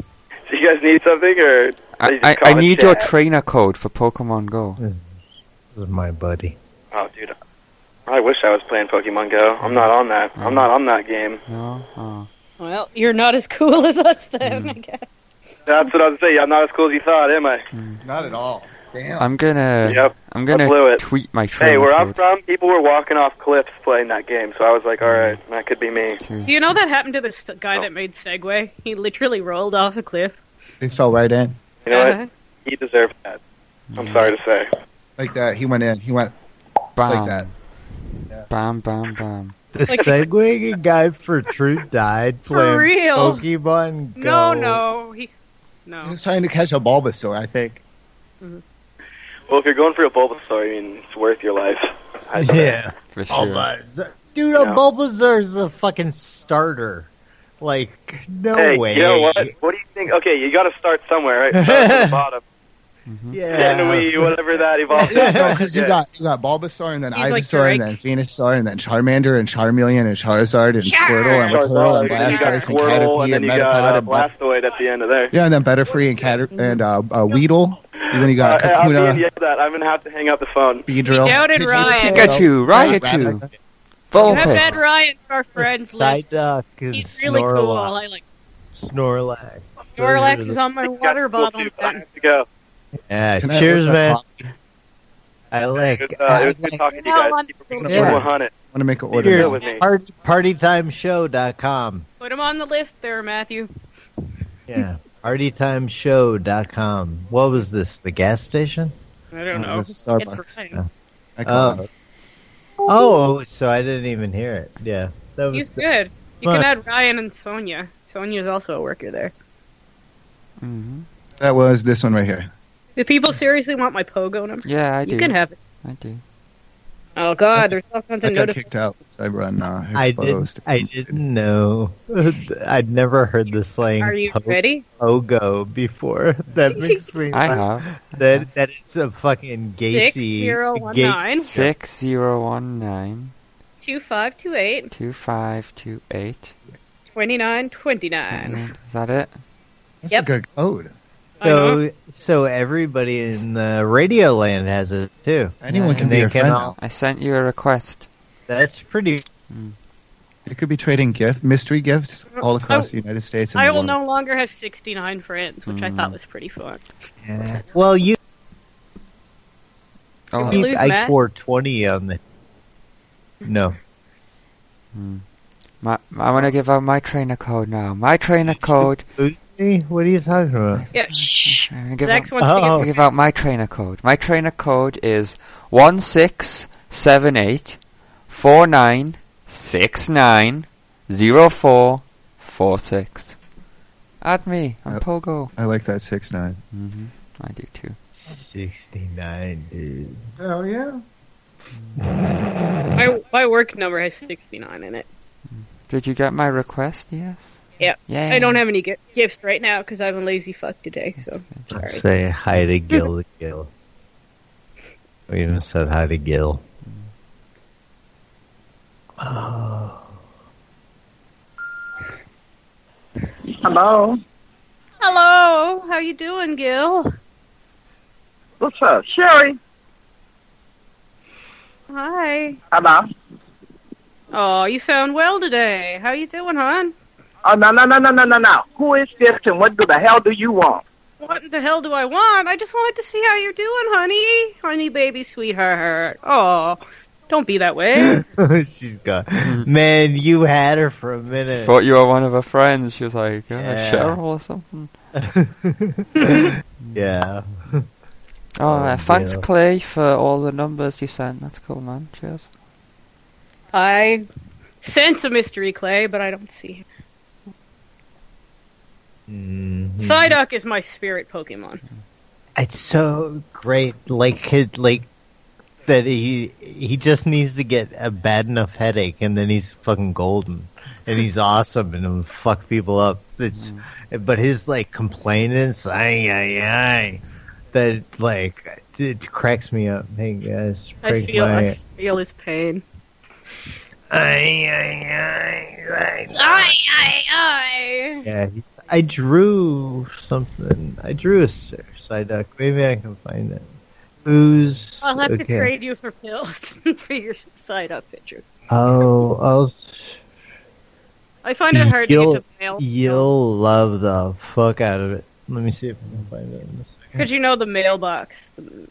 [SPEAKER 12] Do you guys need something, or
[SPEAKER 3] I, I, I need your trainer code for Pokemon Go.
[SPEAKER 4] This is my buddy.
[SPEAKER 12] oh, dude, I wish I was playing Pokemon Go. I'm not on that. I'm not on that game.
[SPEAKER 3] No? Oh.
[SPEAKER 22] Well, you're not as cool as us
[SPEAKER 3] Mm.
[SPEAKER 22] then, I guess.
[SPEAKER 12] That's what I was saying. I'm not as cool as you thought, am I?
[SPEAKER 18] Not at all. Damn.
[SPEAKER 3] Mm. I'm gonna.
[SPEAKER 12] Yep,
[SPEAKER 3] I'm gonna
[SPEAKER 12] I blew it.
[SPEAKER 3] tweet my trainer
[SPEAKER 12] Hey, where I'm
[SPEAKER 3] code.
[SPEAKER 12] from, people were walking off cliffs playing that game, so I was like, all right, that could be me.
[SPEAKER 3] too.
[SPEAKER 22] Do you know that happened to this guy that made Segway? He literally rolled off a cliff.
[SPEAKER 18] They fell right in
[SPEAKER 12] You know
[SPEAKER 22] Uh-huh.
[SPEAKER 12] what? He deserved that. I'm
[SPEAKER 3] Mm.
[SPEAKER 12] sorry to say.
[SPEAKER 18] like that. He went in. He went
[SPEAKER 3] Bam.
[SPEAKER 18] like that.
[SPEAKER 3] Bam, bam, bam.
[SPEAKER 4] The Segway guy for Truth died playing
[SPEAKER 22] real?
[SPEAKER 4] Pokemon
[SPEAKER 22] No,
[SPEAKER 4] Go.
[SPEAKER 22] no, he no.
[SPEAKER 18] He was trying to catch a Bulbasaur, I think.
[SPEAKER 12] Well, if you're going for a Bulbasaur, I mean, it's worth your life. I
[SPEAKER 4] Yeah.
[SPEAKER 3] For
[SPEAKER 4] Bulbasaur. Dude, a
[SPEAKER 12] Yeah.
[SPEAKER 4] Bulbasaur is a fucking starter. Like, no
[SPEAKER 12] hey,
[SPEAKER 4] way.
[SPEAKER 12] you know what? What do you think? Okay, you got to start somewhere, right? Start from the bottom.
[SPEAKER 4] Yeah.
[SPEAKER 12] Genui, whatever that evolves.
[SPEAKER 18] Mm-hmm. Yeah, no, because you
[SPEAKER 12] Yeah.
[SPEAKER 18] got you got Bulbasaur and then
[SPEAKER 12] He's like
[SPEAKER 18] Ivysaur and then Venusaur and then Charmander and Charmeleon and Charizard and
[SPEAKER 12] Yeah.
[SPEAKER 18] Squirtle and Latorl
[SPEAKER 12] Charizard,
[SPEAKER 18] and
[SPEAKER 12] you got
[SPEAKER 18] Blastoise and
[SPEAKER 12] Squirtle, and
[SPEAKER 18] Caterpie
[SPEAKER 12] then
[SPEAKER 18] and
[SPEAKER 12] you got
[SPEAKER 18] Metapod
[SPEAKER 12] uh,
[SPEAKER 18] and Bla-
[SPEAKER 12] Blastoid at the end of there.
[SPEAKER 18] yeah, and then Butterfree and Cater and uh, uh, Weedle. And then you
[SPEAKER 12] Uh,
[SPEAKER 18] got
[SPEAKER 12] I'm being
[SPEAKER 18] Kakuna,
[SPEAKER 12] yelled at. I'm gonna have to hang up the phone.
[SPEAKER 18] Beedrill.
[SPEAKER 22] doubted
[SPEAKER 18] Pikachu,
[SPEAKER 22] Ryan.
[SPEAKER 3] Pikachu, Raichu.
[SPEAKER 22] Uh-huh. You have
[SPEAKER 3] Vulpix.
[SPEAKER 22] had Ryan to our friends list.
[SPEAKER 4] Psyduck and
[SPEAKER 22] He's really cool.
[SPEAKER 4] Snorlax.
[SPEAKER 22] I like
[SPEAKER 4] Snorlax.
[SPEAKER 22] Snorlax is on my water
[SPEAKER 12] Cool,
[SPEAKER 22] bottle.
[SPEAKER 12] dude. I have to go.
[SPEAKER 4] Yeah,
[SPEAKER 18] Can I
[SPEAKER 4] cheers,
[SPEAKER 18] have a
[SPEAKER 4] man.
[SPEAKER 18] copy?
[SPEAKER 4] I like.
[SPEAKER 12] It was, uh,
[SPEAKER 4] I
[SPEAKER 12] it was good talking to you guys. Keep it
[SPEAKER 4] like-
[SPEAKER 12] cool,
[SPEAKER 4] yeah.
[SPEAKER 12] 100.
[SPEAKER 18] want to make an order.
[SPEAKER 12] Beer
[SPEAKER 18] now.
[SPEAKER 12] with me.
[SPEAKER 4] Party, partytimeshow.com.
[SPEAKER 22] Put him on the list there, Matthew.
[SPEAKER 4] Yeah. Partytimeshow.com. What was this? The gas station?
[SPEAKER 22] I don't
[SPEAKER 18] No,
[SPEAKER 22] know.
[SPEAKER 18] it's Starbucks.
[SPEAKER 22] It's Ryan.
[SPEAKER 4] No.
[SPEAKER 18] I called
[SPEAKER 4] Oh.
[SPEAKER 18] it.
[SPEAKER 4] oh, so I didn't even hear it. Yeah. That was
[SPEAKER 22] He's good. You
[SPEAKER 4] Fun.
[SPEAKER 22] can add Ryan and Sonia. Sonia's also a worker there.
[SPEAKER 3] hmm
[SPEAKER 18] Mm-hmm. That was this one right here.
[SPEAKER 22] Do people seriously want my pogo number?
[SPEAKER 3] Yeah, I
[SPEAKER 22] you
[SPEAKER 3] do.
[SPEAKER 22] can have it.
[SPEAKER 3] I do.
[SPEAKER 22] Oh God, there's all kinds
[SPEAKER 18] I
[SPEAKER 22] of
[SPEAKER 18] got
[SPEAKER 22] notice.
[SPEAKER 18] kicked out, so I run uh,
[SPEAKER 4] I
[SPEAKER 18] exposed.
[SPEAKER 4] didn't, I didn't know. I'd never heard the slang
[SPEAKER 22] Are you
[SPEAKER 4] po-
[SPEAKER 22] ready?
[SPEAKER 4] pogo before. That makes me
[SPEAKER 3] I
[SPEAKER 4] laugh.
[SPEAKER 3] have.
[SPEAKER 4] That, that it's a fucking Gacy.
[SPEAKER 22] Six zero one
[SPEAKER 4] Gacy-
[SPEAKER 22] nine
[SPEAKER 3] Six zero one nine
[SPEAKER 22] two five two eight
[SPEAKER 3] two five two eight.
[SPEAKER 22] twenty nine twenty nine.
[SPEAKER 3] Is that it?
[SPEAKER 18] That's
[SPEAKER 22] Yep.
[SPEAKER 18] a good code.
[SPEAKER 22] I
[SPEAKER 4] So, so everybody in uh, Radio Land has it too.
[SPEAKER 18] Anyone
[SPEAKER 4] And
[SPEAKER 18] can be
[SPEAKER 4] they
[SPEAKER 18] your
[SPEAKER 4] can
[SPEAKER 18] friend
[SPEAKER 4] all-
[SPEAKER 18] now.
[SPEAKER 3] I sent you a request.
[SPEAKER 4] That's pretty.
[SPEAKER 18] Mm. It could be trading gift, mystery gifts all across the United States. And
[SPEAKER 22] I
[SPEAKER 18] the
[SPEAKER 22] will
[SPEAKER 18] world.
[SPEAKER 22] no longer have 69 friends, which I
[SPEAKER 18] Mm.
[SPEAKER 22] thought was pretty fun.
[SPEAKER 4] Yeah. Well, you.
[SPEAKER 22] Oh.
[SPEAKER 4] Keep
[SPEAKER 22] Lose
[SPEAKER 4] I
[SPEAKER 22] Matt?
[SPEAKER 4] 420 on the. No.
[SPEAKER 3] My, Hmm. I want to give out my trainer code now. My trainer code.
[SPEAKER 4] Hey, What are you talking about?
[SPEAKER 22] Yeah, shh.
[SPEAKER 3] I'm gonna give
[SPEAKER 22] Next
[SPEAKER 3] out,
[SPEAKER 22] one's
[SPEAKER 3] I'm gonna
[SPEAKER 22] to
[SPEAKER 3] give out my trainer code. My trainer code is one six seven eight four nine six nine zero four four six. Add me. I'm Pogo.
[SPEAKER 18] I like that six nine.
[SPEAKER 3] Mm-hmm. I do too.
[SPEAKER 4] 69, dude.
[SPEAKER 18] Hell yeah.
[SPEAKER 22] My, my work number has 69 in it.
[SPEAKER 3] Did you get my request? Yes.
[SPEAKER 22] Yeah.
[SPEAKER 3] Yay.
[SPEAKER 22] I don't have any gi- gifts right now because I'm a lazy fuck today. So sorry.
[SPEAKER 4] Say hi to Gil the Gil. We even said hi to Gil.
[SPEAKER 13] Hello.
[SPEAKER 22] Hello. How you doing, Gil?
[SPEAKER 13] What's up, Sherry?
[SPEAKER 22] Hi.
[SPEAKER 13] Hello.
[SPEAKER 22] Oh, you sound well today. How you doing, hon?
[SPEAKER 13] Oh no no no no no no no. Who is this and what do the hell do you want?
[SPEAKER 22] What the hell do I want? I just wanted to see how you're doing, honey. Honey, baby, sweetheart. Oh, don't be that way.
[SPEAKER 4] She's gone. Man, you had her for a minute.
[SPEAKER 3] Thought you were one of her friends. She was like, uh,
[SPEAKER 4] Yeah.
[SPEAKER 3] Cheryl or something.
[SPEAKER 4] yeah.
[SPEAKER 3] Oh, uh, thanks,
[SPEAKER 4] Gil.
[SPEAKER 3] Clay, for all the numbers you sent. That's cool, man. Cheers.
[SPEAKER 22] I sense a mystery, Clay, but I don't see him.
[SPEAKER 13] Hmm.
[SPEAKER 22] Psyduck is my spirit Pokemon.
[SPEAKER 4] Mm-hmm. It's so great, like his, like that he he just needs to get a bad enough headache, and then he's fucking golden, and he's awesome, and he'll fuck people up. It's, but his like complainants, ay ay ay, that like it cracks me up. Hey guys,
[SPEAKER 22] I
[SPEAKER 4] break
[SPEAKER 22] feel
[SPEAKER 4] my
[SPEAKER 22] I feel his pain.
[SPEAKER 4] Ay, ay, ay, ay.
[SPEAKER 22] Ay, ay, ay.
[SPEAKER 4] yeah. He's, I drew something. I drew a Psy- Psyduck. Maybe I can find it. Who's
[SPEAKER 22] I'll have to
[SPEAKER 4] okay.
[SPEAKER 22] trade you for pills for your Psyduck picture.
[SPEAKER 4] Oh, I'll
[SPEAKER 22] I find it hard
[SPEAKER 4] you'll,
[SPEAKER 22] to get to mail.
[SPEAKER 4] You'll love the fuck out of it. Let me see if I can find it in a second.
[SPEAKER 22] Because you know the mailbox. The,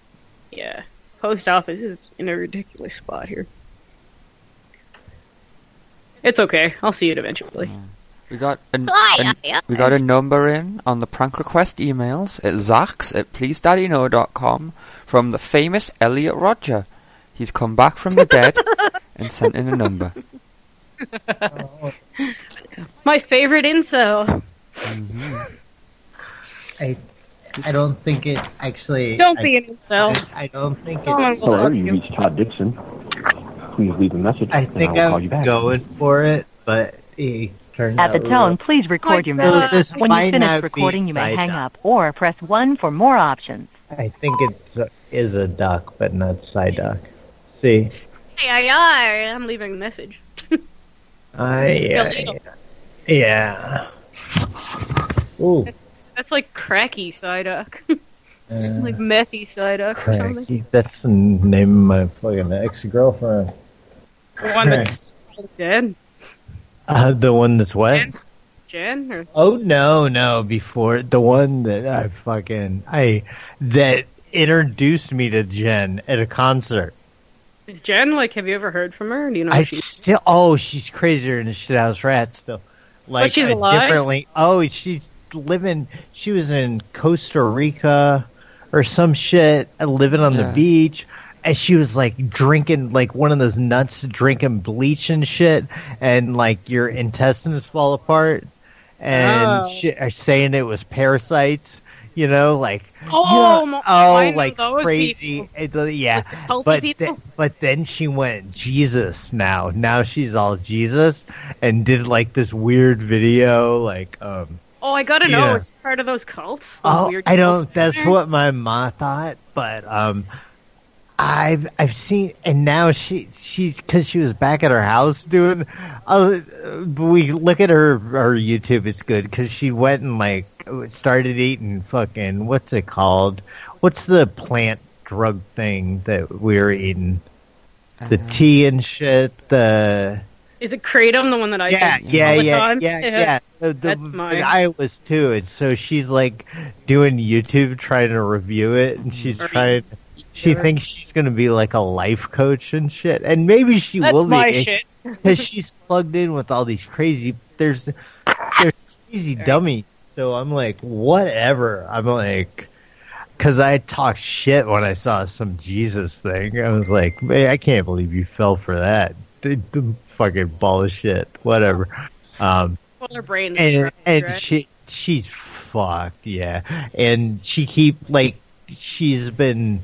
[SPEAKER 22] yeah. Post office is in a ridiculous spot here. It's okay. I'll see it eventually.
[SPEAKER 4] Mm.
[SPEAKER 3] We got a, n-
[SPEAKER 22] Hi,
[SPEAKER 3] a n-
[SPEAKER 22] hi, hi.
[SPEAKER 3] we got a number in on the prank request emails at zax at pleasedaddyknow.com from the famous Elliot Roger. He's come back from the dead and sent in a number.
[SPEAKER 22] My favorite inso.
[SPEAKER 4] I, I don't think it actually.
[SPEAKER 22] Don't
[SPEAKER 4] I-
[SPEAKER 22] be an incel.
[SPEAKER 4] I, I don't think
[SPEAKER 22] Oh,
[SPEAKER 4] it's.
[SPEAKER 15] Hello, you reached Todd Dixon. Please leave a message.
[SPEAKER 4] I think
[SPEAKER 15] and I will call
[SPEAKER 4] I'm
[SPEAKER 15] you back.
[SPEAKER 4] going for it, but he turned
[SPEAKER 1] At the
[SPEAKER 4] out
[SPEAKER 1] tone,
[SPEAKER 4] real-
[SPEAKER 1] please record your
[SPEAKER 22] uh,
[SPEAKER 4] Well,
[SPEAKER 1] message.
[SPEAKER 4] this
[SPEAKER 1] When
[SPEAKER 4] might
[SPEAKER 1] you finish
[SPEAKER 4] not
[SPEAKER 1] recording,
[SPEAKER 4] be
[SPEAKER 1] you may hang
[SPEAKER 4] Psyduck.
[SPEAKER 1] up or press 1 for more options.
[SPEAKER 4] I think it's a- is a duck, but not Psyduck. See,
[SPEAKER 22] Ay, ay, ay. I'm leaving a message.
[SPEAKER 4] I
[SPEAKER 22] Skeletal.
[SPEAKER 4] yeah. Ooh,
[SPEAKER 22] That's like cracky Psyduck.
[SPEAKER 4] uh,
[SPEAKER 22] like methy Psyduck or something.
[SPEAKER 4] cracky. That's the name of my fucking ex girlfriend.
[SPEAKER 22] The one that's dead.
[SPEAKER 4] Uh, the one that's what?
[SPEAKER 22] Jen? Or...
[SPEAKER 4] Oh no, no! Before the one that I fucking I that introduced me to Jen at a concert.
[SPEAKER 22] Is Jen, like, have you ever heard from her? Do you know
[SPEAKER 4] I
[SPEAKER 22] if she's...
[SPEAKER 4] still oh she's crazier than a shithouse rat still. Like
[SPEAKER 22] she's
[SPEAKER 4] uh,
[SPEAKER 22] alive?
[SPEAKER 4] differently. Oh, she's living. She was in Costa Rica or some shit, uh, living on
[SPEAKER 3] Yeah.
[SPEAKER 4] the beach. And she was like drinking, like one of those nuts drinking bleach and shit, and like your intestines fall apart, and
[SPEAKER 22] Oh.
[SPEAKER 4] she, uh, saying it was parasites, you know, like
[SPEAKER 22] Oh,
[SPEAKER 4] yeah,
[SPEAKER 22] my-
[SPEAKER 4] oh,
[SPEAKER 22] I know
[SPEAKER 4] like
[SPEAKER 22] those
[SPEAKER 4] crazy, uh, yeah.
[SPEAKER 22] culty
[SPEAKER 4] But
[SPEAKER 22] people?
[SPEAKER 4] th- but then she went Jesus now. Now she's all Jesus and did like this weird video like um
[SPEAKER 22] Oh, I gotta know.
[SPEAKER 4] Yeah.
[SPEAKER 22] It's part of those cults. Those
[SPEAKER 4] Oh,
[SPEAKER 22] weird
[SPEAKER 4] I
[SPEAKER 22] cults
[SPEAKER 4] don't that's
[SPEAKER 22] there?
[SPEAKER 4] what my ma thought, but um I've I've seen and now she she's cuz she was back at her house doing uh, we look at her her YouTube it's good cuz she went and like started eating fucking what's it called? What's the plant drug thing that we were eating? The tea and shit, the
[SPEAKER 22] Is it kratom, the one that I
[SPEAKER 4] yeah,
[SPEAKER 22] drink
[SPEAKER 4] yeah,
[SPEAKER 22] all the
[SPEAKER 4] yeah,
[SPEAKER 22] time?
[SPEAKER 4] yeah, yeah. The, the,
[SPEAKER 22] That's
[SPEAKER 4] and
[SPEAKER 22] mine.
[SPEAKER 4] I was too, and so she's like doing YouTube trying to review it, and she's trying. She thinks she's going to be like a life coach and shit, and maybe she
[SPEAKER 22] That's
[SPEAKER 4] will be.
[SPEAKER 22] my shit.
[SPEAKER 4] because she's plugged in with all these crazy. There's there's crazy dummies. So I'm like, whatever. I'm like, because I talked shit when I saw some Jesus thing. I was like, man, I can't believe you fell for that. Fucking ball of shit. Whatever. Um,
[SPEAKER 22] Well, her brain is
[SPEAKER 4] and
[SPEAKER 22] fried,
[SPEAKER 4] and
[SPEAKER 22] right?
[SPEAKER 4] she she's fucked, yeah. And she keep like she's been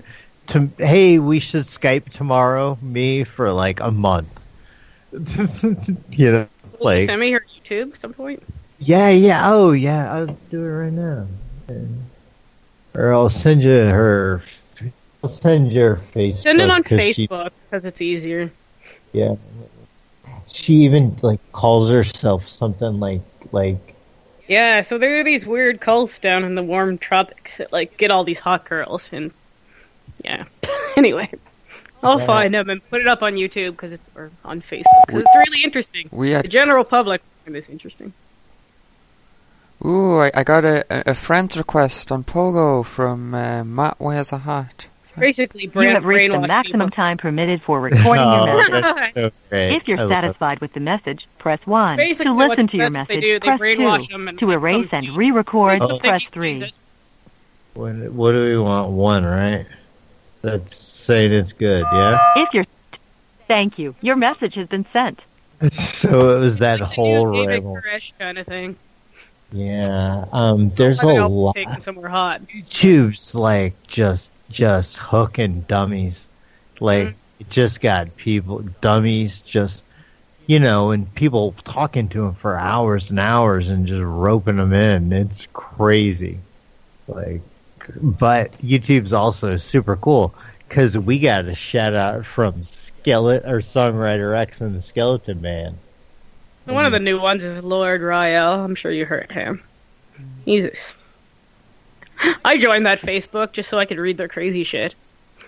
[SPEAKER 4] to hey, we should Skype tomorrow, me for like a month. you know,
[SPEAKER 22] Will you
[SPEAKER 4] like
[SPEAKER 22] send me her YouTube at some point?
[SPEAKER 4] yeah, yeah, oh yeah, I'll do it right now, And- or I'll send you her. I'll send you her Facebook.
[SPEAKER 22] Send it on
[SPEAKER 4] Oh, 'cause she-
[SPEAKER 22] Facebook because it's easier.
[SPEAKER 4] yeah. She even like calls herself something like like
[SPEAKER 22] Yeah, so there are these weird cults down in the warm tropics that like get all these hot girls and yeah. anyway, I'll
[SPEAKER 3] Yeah.
[SPEAKER 22] find them and put it up on YouTube because it's or on Facebook because it's really interesting.
[SPEAKER 3] We had-
[SPEAKER 22] the general public find this interesting.
[SPEAKER 3] Ooh, I, I got a, a a friend's request on Pogo from uh, Matt Wears a Hat.
[SPEAKER 22] Basically,
[SPEAKER 1] You
[SPEAKER 22] brain-
[SPEAKER 1] have reached the
[SPEAKER 22] brainwash
[SPEAKER 1] maximum time permitted for recording
[SPEAKER 3] Oh,
[SPEAKER 1] your message.
[SPEAKER 22] that's so
[SPEAKER 3] great.
[SPEAKER 1] If you're
[SPEAKER 3] I love that.
[SPEAKER 1] satisfied with the message, press 1.
[SPEAKER 22] Basically,
[SPEAKER 1] to listen
[SPEAKER 22] what's-
[SPEAKER 1] to your
[SPEAKER 22] that's what
[SPEAKER 1] message,
[SPEAKER 22] they do. They
[SPEAKER 1] press
[SPEAKER 22] brainwash
[SPEAKER 1] 2.
[SPEAKER 22] them and
[SPEAKER 1] to
[SPEAKER 22] make
[SPEAKER 1] erase and re-record,
[SPEAKER 4] Make some
[SPEAKER 1] press
[SPEAKER 22] think
[SPEAKER 1] 3.
[SPEAKER 4] What, what do we want? One, right? That's saying it's good, yeah?
[SPEAKER 1] If you're... Thank you. Your message has been sent.
[SPEAKER 4] So it was that whole
[SPEAKER 22] David
[SPEAKER 4] ramble.
[SPEAKER 22] Koresh kind of thing.
[SPEAKER 4] Yeah. Um, there's
[SPEAKER 22] I
[SPEAKER 4] a
[SPEAKER 22] think I'll
[SPEAKER 4] lot.
[SPEAKER 22] take them somewhere hot.
[SPEAKER 4] YouTube's like just, just hooking dummies. Like, it just got people, dummies just, you know, and people talking to them for hours and hours and just roping them in. It's crazy. Like, but YouTube's also super cool because we got a shout out from Skillet or Songwriter X and the Skeleton Man.
[SPEAKER 22] One of the new ones is Lord Rael. I'm sure you heard him. Jesus. I joined that Facebook just so I could read their crazy shit.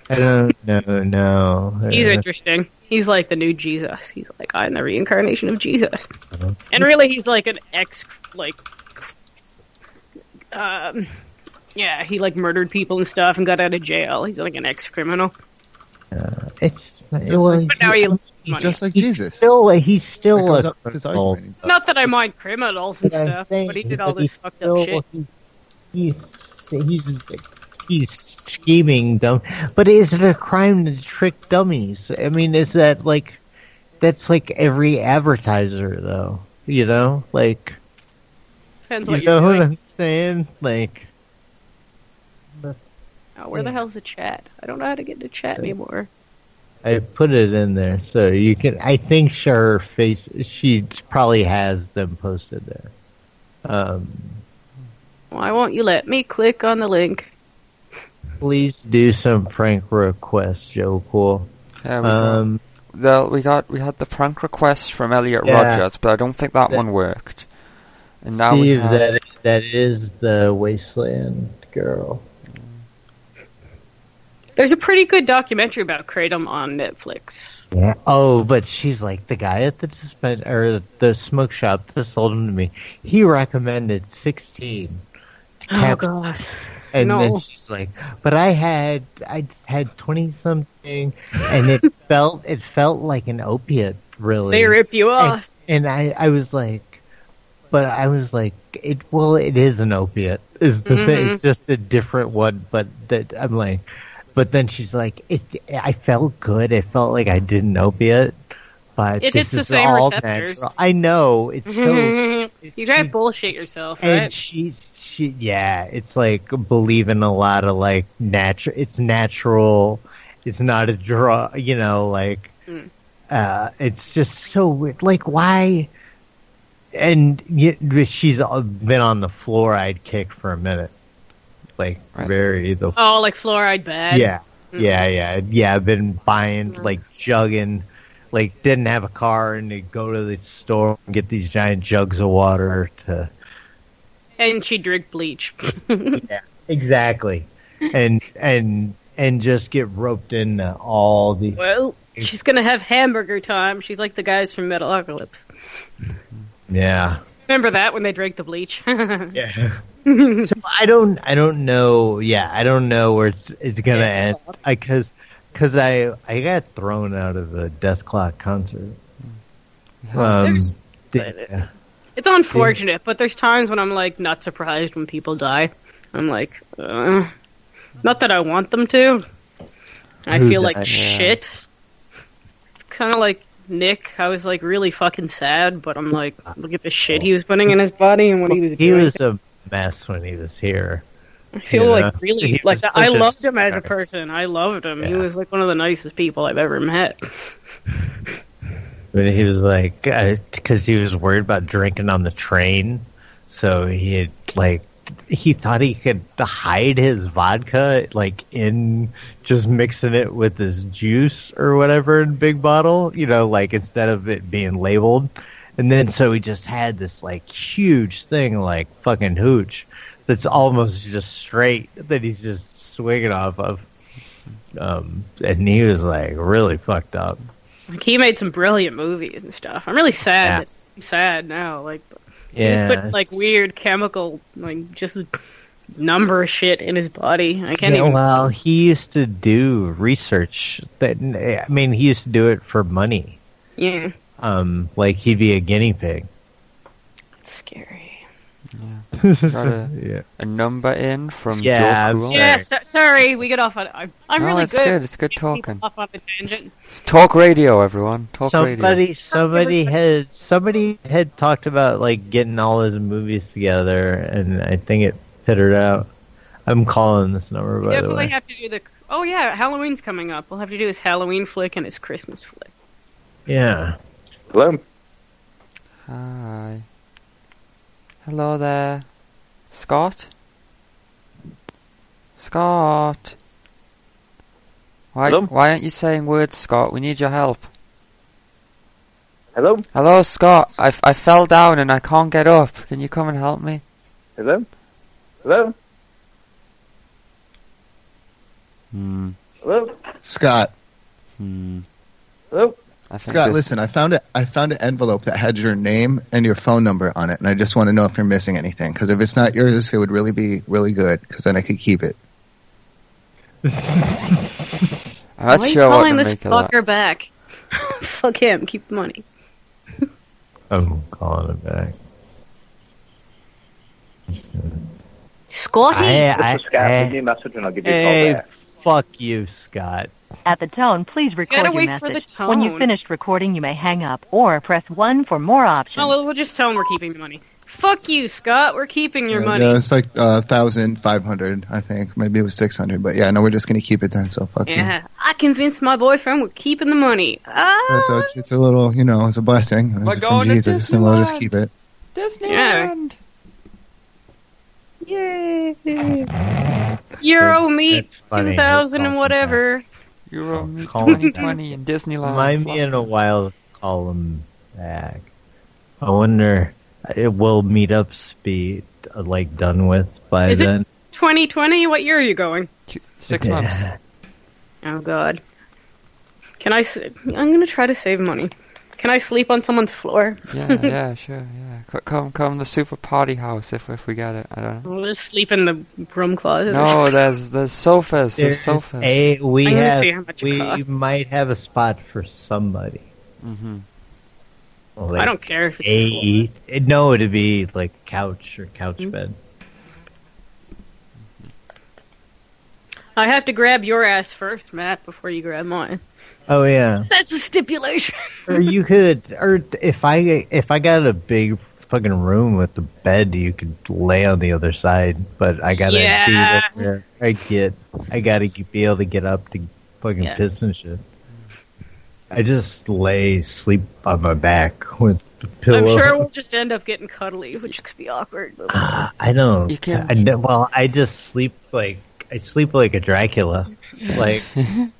[SPEAKER 4] I don't know, no.
[SPEAKER 22] He's
[SPEAKER 4] Uh,
[SPEAKER 22] interesting. He's like the new Jesus. He's like I'm the reincarnation of Jesus. And really, he's like an ex, like, um, yeah, he like murdered people and stuff and got out of jail. He's like an ex criminal.
[SPEAKER 4] Uh, it's,
[SPEAKER 18] Just
[SPEAKER 4] well,
[SPEAKER 18] like-
[SPEAKER 22] But now he loves money.
[SPEAKER 18] just like Jesus.
[SPEAKER 4] still, he's
[SPEAKER 18] That
[SPEAKER 4] still
[SPEAKER 18] goes
[SPEAKER 4] a
[SPEAKER 18] up with his
[SPEAKER 4] criminal.
[SPEAKER 22] Not that I mind criminals and
[SPEAKER 4] But I'm
[SPEAKER 22] stuff, but he
[SPEAKER 4] saying
[SPEAKER 22] did all
[SPEAKER 4] that
[SPEAKER 22] this
[SPEAKER 4] he's
[SPEAKER 22] fucked
[SPEAKER 4] still-
[SPEAKER 22] up shit.
[SPEAKER 4] He's he's he's scheming dumb. But is it a crime to trick dummies? I mean, is that like that's like every advertiser though? You know, like
[SPEAKER 22] Depends
[SPEAKER 4] you
[SPEAKER 22] what you're
[SPEAKER 4] know what
[SPEAKER 22] doing.
[SPEAKER 4] I'm saying? Like
[SPEAKER 22] Oh, where the hell's the chat? I don't know how to get into chat anymore.
[SPEAKER 4] I put it in there so you can. I think her face. She probably has them posted there. Um,
[SPEAKER 22] Why won't you let me click on the link?
[SPEAKER 4] please do some prank requests, Joe. Cool. Um,
[SPEAKER 3] There we go. The, we got we had the prank request from Elliot
[SPEAKER 4] Yeah.
[SPEAKER 3] Rogers, but I don't think that
[SPEAKER 4] That-
[SPEAKER 3] one worked. And now we
[SPEAKER 4] Steve,
[SPEAKER 3] have
[SPEAKER 4] that that is the wasteland girl.
[SPEAKER 22] There's a pretty good documentary about kratom on Netflix.
[SPEAKER 4] Yeah. Oh, but she's like the guy at the dispen- or the smoke shop that sold them to me. He recommended sixteen.
[SPEAKER 22] Oh god.
[SPEAKER 4] And then
[SPEAKER 22] No.
[SPEAKER 4] she's like, "But I had I had twenty something, and it felt it felt like an opiate, really.
[SPEAKER 22] They rip you
[SPEAKER 4] And-
[SPEAKER 22] off.
[SPEAKER 4] And, I I was like, but I was like, it well, it is an opiate. Is the thing?
[SPEAKER 22] Mhm.
[SPEAKER 4] It's just a different one, but that I'm like, but then she's like, it. I felt good. It felt like I did an opiate, but
[SPEAKER 22] It hits
[SPEAKER 4] this
[SPEAKER 22] the
[SPEAKER 4] is
[SPEAKER 22] same
[SPEAKER 4] all
[SPEAKER 22] receptors.
[SPEAKER 4] natural. I know Oh, it's so
[SPEAKER 22] you gotta bullshit yourself,
[SPEAKER 4] and
[SPEAKER 22] right?
[SPEAKER 4] she's she yeah, it's like believing a lot of like natural. It's natural. It's not a draw. You know, like
[SPEAKER 22] Mm.
[SPEAKER 4] uh, it's just so weird. Like why? And yet, she's all- been on the fluoride kick for a minute. Like very the
[SPEAKER 22] oh, Mm-hmm. like fluoride bad.
[SPEAKER 4] yeah, yeah, yeah, yeah. I've been buying
[SPEAKER 22] Mm.
[SPEAKER 4] like jugging, like didn't have a car and to go to the store and get these giant jugs of water to
[SPEAKER 22] And she drink bleach.
[SPEAKER 4] yeah, exactly, and and and just get roped into all the
[SPEAKER 22] Well, She's gonna have hamburger time. She's like the guys from Metalocalypse.
[SPEAKER 4] Yeah.
[SPEAKER 22] Remember that when they drank the bleach?
[SPEAKER 4] yeah. so I don't I don't know. Yeah, I don't know where it's it's gonna end because because I I got thrown out of the Death Clock concert. Um,
[SPEAKER 22] There's-
[SPEAKER 4] yeah.
[SPEAKER 22] It's unfortunate, but there's times when I'm like not surprised when people die. I'm like, uh, not that I want them to. I
[SPEAKER 4] Who
[SPEAKER 22] feel
[SPEAKER 4] died?
[SPEAKER 22] like
[SPEAKER 4] Yeah.
[SPEAKER 22] shit. It's kind of like Nick. I was like really fucking sad, but I'm like, look at the shit he was putting in his body and what he was
[SPEAKER 4] he
[SPEAKER 22] doing.
[SPEAKER 4] was a mess when he was here.
[SPEAKER 22] I feel
[SPEAKER 4] you know?
[SPEAKER 22] like really
[SPEAKER 4] He
[SPEAKER 22] like
[SPEAKER 4] was
[SPEAKER 22] that. I
[SPEAKER 4] such a
[SPEAKER 22] loved him as a
[SPEAKER 4] sucker.
[SPEAKER 22] person. I loved him. He was like one of the nicest people I've ever met.
[SPEAKER 4] But he was like, because he was worried about drinking on the train, so he had like he thought he could hide his vodka like in just mixing it with his juice or whatever in big bottle, you know, like instead of it being labeled. And then so he just had this like huge thing like fucking hooch that's almost just straight that he's just swinging off of. Um, and he was like really fucked up.
[SPEAKER 22] Like he made some brilliant movies and stuff. I'm really sad.
[SPEAKER 4] Yeah.
[SPEAKER 22] that- I'm sad now. Like
[SPEAKER 4] Yeah,
[SPEAKER 22] he was putting like weird chemical, like just number shit in his body. I can't
[SPEAKER 4] Yeah,
[SPEAKER 22] even.
[SPEAKER 4] Well, he used to do research. That I mean, he used to do it for money.
[SPEAKER 22] Yeah,
[SPEAKER 4] Um, like he'd be a guinea pig.
[SPEAKER 22] it's scary.
[SPEAKER 3] Yeah. Got a,
[SPEAKER 4] Yeah.
[SPEAKER 3] a number in from
[SPEAKER 4] Yeah,
[SPEAKER 3] Joe
[SPEAKER 4] I'm
[SPEAKER 3] Cool.
[SPEAKER 22] Yeah, so, sorry, we get off on. I'm, I'm
[SPEAKER 3] No,
[SPEAKER 22] really
[SPEAKER 3] it's
[SPEAKER 22] good.
[SPEAKER 3] good, it's good
[SPEAKER 22] People
[SPEAKER 3] talking.
[SPEAKER 22] Off on the tangent.
[SPEAKER 3] It's talk radio, everyone. Talk radio.
[SPEAKER 4] somebody, somebody had somebody had talked about like getting all his movies together, and I think it pittered out. I'm calling this number by the
[SPEAKER 22] Definitely
[SPEAKER 4] way.
[SPEAKER 22] have to do the. Oh yeah, Halloween's coming up. We'll have to do his Halloween flick and his Christmas flick.
[SPEAKER 4] Yeah.
[SPEAKER 15] Hello.
[SPEAKER 3] Hi. Hello there. Scott? Scott? Why,
[SPEAKER 15] Hello?
[SPEAKER 3] why aren't you saying words, Scott? We need your help.
[SPEAKER 15] Hello.
[SPEAKER 3] Hello, Scott. I, f- I fell down and I can't get up. Can you come and help me?
[SPEAKER 15] Hello. Hello.
[SPEAKER 3] Hmm.
[SPEAKER 15] Hello.
[SPEAKER 18] Scott.
[SPEAKER 3] Hmm.
[SPEAKER 15] Hello.
[SPEAKER 3] I think
[SPEAKER 18] Scott,
[SPEAKER 3] this-
[SPEAKER 18] listen. I found a I found an envelope that had your name and your phone number on it, and I just want to know if you're missing anything. Because if it's not yours, it would really be really good. Because then I could keep it.
[SPEAKER 3] I'm not
[SPEAKER 22] Why are you
[SPEAKER 3] sure what
[SPEAKER 22] calling
[SPEAKER 3] to
[SPEAKER 22] this
[SPEAKER 3] make of that.
[SPEAKER 22] fucker back? Fuck him. Keep the money.
[SPEAKER 4] I'm calling it back.
[SPEAKER 22] Scotty.
[SPEAKER 4] I- I- I-
[SPEAKER 6] message and I'll give
[SPEAKER 4] hey, fuck you, Scott.
[SPEAKER 10] At the tone, please record
[SPEAKER 22] gotta
[SPEAKER 10] your
[SPEAKER 22] wait
[SPEAKER 10] message.
[SPEAKER 22] for the
[SPEAKER 10] When
[SPEAKER 22] tone.
[SPEAKER 10] you've finished recording, you may hang up or press 1 for more options.
[SPEAKER 22] Oh, well, we'll just tell him we're keeping the money. Fuck you, Scott. We're keeping your
[SPEAKER 18] Uh,
[SPEAKER 22] money.
[SPEAKER 18] Yeah, it's like uh, thousand five hundred, I think. Maybe it was six hundred, but yeah, no, we're just gonna keep it then. So fuck you.
[SPEAKER 22] Yeah. I convinced my boyfriend we're keeping the money. Ah,
[SPEAKER 18] Yeah, So it's, it's a little, you know, it's a blessing.
[SPEAKER 3] going
[SPEAKER 18] It's from
[SPEAKER 3] to
[SPEAKER 18] Jesus, and we'll just
[SPEAKER 3] Disneyland.
[SPEAKER 18] keep it.
[SPEAKER 22] Disneyland. Yay. Euro meat
[SPEAKER 4] funny.
[SPEAKER 22] 2000 and whatever.
[SPEAKER 3] Euro meet
[SPEAKER 4] Call-
[SPEAKER 3] 2020 in Disneyland.
[SPEAKER 4] Remind me in a while to call him back. I wonder, uh, will meetups be uh, like done with by
[SPEAKER 22] Is it-
[SPEAKER 4] then?
[SPEAKER 22] 2020, what year are you going?
[SPEAKER 3] Six
[SPEAKER 4] Yeah.
[SPEAKER 3] months.
[SPEAKER 22] Oh, God. Can I. s- I'm going to try to save money. Can I sleep on someone's floor?
[SPEAKER 3] yeah, yeah, sure, yeah. C- come, come the super party house if if we get it. I don't know.
[SPEAKER 22] We'll just sleep in the room closet.
[SPEAKER 3] No, there's there's sofas. There's,
[SPEAKER 4] There's
[SPEAKER 3] sofas.
[SPEAKER 4] a we
[SPEAKER 22] I'm gonna
[SPEAKER 4] have
[SPEAKER 22] see how much it
[SPEAKER 4] we
[SPEAKER 22] costs.
[SPEAKER 4] might have a spot for somebody.
[SPEAKER 3] Mm-hmm.
[SPEAKER 22] I don't care if it's
[SPEAKER 4] a it- no, it'd be like couch or couch
[SPEAKER 22] Mm-hmm.
[SPEAKER 4] bed.
[SPEAKER 22] I have to grab your ass first, Matt, before you grab mine.
[SPEAKER 4] Oh yeah,
[SPEAKER 22] That's a stipulation.
[SPEAKER 4] or you could, or if I if I got a big fucking room with the bed, you could lay on the other side. But I gotta be
[SPEAKER 22] Yeah.
[SPEAKER 4] there. I get, I gotta g- be able to get up to fucking
[SPEAKER 22] Yeah.
[SPEAKER 4] piss and shit. I just lay sleep on my back with the
[SPEAKER 22] I'm
[SPEAKER 4] pillow.
[SPEAKER 22] sure we'll just end up getting cuddly, which could be awkward. But
[SPEAKER 4] Ah, I don't.
[SPEAKER 22] You can-
[SPEAKER 4] I know- well, I just sleep like I sleep like a Dracula, like with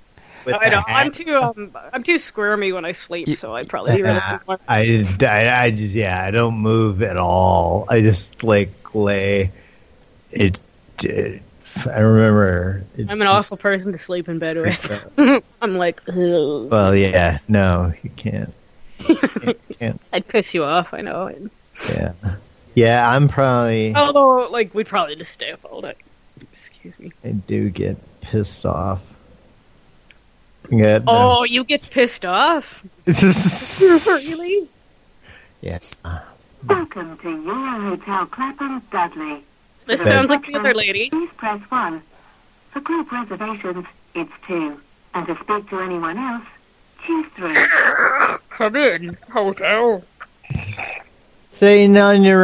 [SPEAKER 22] I
[SPEAKER 4] the
[SPEAKER 22] don't. I'm
[SPEAKER 4] hat.
[SPEAKER 22] too um, I'm too squirmy when I sleep, so I probably really
[SPEAKER 4] Yeah, I, just- I, I just, yeah, I don't move at all. I just like lay. It d- I remember. It,
[SPEAKER 22] I'm an awful person to sleep in bed with. I'm like, Ugh.
[SPEAKER 4] well, yeah, no, you can't. can't.
[SPEAKER 22] I'd piss you off. I know. And-
[SPEAKER 4] Yeah, yeah, I'm probably.
[SPEAKER 22] Although, like, we'd probably just stay up all night. Oh, Excuse me.
[SPEAKER 4] I do get pissed off. Yeah, no.
[SPEAKER 22] Oh, you get pissed off? really?
[SPEAKER 4] yes.
[SPEAKER 6] Welcome to Euro Hotel Clapham, Dudley.
[SPEAKER 22] This
[SPEAKER 6] For
[SPEAKER 22] sounds like the
[SPEAKER 6] reception,
[SPEAKER 22] other lady.
[SPEAKER 6] Please press 1. For group reservations, it's 2. And to speak to anyone else, choose 3.
[SPEAKER 22] Come in, hotel.
[SPEAKER 4] Sitting on your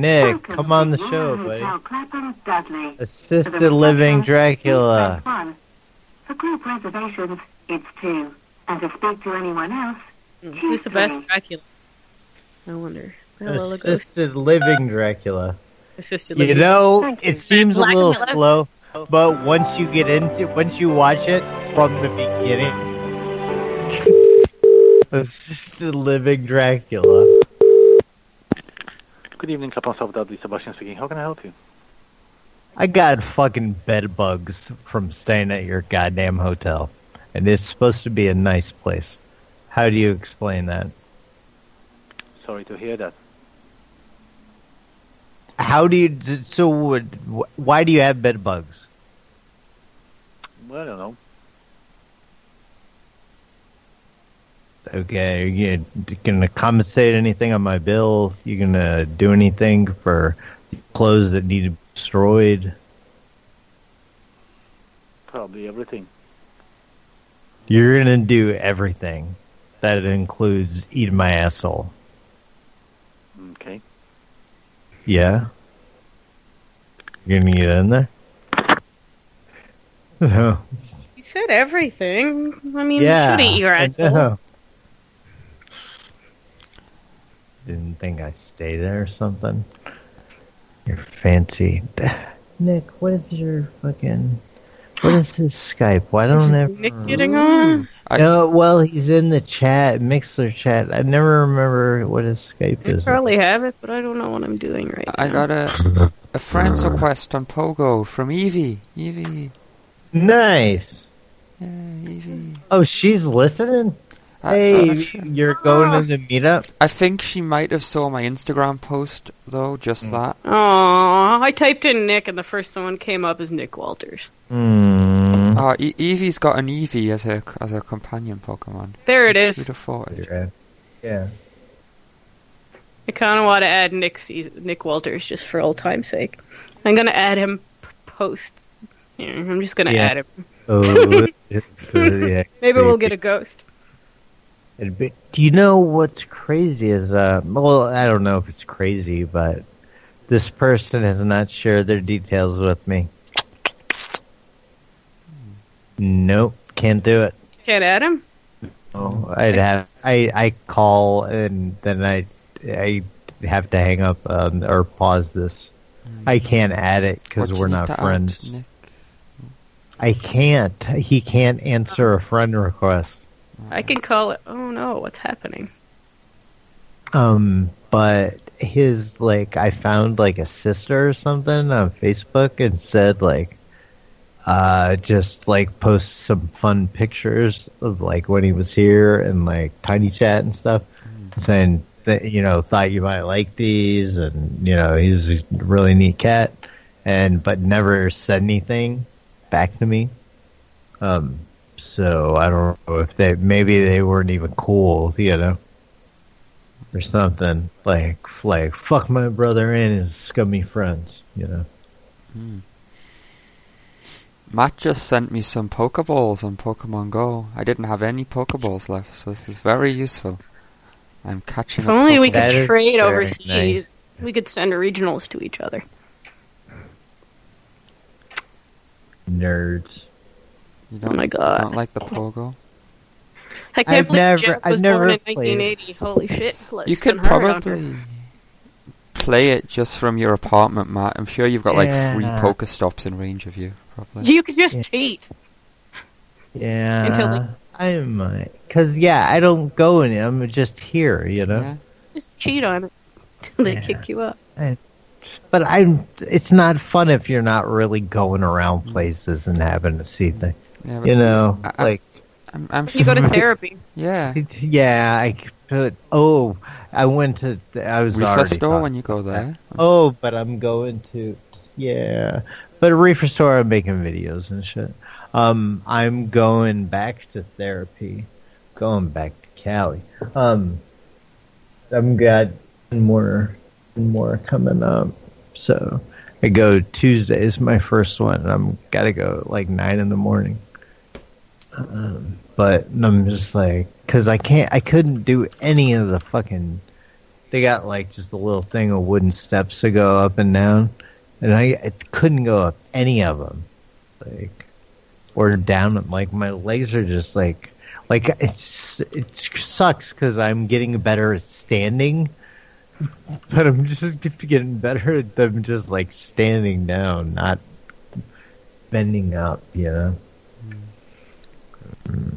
[SPEAKER 4] Nick.
[SPEAKER 6] Welcome
[SPEAKER 4] Come on
[SPEAKER 6] to
[SPEAKER 4] the show,
[SPEAKER 6] Euro
[SPEAKER 4] buddy.
[SPEAKER 6] Hotel Clapham, Dudley. For
[SPEAKER 4] Assisted
[SPEAKER 6] the
[SPEAKER 4] living
[SPEAKER 6] Press
[SPEAKER 4] Dracula.
[SPEAKER 6] 1. For group reservations, it's 2. And to speak to anyone else,
[SPEAKER 22] Who's Hmm, the best Dracula? I wonder. Oh, Hello, ghost.
[SPEAKER 4] Assisted living Dracula.
[SPEAKER 22] Assisted
[SPEAKER 4] You
[SPEAKER 22] living.
[SPEAKER 4] know,
[SPEAKER 22] Thank you.
[SPEAKER 4] it seems a
[SPEAKER 22] Black
[SPEAKER 4] little
[SPEAKER 22] and
[SPEAKER 4] slow, but once you get into, once you watch it from the beginning, assisted living Dracula.
[SPEAKER 17] Good evening, Captain Dudley. Sebastian speaking. How can I help you?
[SPEAKER 4] I got fucking bed bugs from staying at your goddamn hotel, and it's supposed to be a nice place. How do you explain that?
[SPEAKER 17] Sorry to hear that.
[SPEAKER 4] How do you? So, would, wh- why do you have bed bugs?
[SPEAKER 17] Well, I don't know.
[SPEAKER 4] Okay, are you gonna compensate anything on my bill? You gonna do anything for clothes that need to be destroyed?
[SPEAKER 17] Probably everything.
[SPEAKER 4] You're gonna do everything. That includes eating my asshole.
[SPEAKER 17] Okay.
[SPEAKER 4] Yeah. You're gonna get in there. So,
[SPEAKER 22] You said everything. I mean,
[SPEAKER 4] yeah,
[SPEAKER 22] you should eat your
[SPEAKER 4] I
[SPEAKER 22] asshole.
[SPEAKER 4] know. Didn't think I stay there or something. You're fancy. Nick, what is your fucking? What is his Skype? Why don't ever?
[SPEAKER 22] Nick getting
[SPEAKER 4] Mm.
[SPEAKER 22] on?
[SPEAKER 4] no, well, he's in the chat, Mixler chat. I never remember what his Skype
[SPEAKER 22] I
[SPEAKER 4] is.
[SPEAKER 22] probably have it, but I don't know what I'm doing right
[SPEAKER 3] I
[SPEAKER 22] now.
[SPEAKER 3] got a a friend's request on Pogo from Evie. Evie.
[SPEAKER 4] Nice. Oh, she's listening.
[SPEAKER 3] I-
[SPEAKER 4] hey,
[SPEAKER 3] I'm sure.
[SPEAKER 4] you're going to
[SPEAKER 22] Ah.
[SPEAKER 4] the meetup.
[SPEAKER 3] I think she might have saw my Instagram post though, just
[SPEAKER 4] Hmm.
[SPEAKER 3] that.
[SPEAKER 22] Aww, I typed in Nick, and the first one came up as Nick Walters.
[SPEAKER 4] Mm.
[SPEAKER 3] Uh, e- Evie's got an Eevee as her as her companion Pokemon.
[SPEAKER 22] There it is.
[SPEAKER 3] Who'd have thought it?
[SPEAKER 4] Yeah.
[SPEAKER 22] I kind of want to add Nick Se- Nick Walters just for old time's sake. I'm gonna add him p- post. Yeah, I'm just gonna
[SPEAKER 4] Yeah.
[SPEAKER 22] add him.
[SPEAKER 4] Oh, it's, uh, yeah,
[SPEAKER 22] Maybe we'll
[SPEAKER 4] creepy.
[SPEAKER 22] get a ghost.
[SPEAKER 4] It'd be- do you know what's crazy is uh well I don't know if it's crazy but this person has not shared their details with me. Nope, can't do it.
[SPEAKER 22] Can't add him.
[SPEAKER 4] Oh, I'd have I I call and then I I have to hang up um, or pause this. I can't add it because
[SPEAKER 3] Hmm. What
[SPEAKER 4] we're
[SPEAKER 3] you need
[SPEAKER 4] not
[SPEAKER 3] to add,
[SPEAKER 4] friends.
[SPEAKER 3] Nick?
[SPEAKER 4] I can't. He can't answer a friend request.
[SPEAKER 22] I can call it. Oh no, what's happening?
[SPEAKER 4] Um, but his like I found like a sister or something on Facebook and said like uh just like post some fun pictures of like when he was here and like tiny chat and stuff saying that you know thought you might like these and you know he's a really neat cat and but never said anything back to me um so i don't know if they maybe they weren't even cool you know or something like like fuck my brother and his scummy friends, you know.
[SPEAKER 3] Hmm. Matt just sent me some Pokeballs on Pokemon Go. I didn't have any Pokeballs left, so this is very useful. I'm catching
[SPEAKER 22] If
[SPEAKER 4] Oh,
[SPEAKER 3] up.
[SPEAKER 22] only we
[SPEAKER 3] Pokemon.
[SPEAKER 22] could trade overseas. Oh We could send regionals to each other.
[SPEAKER 4] Nerds.
[SPEAKER 3] You
[SPEAKER 22] Oh my god.
[SPEAKER 3] Don't like the Pogo.
[SPEAKER 22] I can't
[SPEAKER 3] I've
[SPEAKER 22] believe
[SPEAKER 3] never-
[SPEAKER 22] Jack
[SPEAKER 3] I've
[SPEAKER 22] was
[SPEAKER 3] never
[SPEAKER 22] born in
[SPEAKER 3] played.
[SPEAKER 22] 1980. Holy shit! Let's
[SPEAKER 3] you could
[SPEAKER 22] spend hard on her.
[SPEAKER 3] probably play it just from your apartment, Matt. I'm sure you've got like three
[SPEAKER 22] Yeah.
[SPEAKER 3] poker stops in range of you, probably.
[SPEAKER 22] You could just cheat.
[SPEAKER 4] Yeah.
[SPEAKER 22] Until they-
[SPEAKER 4] I might cuz yeah, I don't go in I'm just here, you know.
[SPEAKER 22] Just cheat on it until they kick you up.
[SPEAKER 4] I But I'm. It's not fun if you're not really going around places and having to see things.
[SPEAKER 3] Yeah, but
[SPEAKER 4] you know,
[SPEAKER 3] Mm.
[SPEAKER 4] like
[SPEAKER 3] I'm, I'm
[SPEAKER 4] You go to therapy.
[SPEAKER 3] Yeah.
[SPEAKER 4] yeah, I could. Oh, I went to. I was
[SPEAKER 3] Reefer
[SPEAKER 4] already.
[SPEAKER 3] store
[SPEAKER 4] gone.
[SPEAKER 3] when you go there.
[SPEAKER 4] Oh, but I'm going to. Yeah, but reefer store. I'm making videos and shit. Um, I'm going back to therapy. Going back to Cali. Um, I'm got more and more coming up. So I go Tuesday is my first one. And I'm gotta go at, like nine in the morning. Um, but I'm just like, cause I can't, I couldn't do any of the fucking. They got like just a little thing of wooden steps to go up and down, and I, I couldn't go up any of them, like or down. them. Like my legs are just like, like it's it sucks because I'm getting better at standing, but I'm just getting better at them just like standing down, not bending up. You know. Hmm.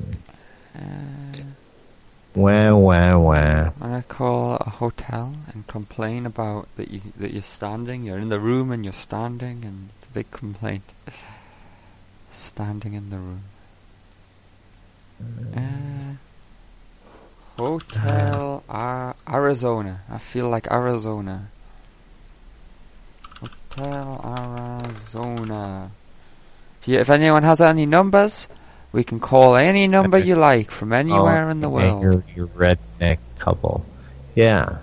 [SPEAKER 4] Wow, wow, wow.
[SPEAKER 3] When I call a hotel and complain about that you that you're standing, you're in the room and you're standing, and it's a big complaint. Standing in the room. Uh, hotel Ar- Arizona. I feel like Arizona. Hotel Arizona. If, you, if anyone has any numbers, we can call any number you like from anywhere in the
[SPEAKER 4] Oh, Okay,
[SPEAKER 3] world.
[SPEAKER 4] Your, your redneck couple. Yeah.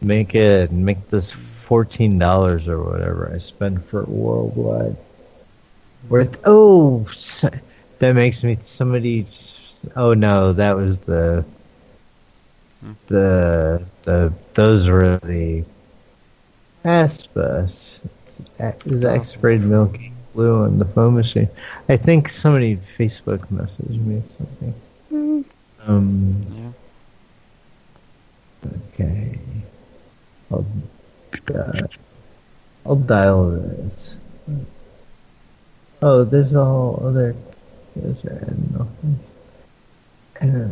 [SPEAKER 4] Make it, make this $14 or whatever I spend for worldwide. Worth, oh, s- that makes me somebody, oh no, that was the, the, the, those were the Aspas. Is X-rayed milky blue on the phone machine? I think somebody Facebook messaged me something. Um. Okay. I'll, uh, Oh, I'll dial this. Oh, there's a whole other. There's nothing. Uh,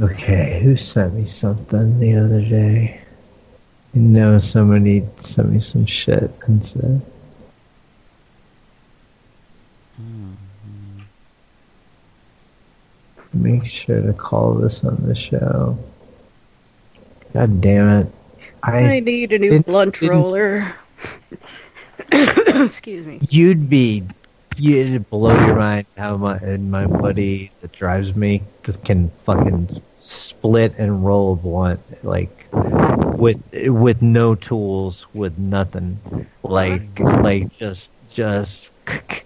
[SPEAKER 4] Okay, who sent me something the other day? You know, somebody sent me some shit and said. Make sure to call this on the show. God damn it.
[SPEAKER 22] I,
[SPEAKER 4] I,
[SPEAKER 22] need a new
[SPEAKER 4] didn't-
[SPEAKER 22] blunt
[SPEAKER 4] didn't-
[SPEAKER 22] roller. Excuse me.
[SPEAKER 4] You'd be, you'd blow your mind how my and my buddy that drives me just can fucking split and roll a blunt like with with no tools, with nothing, like like just just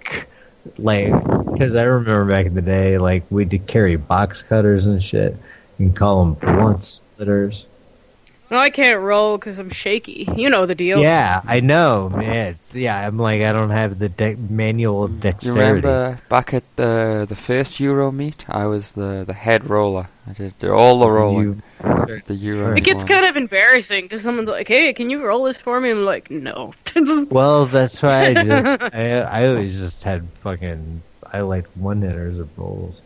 [SPEAKER 4] like because I remember back in the day, like we'd carry box cutters and shit and call them blunt splitters.
[SPEAKER 22] No, I can't roll because I'm shaky. You know the deal.
[SPEAKER 4] Yeah, I know, man. Yeah, I'm like I don't have the de- manual dexterity.
[SPEAKER 3] You remember back at the the first Euro meet, I was the, the head roller. I did, did all the rolling. the Euro.
[SPEAKER 22] It gets
[SPEAKER 3] one.
[SPEAKER 22] kind of embarrassing because someone's like, "Hey, can you roll this for me?" I'm like, "No."
[SPEAKER 4] Well, that's why I just I, I always just had fucking I like one hitters of rolls.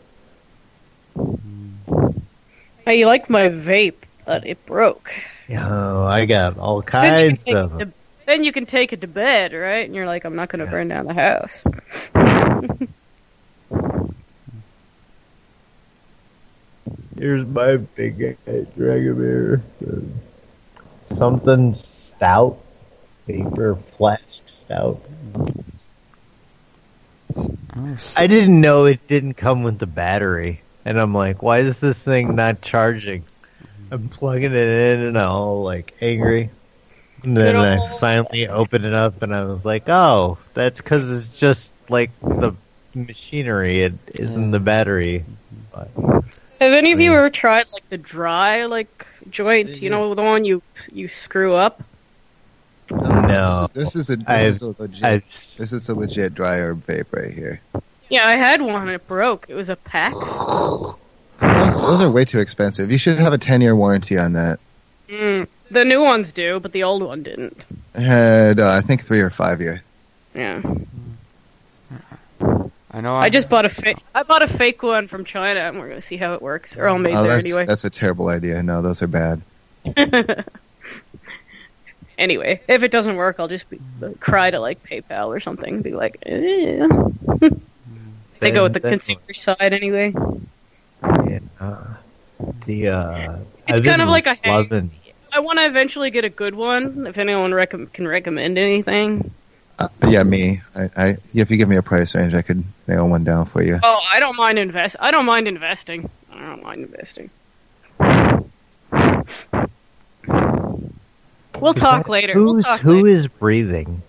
[SPEAKER 22] I like my vape, but it broke.
[SPEAKER 4] Oh, I got all
[SPEAKER 22] Then you can
[SPEAKER 4] kinds
[SPEAKER 22] take
[SPEAKER 4] of
[SPEAKER 22] it
[SPEAKER 4] them.
[SPEAKER 22] to- Then you can take it to bed, right? And you're like, "I'm not going to burn down the house."
[SPEAKER 4] Here's my big uh, dragon beer. Something stout, paper flask stout. I didn't know it didn't come with the battery, and I'm like, why is this thing not charging? I'm plugging it in, and I'm all like angry. And then I finally opened it up, and I was like, oh, that's because it's just like the machinery. It isn't the battery. But-
[SPEAKER 22] Have any of you ever tried like the dry like joint? You know the one you you screw up.
[SPEAKER 4] No,
[SPEAKER 18] this is a this
[SPEAKER 4] I've-
[SPEAKER 18] is a legit this is a legit dry herb vape right here.
[SPEAKER 22] Yeah, I had one and it broke. It was a pack.
[SPEAKER 18] Those, those are way too expensive. You should have a ten year warranty on that.
[SPEAKER 22] Mm. The new ones do, but the old one didn't.
[SPEAKER 18] I had uh, I think three or five year.
[SPEAKER 22] Yeah.
[SPEAKER 3] I know.
[SPEAKER 22] I just bought a fake. I bought a fake one from China, and we're gonna see how it works. They're all made
[SPEAKER 18] Oh,
[SPEAKER 22] there
[SPEAKER 18] that's,
[SPEAKER 22] anyway.
[SPEAKER 18] that's a terrible idea. No, those are bad.
[SPEAKER 22] Anyway, if it doesn't work, I'll just be, cry to like PayPal or something. Be like, eh. they go with the
[SPEAKER 4] Definitely.
[SPEAKER 22] consumer side anyway.
[SPEAKER 4] Uh, the uh,
[SPEAKER 22] It's
[SPEAKER 4] I've
[SPEAKER 22] kind
[SPEAKER 4] been
[SPEAKER 22] of like a hang-
[SPEAKER 4] loving.
[SPEAKER 22] I want to eventually get a good one. If anyone rec- can recommend anything,
[SPEAKER 18] Yeah, me. I, I if you give me a price range, I could nail one down for you.
[SPEAKER 22] oh, I don't mind invest. I don't mind investing. I don't mind investing. We'll talk later. We'll
[SPEAKER 4] Who's
[SPEAKER 22] talk
[SPEAKER 4] who is breathing?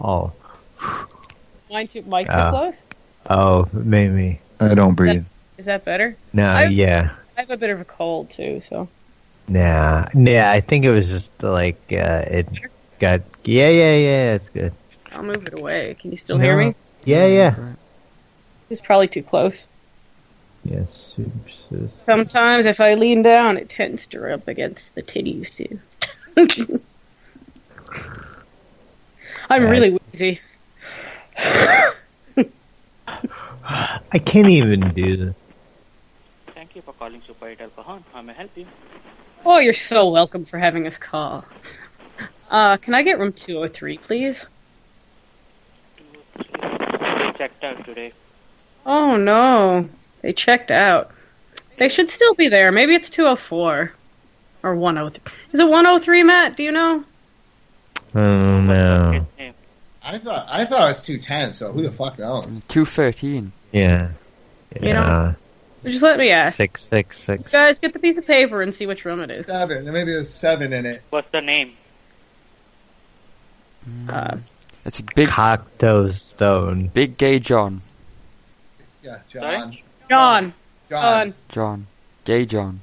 [SPEAKER 4] Oh,
[SPEAKER 22] Mine too. Mike too
[SPEAKER 18] Ah.
[SPEAKER 4] Uh,
[SPEAKER 22] close.
[SPEAKER 4] oh, maybe.
[SPEAKER 18] I don't breathe.
[SPEAKER 22] Is that better?
[SPEAKER 4] No,
[SPEAKER 22] I-
[SPEAKER 4] yeah,
[SPEAKER 22] I have a bit of a cold too, so
[SPEAKER 4] nah, nah. I think it was just like uh, it got. Yeah, yeah, yeah. It's good.
[SPEAKER 22] I'll move it away. Can you still hear
[SPEAKER 4] No.
[SPEAKER 22] me?
[SPEAKER 4] Yeah, yeah.
[SPEAKER 22] It's probably too close.
[SPEAKER 4] Yes, oops, it's-
[SPEAKER 22] Sometimes if I lean down, it tends to rub against the titties too. I'm really wheezy.
[SPEAKER 4] I can't even do this.
[SPEAKER 9] Thank you for calling Super 8 Alcohol. How may I help you?
[SPEAKER 22] Oh, you're so welcome for having us call. Uh, can I get room 203, please?
[SPEAKER 9] They checked out today.
[SPEAKER 22] Oh no, they checked out. They should still be there. Maybe it's 204 or 103. Is it 103, Matt? Do you know?
[SPEAKER 4] Oh no.
[SPEAKER 18] I thought I thought it was two ten. So who the fuck knows?
[SPEAKER 3] Two thirteen.
[SPEAKER 4] Yeah.
[SPEAKER 22] You know- Just let me ask.
[SPEAKER 4] Six six six.
[SPEAKER 22] You guys, get the piece of paper and see which room it is.
[SPEAKER 18] Seven. Maybe there's seven in it.
[SPEAKER 9] What's the name?
[SPEAKER 22] Uh,
[SPEAKER 3] It's a big
[SPEAKER 4] Cocteau Stone.
[SPEAKER 3] Big Gay John.
[SPEAKER 18] Yeah, John.
[SPEAKER 22] John.
[SPEAKER 18] John.
[SPEAKER 3] John. Gay John.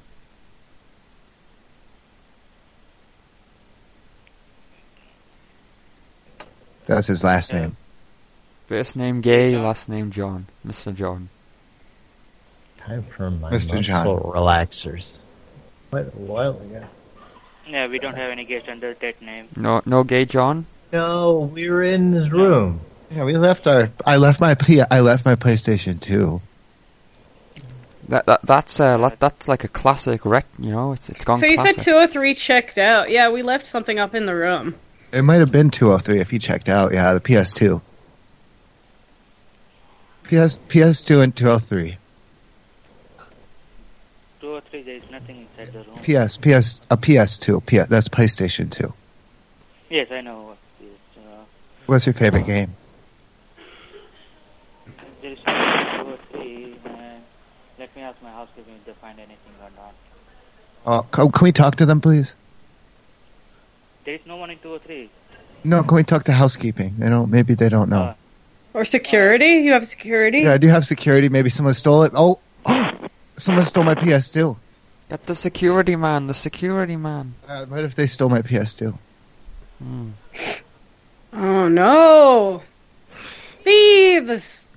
[SPEAKER 18] That's his last name.
[SPEAKER 3] First name Gay, last name John. Mr. John.
[SPEAKER 4] Time for my
[SPEAKER 18] Mr.
[SPEAKER 4] muscle
[SPEAKER 18] John.
[SPEAKER 4] relaxers. What? What? Yeah.
[SPEAKER 9] Yeah, we don't have any guest under that name.
[SPEAKER 3] No, no Gay John.
[SPEAKER 4] No, we were in his room.
[SPEAKER 18] Yeah, we left our. I left my. P- I left my PlayStation two.
[SPEAKER 3] That, that that's uh, that, that's like a classic rec. You know, it's it's gone.
[SPEAKER 22] so you
[SPEAKER 3] classic.
[SPEAKER 22] said 203 checked out. Yeah, we left something up in the room.
[SPEAKER 18] It might have been 203 if you checked out. Yeah, the PS2. PS PS2 and 203.
[SPEAKER 9] 203, there is nothing inside the room.
[SPEAKER 18] PS PS a PS2. P, that's PlayStation 2.
[SPEAKER 9] Yes, I know. what it is. Uh,
[SPEAKER 18] What's your favorite game?
[SPEAKER 9] there is nothing 203. Uh, let me ask my housekeeping if they find anything or not.
[SPEAKER 18] Oh, c- can we talk to them, please?
[SPEAKER 9] There is no one in 203.
[SPEAKER 18] No, can we talk to housekeeping? They don't. Maybe they don't know.
[SPEAKER 22] Or security? You have security?
[SPEAKER 18] yeah, I do have security. Maybe someone stole it. Oh, someone stole my PS2.
[SPEAKER 3] Get the security man. The security man.
[SPEAKER 18] Uh, what if they stole my PS2?
[SPEAKER 3] Hmm.
[SPEAKER 22] Mm. Oh no. Thieves!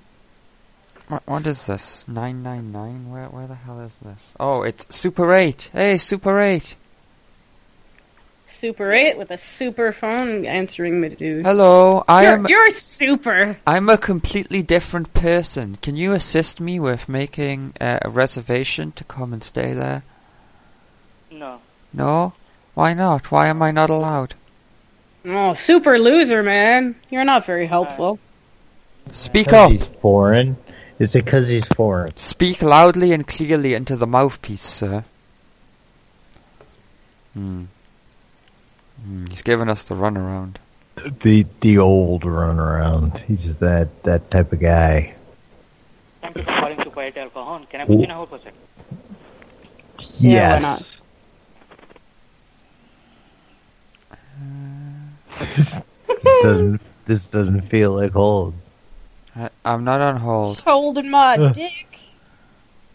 [SPEAKER 3] What, what is this? 999? Where, where the hell is this? Oh, it's Super 8. Hey, Super 8.
[SPEAKER 22] Super 8 with a super phone answering me, dude.
[SPEAKER 3] Hello, I
[SPEAKER 22] you're,
[SPEAKER 3] am-
[SPEAKER 22] You're super!
[SPEAKER 3] I'm a completely different person. Can you assist me with making uh, a reservation to come and stay there?
[SPEAKER 9] No.
[SPEAKER 3] No? Why not? Why am I not allowed?
[SPEAKER 22] Oh, super loser, man. You're not very helpful.
[SPEAKER 3] Speak up.
[SPEAKER 4] Because He's foreign. Is it because he's foreign?
[SPEAKER 3] Speak loudly and clearly into the mouthpiece, sir. Hmm. Hmm, He's giving us the runaround.
[SPEAKER 4] The the old runaround. He's that that type of guy.
[SPEAKER 9] Thank you for calling Super 8 Alcohol. Can I put you in a hold for a second?
[SPEAKER 4] Yes.
[SPEAKER 9] Yeah, why
[SPEAKER 4] Uh, this doesn't this doesn't feel like hold.
[SPEAKER 3] I, I'm not on hold.
[SPEAKER 22] Holding my
[SPEAKER 4] Ugh.
[SPEAKER 22] dick.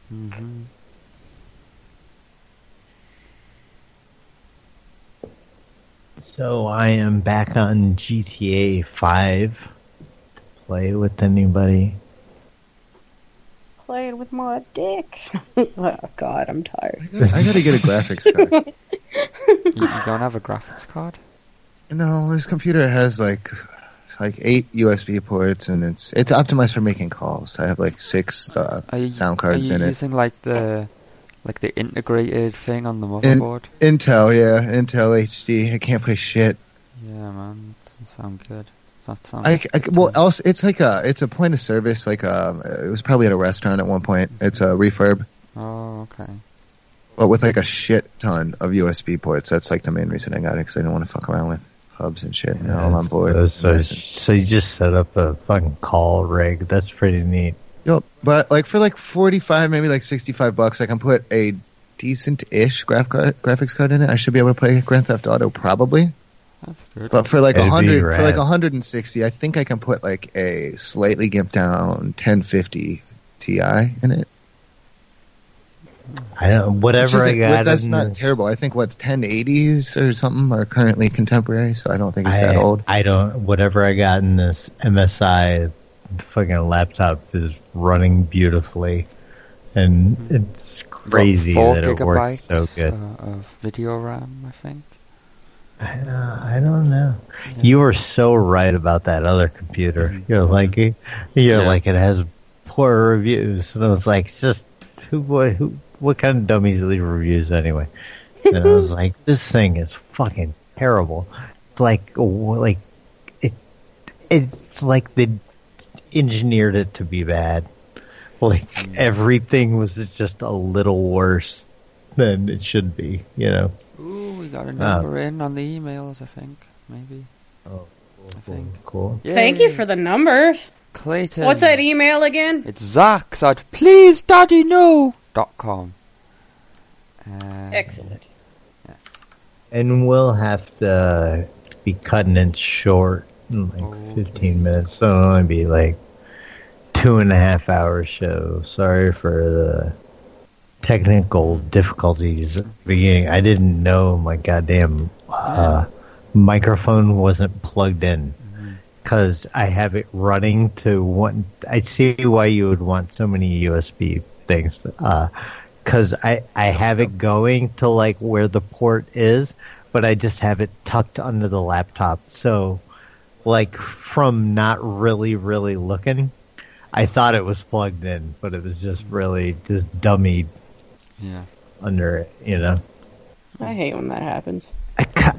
[SPEAKER 3] hmm
[SPEAKER 4] So I am back on GTA Five. Play with anybody?
[SPEAKER 22] Playing with my dick. oh, God, I'm tired.
[SPEAKER 18] I gotta get a graphics card.
[SPEAKER 3] You, you don't have a graphics card?
[SPEAKER 18] No, this computer has like it's like eight USB ports, and it's it's optimized for making calls. I have like six uh,
[SPEAKER 3] Are you,
[SPEAKER 18] sound
[SPEAKER 3] Are
[SPEAKER 18] cards
[SPEAKER 3] you
[SPEAKER 18] in it.
[SPEAKER 3] using like the Like the integrated thing on the
[SPEAKER 18] In-
[SPEAKER 3] motherboard.
[SPEAKER 18] Intel, yeah, Intel HD. I can't play shit.
[SPEAKER 3] yeah, man. Doesn't sound good. Does that sound
[SPEAKER 18] I, I- well, also it's like a it's a point of service. Like um, it was probably at a restaurant at one point. It's a refurb,
[SPEAKER 3] Oh, okay.
[SPEAKER 18] but with like a shit ton of USB ports. That's like the main reason I got it because I didn't want to fuck around with hubs and shit. and all on board.
[SPEAKER 4] So, so, so you just set up a fucking call rig. That's pretty neat.
[SPEAKER 18] Yep. But like for like forty five, maybe like sixty five bucks, I can put a decent ish graph card, graphics card in it. I should be able to play Grand Theft Auto probably.
[SPEAKER 3] That's good.
[SPEAKER 18] But for like
[SPEAKER 4] It'd
[SPEAKER 18] a
[SPEAKER 4] be
[SPEAKER 18] hundred, for like a
[SPEAKER 4] rad.
[SPEAKER 18] hundred and sixty, I think I can put like a slightly gimped down ten fifty Ti in it.
[SPEAKER 4] I don't. Whatever
[SPEAKER 18] Which
[SPEAKER 4] I
[SPEAKER 18] isn't-
[SPEAKER 4] got.
[SPEAKER 18] That's
[SPEAKER 4] in
[SPEAKER 18] not
[SPEAKER 4] the-
[SPEAKER 18] terrible. I think what's ten eighties or something are currently contemporary, so I don't think it's that
[SPEAKER 4] I,
[SPEAKER 18] old.
[SPEAKER 4] I don't. Whatever I got in this MSI fucking laptop is running beautifully, and it's
[SPEAKER 3] Got
[SPEAKER 4] crazy
[SPEAKER 3] Four
[SPEAKER 4] that it works
[SPEAKER 3] gigabytes
[SPEAKER 4] so good.
[SPEAKER 3] Uh, of video RAM, I think.
[SPEAKER 4] I, uh, I don't know. You were so right about that other computer.
[SPEAKER 3] Mm-hmm.
[SPEAKER 4] You're like, you're like, it has poor reviews, and I was like, just who, what, who, what kind of dummies leave reviews anyway? And I was like, this thing is fucking terrible. It's like, w- like it, it's like they engineered it to be bad.
[SPEAKER 3] Mm.
[SPEAKER 4] Like everything was just a little worse than it should be, you know.
[SPEAKER 3] Ooh, we got a
[SPEAKER 4] Uh,
[SPEAKER 18] Ah.
[SPEAKER 3] number in on the emails, I think. Maybe.
[SPEAKER 4] Oh,
[SPEAKER 3] I think.
[SPEAKER 4] Cool.
[SPEAKER 14] Thank you for the numbers.
[SPEAKER 3] Clayton.
[SPEAKER 14] What's that email again?
[SPEAKER 3] It's Zach's at please daddy no dot com. Uh,
[SPEAKER 14] Excellent.
[SPEAKER 4] And we'll have to be cutting it short in like 15 minutes. So it'll only be like two and a half hour show. Sorry for the technical difficulties at the beginning. I didn't know my goddamn uh, microphone wasn't plugged in. Because I have it running to one. I see why you would want so many USB things. Uh, because I, I have it going to like where the port is, but I just have it tucked under the laptop. So, like, from not really, really looking, I thought it was plugged in, but it was just really just dummied
[SPEAKER 3] yeah.
[SPEAKER 4] under it, you know?
[SPEAKER 14] I hate when that happens.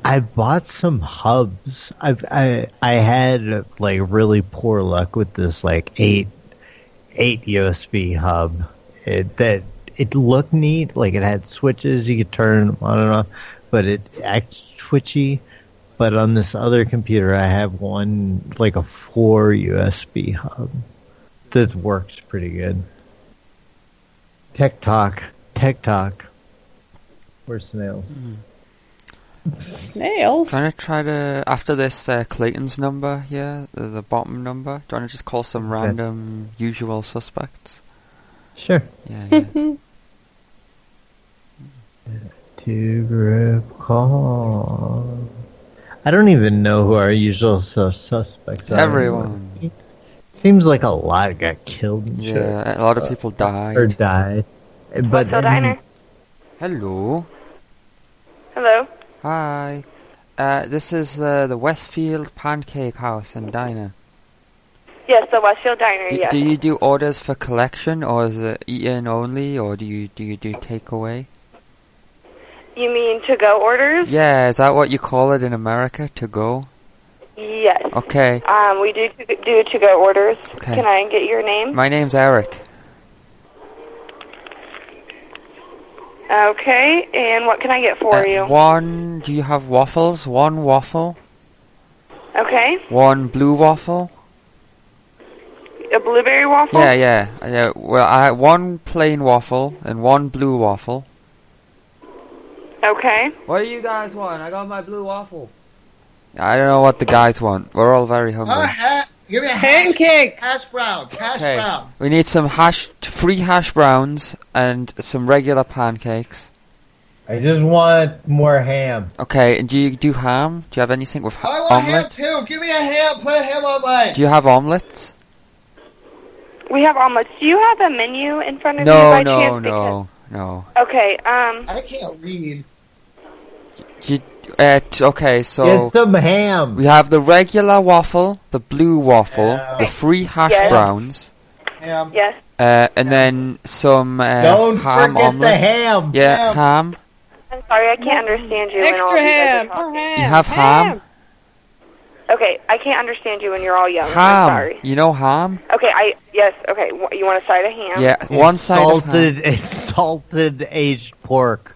[SPEAKER 4] I bought some hubs. I've I I had like really poor luck with this like eight eight USB hub. It, that it looked neat, like it had switches you could turn them on and off, but it acts twitchy. But on this other computer, I have one like a four USB hub that works pretty good. Tech talk, tech talk. Where's snails?
[SPEAKER 14] Snails.
[SPEAKER 3] Do you want to try to after this uh, Clayton's number here, the, the bottom number? Do you want to just call some random usual suspects?
[SPEAKER 4] Sure.
[SPEAKER 3] Yeah. yeah.
[SPEAKER 4] To group call. I don't even know who our usual su- suspects are.
[SPEAKER 3] Everyone.
[SPEAKER 4] Seems like a lot got killed. And shit.
[SPEAKER 3] Yeah, a lot of people died.
[SPEAKER 4] Or died. But
[SPEAKER 3] What's up,
[SPEAKER 4] then-
[SPEAKER 3] Hello.
[SPEAKER 16] Hello.
[SPEAKER 3] Hi. Uh, this is uh, the Westfield Pancake House and Diner.
[SPEAKER 16] Yes, the Westfield Diner.
[SPEAKER 3] Do,
[SPEAKER 16] yes.
[SPEAKER 3] do you do orders for collection, or is it eat-in only, or do you do you do takeaway?
[SPEAKER 16] You mean to go orders?
[SPEAKER 3] Yeah, is that what you call it in America? To go.
[SPEAKER 16] Yes.
[SPEAKER 3] Okay.
[SPEAKER 16] Um, we do to, do to go orders.
[SPEAKER 3] Okay.
[SPEAKER 16] Can I get your name?
[SPEAKER 3] My name's Eric.
[SPEAKER 16] okay. And what can I get for
[SPEAKER 3] Uh,
[SPEAKER 16] you?
[SPEAKER 3] One. Do you have waffles? One waffle.
[SPEAKER 16] Okay.
[SPEAKER 3] One blue waffle.
[SPEAKER 16] A blueberry waffle.
[SPEAKER 3] Yeah, yeah, yeah. Well, I one plain waffle and one blue waffle.
[SPEAKER 16] Okay.
[SPEAKER 3] What do you guys want? I got my blue waffle. I don't know what the guys want. We're all very hungry.
[SPEAKER 20] Give me a pancake. Hash browns. Hash
[SPEAKER 3] Okay.
[SPEAKER 20] browns.
[SPEAKER 3] We need some hash, free hash browns, and some regular pancakes.
[SPEAKER 4] I just want more ham.
[SPEAKER 3] Okay, and do you do ham? Do you have anything with
[SPEAKER 20] I
[SPEAKER 3] ha-
[SPEAKER 20] want ham
[SPEAKER 3] omelet?
[SPEAKER 20] too. Give me a ham. Put a ham on mine.
[SPEAKER 3] Do you have omelets?
[SPEAKER 16] We have omelets. Do you have a menu in front of you
[SPEAKER 3] No,
[SPEAKER 16] by
[SPEAKER 3] no,
[SPEAKER 16] chance?
[SPEAKER 3] no, no.
[SPEAKER 16] Okay. Um.
[SPEAKER 20] I can't read.
[SPEAKER 3] You, uh, t- okay, so
[SPEAKER 4] Get some ham.
[SPEAKER 3] we have the regular waffle, the blue waffle, the free hash
[SPEAKER 16] Yes.
[SPEAKER 3] browns,
[SPEAKER 20] Ham.
[SPEAKER 16] Yes.
[SPEAKER 3] Uh, and then some uh,
[SPEAKER 20] Don't forget
[SPEAKER 3] ham
[SPEAKER 20] the
[SPEAKER 3] omelets.
[SPEAKER 20] ham.
[SPEAKER 3] Yeah,
[SPEAKER 20] Ham.
[SPEAKER 3] ham.
[SPEAKER 16] I'm sorry, I can't understand you. when all
[SPEAKER 14] Extra
[SPEAKER 16] you guys are
[SPEAKER 14] ham.
[SPEAKER 16] talking.
[SPEAKER 3] You have ham.
[SPEAKER 16] Okay, I can't understand you when you're all yelling. Oh, I'm
[SPEAKER 3] Ham.
[SPEAKER 16] sorry.
[SPEAKER 3] You know ham.
[SPEAKER 16] Okay, I yes. Okay, wh- you want a side of ham?
[SPEAKER 3] Yeah, one side of
[SPEAKER 4] salted, salted aged pork,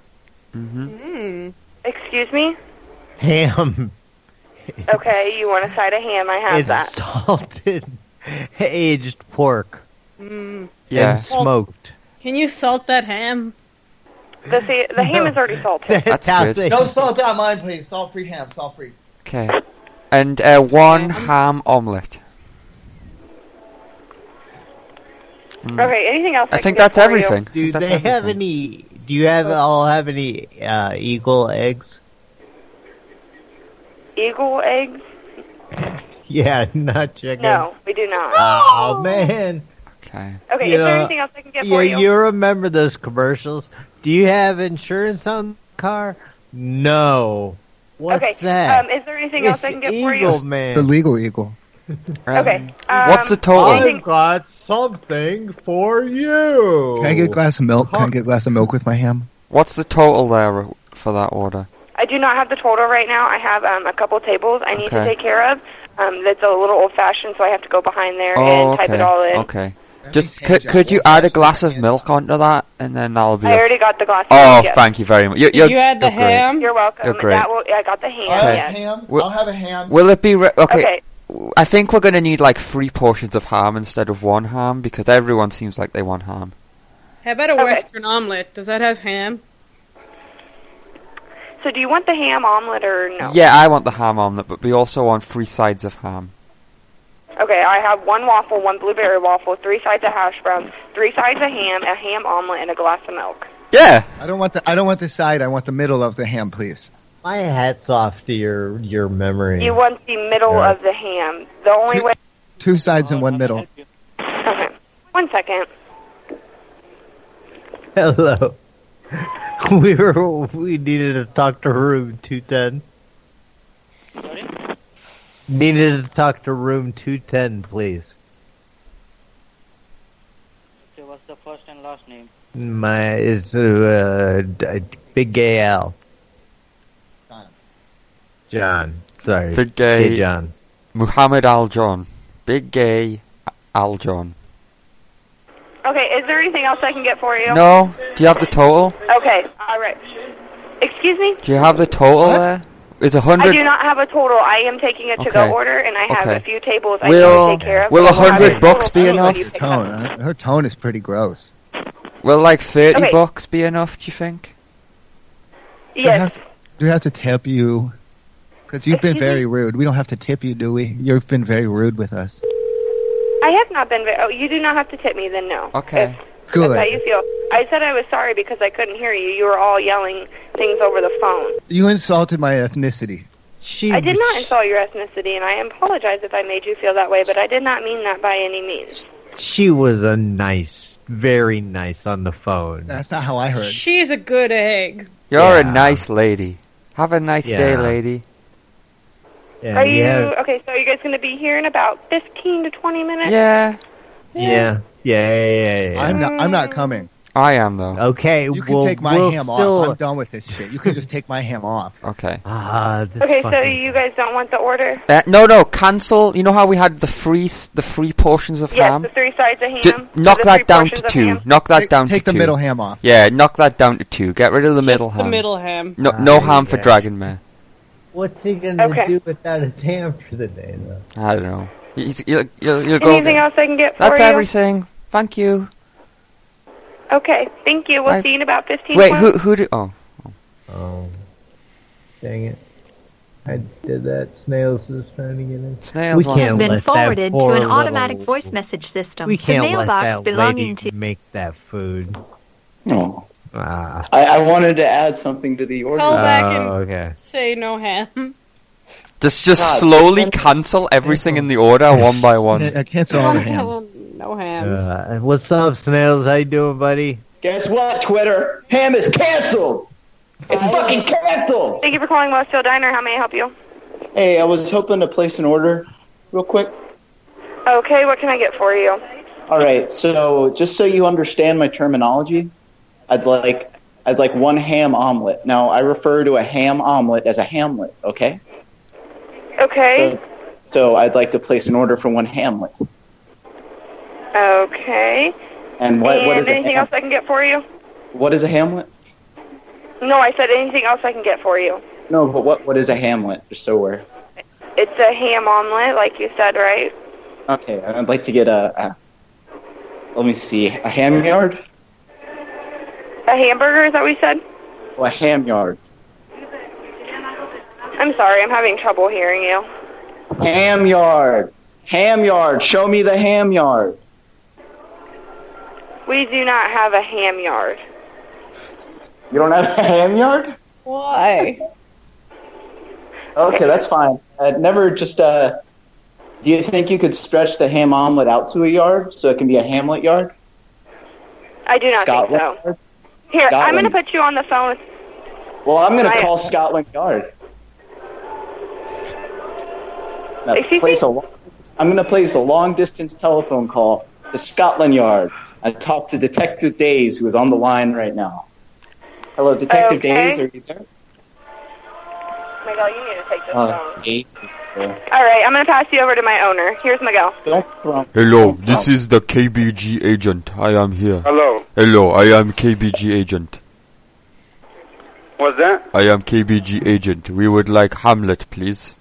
[SPEAKER 3] mm-hmm.
[SPEAKER 14] Hmm.
[SPEAKER 16] Mm. Excuse me.
[SPEAKER 4] ham,
[SPEAKER 16] Okay, you want a side of ham? I have
[SPEAKER 4] It's
[SPEAKER 16] that.
[SPEAKER 4] salted aged pork,
[SPEAKER 14] Mm.
[SPEAKER 4] and smoked.
[SPEAKER 14] Can you salt that ham?
[SPEAKER 16] The, the ham is already salted.
[SPEAKER 3] That's good.
[SPEAKER 20] No salt on mine, please. Salt free ham. Salt free.
[SPEAKER 3] Okay. And uh, one ham omelette. Mm.
[SPEAKER 16] Okay, anything else?
[SPEAKER 3] I
[SPEAKER 16] can
[SPEAKER 3] think
[SPEAKER 16] get
[SPEAKER 3] that's
[SPEAKER 16] for you?
[SPEAKER 3] everything.
[SPEAKER 4] Do
[SPEAKER 3] That's
[SPEAKER 4] they have any? Do you have all have any uh, eagle eggs?
[SPEAKER 16] Eagle eggs?
[SPEAKER 4] Yeah, not chicken.
[SPEAKER 16] No, we do not.
[SPEAKER 20] Ah.
[SPEAKER 4] Oh man.
[SPEAKER 3] Okay.
[SPEAKER 16] Okay, is there anything else I can get for you?
[SPEAKER 4] you remember those commercials? Do you have insurance on the car? No. What's
[SPEAKER 16] okay.
[SPEAKER 4] that?
[SPEAKER 16] Um, is there anything else I
[SPEAKER 4] It's
[SPEAKER 16] can get
[SPEAKER 4] Eagle
[SPEAKER 16] for you?
[SPEAKER 4] Man.
[SPEAKER 18] The legal eagle.
[SPEAKER 16] Okay. Um,
[SPEAKER 3] What's the total?
[SPEAKER 16] anything-
[SPEAKER 4] got something for you.
[SPEAKER 18] Can I get a glass of milk? Can I get a glass of milk with my ham?
[SPEAKER 3] What's the total there for that order?
[SPEAKER 16] I do not have the total right now. I have um, a couple tables I need to
[SPEAKER 3] Okay.
[SPEAKER 16] take care of. Um, that's a little old fashioned, so I have to go behind there
[SPEAKER 3] oh,
[SPEAKER 16] and
[SPEAKER 3] okay.
[SPEAKER 16] type it all in.
[SPEAKER 3] Okay. Just could, could you add a glass of milk onto that, and then that'll be.
[SPEAKER 16] I
[SPEAKER 3] us.
[SPEAKER 16] already got the glass.
[SPEAKER 3] Oh,
[SPEAKER 16] yes.
[SPEAKER 3] thank you very much. You, you're, you're great.
[SPEAKER 16] You're welcome.
[SPEAKER 3] You're great.
[SPEAKER 16] That will, I got the ham.
[SPEAKER 3] Okay.
[SPEAKER 16] Yes.
[SPEAKER 3] Will-
[SPEAKER 20] I'll have a ham.
[SPEAKER 3] Will it be re- okay?
[SPEAKER 16] Okay.
[SPEAKER 3] I think we're going to need like three portions of ham instead of one ham because everyone seems like they want ham.
[SPEAKER 14] How about a Western omelet? Does that have ham?
[SPEAKER 16] So, do you want the ham omelet or no?
[SPEAKER 3] Yeah, I want the ham omelet, but we also want three sides of ham.
[SPEAKER 16] Okay, I have one waffle, one blueberry waffle, three sides of hash browns, three sides of ham, a ham omelet, and a glass of milk.
[SPEAKER 3] Yeah.
[SPEAKER 18] I don't want the I don't want the side. I want the middle of the ham, please.
[SPEAKER 4] My hat's off to your your memory.
[SPEAKER 16] You want the middle
[SPEAKER 4] Yeah.
[SPEAKER 16] of the ham. The only way.
[SPEAKER 18] Two sides and one middle.
[SPEAKER 16] Okay. One second.
[SPEAKER 4] Hello. we were we needed to talk to room two ten. Needed to talk to room two ten, please.
[SPEAKER 9] Okay, what's the first and last name?
[SPEAKER 4] My is uh, d- big gay Al. John, sorry,
[SPEAKER 3] Big gay
[SPEAKER 4] Hey, John.
[SPEAKER 3] Muhammad Al John, big gay Al John.
[SPEAKER 16] Okay, is there anything else I can get for you?
[SPEAKER 3] No, do you have the total?
[SPEAKER 16] Okay, all right. Excuse me?
[SPEAKER 3] Do you have the total there? It's a
[SPEAKER 16] I do
[SPEAKER 3] hundred.
[SPEAKER 16] not have a total. I am taking a to-go
[SPEAKER 3] Okay.
[SPEAKER 16] order, and I have
[SPEAKER 3] Okay.
[SPEAKER 16] a few tables I
[SPEAKER 3] Will-
[SPEAKER 16] need to take care of.
[SPEAKER 3] will
[SPEAKER 16] so
[SPEAKER 3] a
[SPEAKER 16] we'll have
[SPEAKER 3] hundred
[SPEAKER 16] total
[SPEAKER 3] bucks
[SPEAKER 16] for
[SPEAKER 3] be
[SPEAKER 16] you when
[SPEAKER 3] enough?
[SPEAKER 16] you pick it up.
[SPEAKER 18] Tone. uh, Her tone is pretty gross.
[SPEAKER 3] Will like thirty
[SPEAKER 16] Okay.
[SPEAKER 3] bucks be enough? Do you think?
[SPEAKER 16] Yes.
[SPEAKER 18] Do we have to tip you? Because you've been
[SPEAKER 16] Excuse
[SPEAKER 18] very rude. We don't have to tip you, do we? You've been very rude with us.
[SPEAKER 16] I have not been. ve- Oh, you do not have to tip me then. No.
[SPEAKER 3] Okay.
[SPEAKER 16] That's how
[SPEAKER 18] Good.
[SPEAKER 16] you feel. I said I was sorry because I couldn't hear you. You were all yelling things over the phone.
[SPEAKER 18] You insulted my ethnicity.
[SPEAKER 4] She
[SPEAKER 16] I did not insult your ethnicity, and I apologize if I made you feel that way, but I did not mean that by any means.
[SPEAKER 4] She was a nice, very nice on the phone.
[SPEAKER 18] That's not how I heard.
[SPEAKER 14] She's a good egg.
[SPEAKER 3] You're a nice lady. Have a nice day,
[SPEAKER 4] Yeah.
[SPEAKER 3] lady.
[SPEAKER 4] Yeah,
[SPEAKER 16] Are you okay? So are you guys going to be here in about fifteen to twenty minutes?
[SPEAKER 3] Yeah.
[SPEAKER 4] Yeah, yeah, yeah, yeah, yeah.
[SPEAKER 18] I'm not. I'm
[SPEAKER 16] Mm.
[SPEAKER 18] not coming.
[SPEAKER 3] I am though.
[SPEAKER 4] Okay,
[SPEAKER 18] You can
[SPEAKER 4] we'll-
[SPEAKER 18] take my
[SPEAKER 4] we'll
[SPEAKER 18] ham
[SPEAKER 4] still-
[SPEAKER 18] off. I'm done with this shit. You can just take my ham off.
[SPEAKER 3] Okay.
[SPEAKER 4] Ah, this
[SPEAKER 16] Okay, so
[SPEAKER 4] fucking-
[SPEAKER 16] you guys don't want the order?
[SPEAKER 3] Uh, no, no, cancel. You know how we had the three s- the three portions of
[SPEAKER 16] Yes,
[SPEAKER 3] ham.
[SPEAKER 16] the three sides of ham.
[SPEAKER 3] Ju-
[SPEAKER 16] So
[SPEAKER 3] knock
[SPEAKER 16] the three
[SPEAKER 3] that down
[SPEAKER 16] portions
[SPEAKER 3] to
[SPEAKER 16] of
[SPEAKER 3] two.
[SPEAKER 16] ham.
[SPEAKER 3] Knock that down.
[SPEAKER 18] take
[SPEAKER 3] to
[SPEAKER 18] the
[SPEAKER 3] two.
[SPEAKER 18] middle ham off.
[SPEAKER 3] Yeah, knock that down to two. Get rid of the middle
[SPEAKER 14] The
[SPEAKER 3] ham.
[SPEAKER 14] middle ham.
[SPEAKER 3] No, no
[SPEAKER 4] Ah,
[SPEAKER 3] ham for
[SPEAKER 4] yeah.
[SPEAKER 3] Dragon Man.
[SPEAKER 4] What's he gonna
[SPEAKER 16] Okay.
[SPEAKER 4] do without his ham for the day, though?
[SPEAKER 3] I don't know. He's- you'll- you'll- you'll go
[SPEAKER 16] Anything
[SPEAKER 3] get-
[SPEAKER 16] else I can get for
[SPEAKER 3] That's
[SPEAKER 16] you?
[SPEAKER 3] everything. Thank you.
[SPEAKER 16] Okay, thank you. We'll
[SPEAKER 3] Bye.
[SPEAKER 16] see you in about fifteen.
[SPEAKER 3] Wait,
[SPEAKER 16] minutes.
[SPEAKER 3] who who do? Oh,
[SPEAKER 4] Oh, dang it! I did that. Snails is trying to get in.
[SPEAKER 3] Snails
[SPEAKER 4] we
[SPEAKER 3] wants
[SPEAKER 4] can't
[SPEAKER 3] to-
[SPEAKER 4] let
[SPEAKER 7] been
[SPEAKER 4] that
[SPEAKER 7] forwarded to
[SPEAKER 4] poor
[SPEAKER 7] an automatic
[SPEAKER 4] little-
[SPEAKER 7] voice message system.
[SPEAKER 4] We
[SPEAKER 7] the
[SPEAKER 4] can't let
[SPEAKER 7] mailbox
[SPEAKER 4] that
[SPEAKER 7] belonging
[SPEAKER 4] lady
[SPEAKER 7] to
[SPEAKER 4] make that food.
[SPEAKER 17] No.
[SPEAKER 4] Ah.
[SPEAKER 17] I, I wanted to add something to the order.
[SPEAKER 14] Call back and
[SPEAKER 18] Uh,
[SPEAKER 4] Oh, okay.
[SPEAKER 14] say no ham.
[SPEAKER 3] just just
[SPEAKER 14] God,
[SPEAKER 3] slowly cancel everything in the order one by one.
[SPEAKER 18] I cancel all the ham.
[SPEAKER 14] No ham.
[SPEAKER 4] Uh, what's up, Snails? How you doing, buddy?
[SPEAKER 17] Guess what, Twitter? Ham is canceled! It's fucking canceled!
[SPEAKER 16] Thank you for calling Westfield Diner. How may I help you?
[SPEAKER 17] Hey, I was hoping to place an order real quick.
[SPEAKER 16] Okay, what can I get for you?
[SPEAKER 17] All right. So just so you understand my terminology, I'd like I'd like one ham omelet. Now I refer to a ham omelet as a hamlet. Okay.
[SPEAKER 16] Okay.
[SPEAKER 17] So I'd like to place an order for one hamlet.
[SPEAKER 16] Okay.
[SPEAKER 17] And what
[SPEAKER 16] and
[SPEAKER 17] what is a
[SPEAKER 16] anything
[SPEAKER 17] ham-
[SPEAKER 16] else I can get for you?
[SPEAKER 17] what is a hamlet?
[SPEAKER 16] No, I said anything else I can get for you.
[SPEAKER 17] No, but what what is a hamlet? Just so we're
[SPEAKER 16] It's a ham omelet, like you said, right?
[SPEAKER 17] okay. I'd like to get a, a let me see a ham yard.
[SPEAKER 16] A hamburger, is that what you said?
[SPEAKER 17] Well, Oh, a ham yard.
[SPEAKER 16] I'm sorry, I'm having trouble hearing you.
[SPEAKER 17] Ham yard. Ham yard. Show me the ham yard.
[SPEAKER 16] We do not have a ham yard.
[SPEAKER 17] You don't have a ham yard?
[SPEAKER 16] Why?
[SPEAKER 17] Okay, that's fine. Uh, never just. Uh, do you think you could stretch the ham omelet out to a yard so it can be a hamlet yard?
[SPEAKER 16] I do not
[SPEAKER 17] Scotland.
[SPEAKER 16] think so. Here, I'm
[SPEAKER 17] Scotland.
[SPEAKER 16] going to put you on the phone with
[SPEAKER 17] Well, I'm going
[SPEAKER 16] I-
[SPEAKER 17] to call Scotland Yard. Now,
[SPEAKER 16] Excuse
[SPEAKER 17] place a long, I'm going to place a long distance telephone call to Scotland Yard and talk to Detective Days, who is on the line right now. Hello, Detective
[SPEAKER 16] Okay.
[SPEAKER 17] Days. Are you there?
[SPEAKER 16] Miguel. You need to take this phone.
[SPEAKER 17] Uh, Days is there.
[SPEAKER 16] All right, I'm going to pass you over to my owner. Here's Miguel.
[SPEAKER 17] Don't throw
[SPEAKER 3] Hello, this is the KBG agent. I am here.
[SPEAKER 11] Hello.
[SPEAKER 3] Hello, I am KBG agent.
[SPEAKER 11] What's that?
[SPEAKER 3] I am KBG agent. We would like Hamlet, please.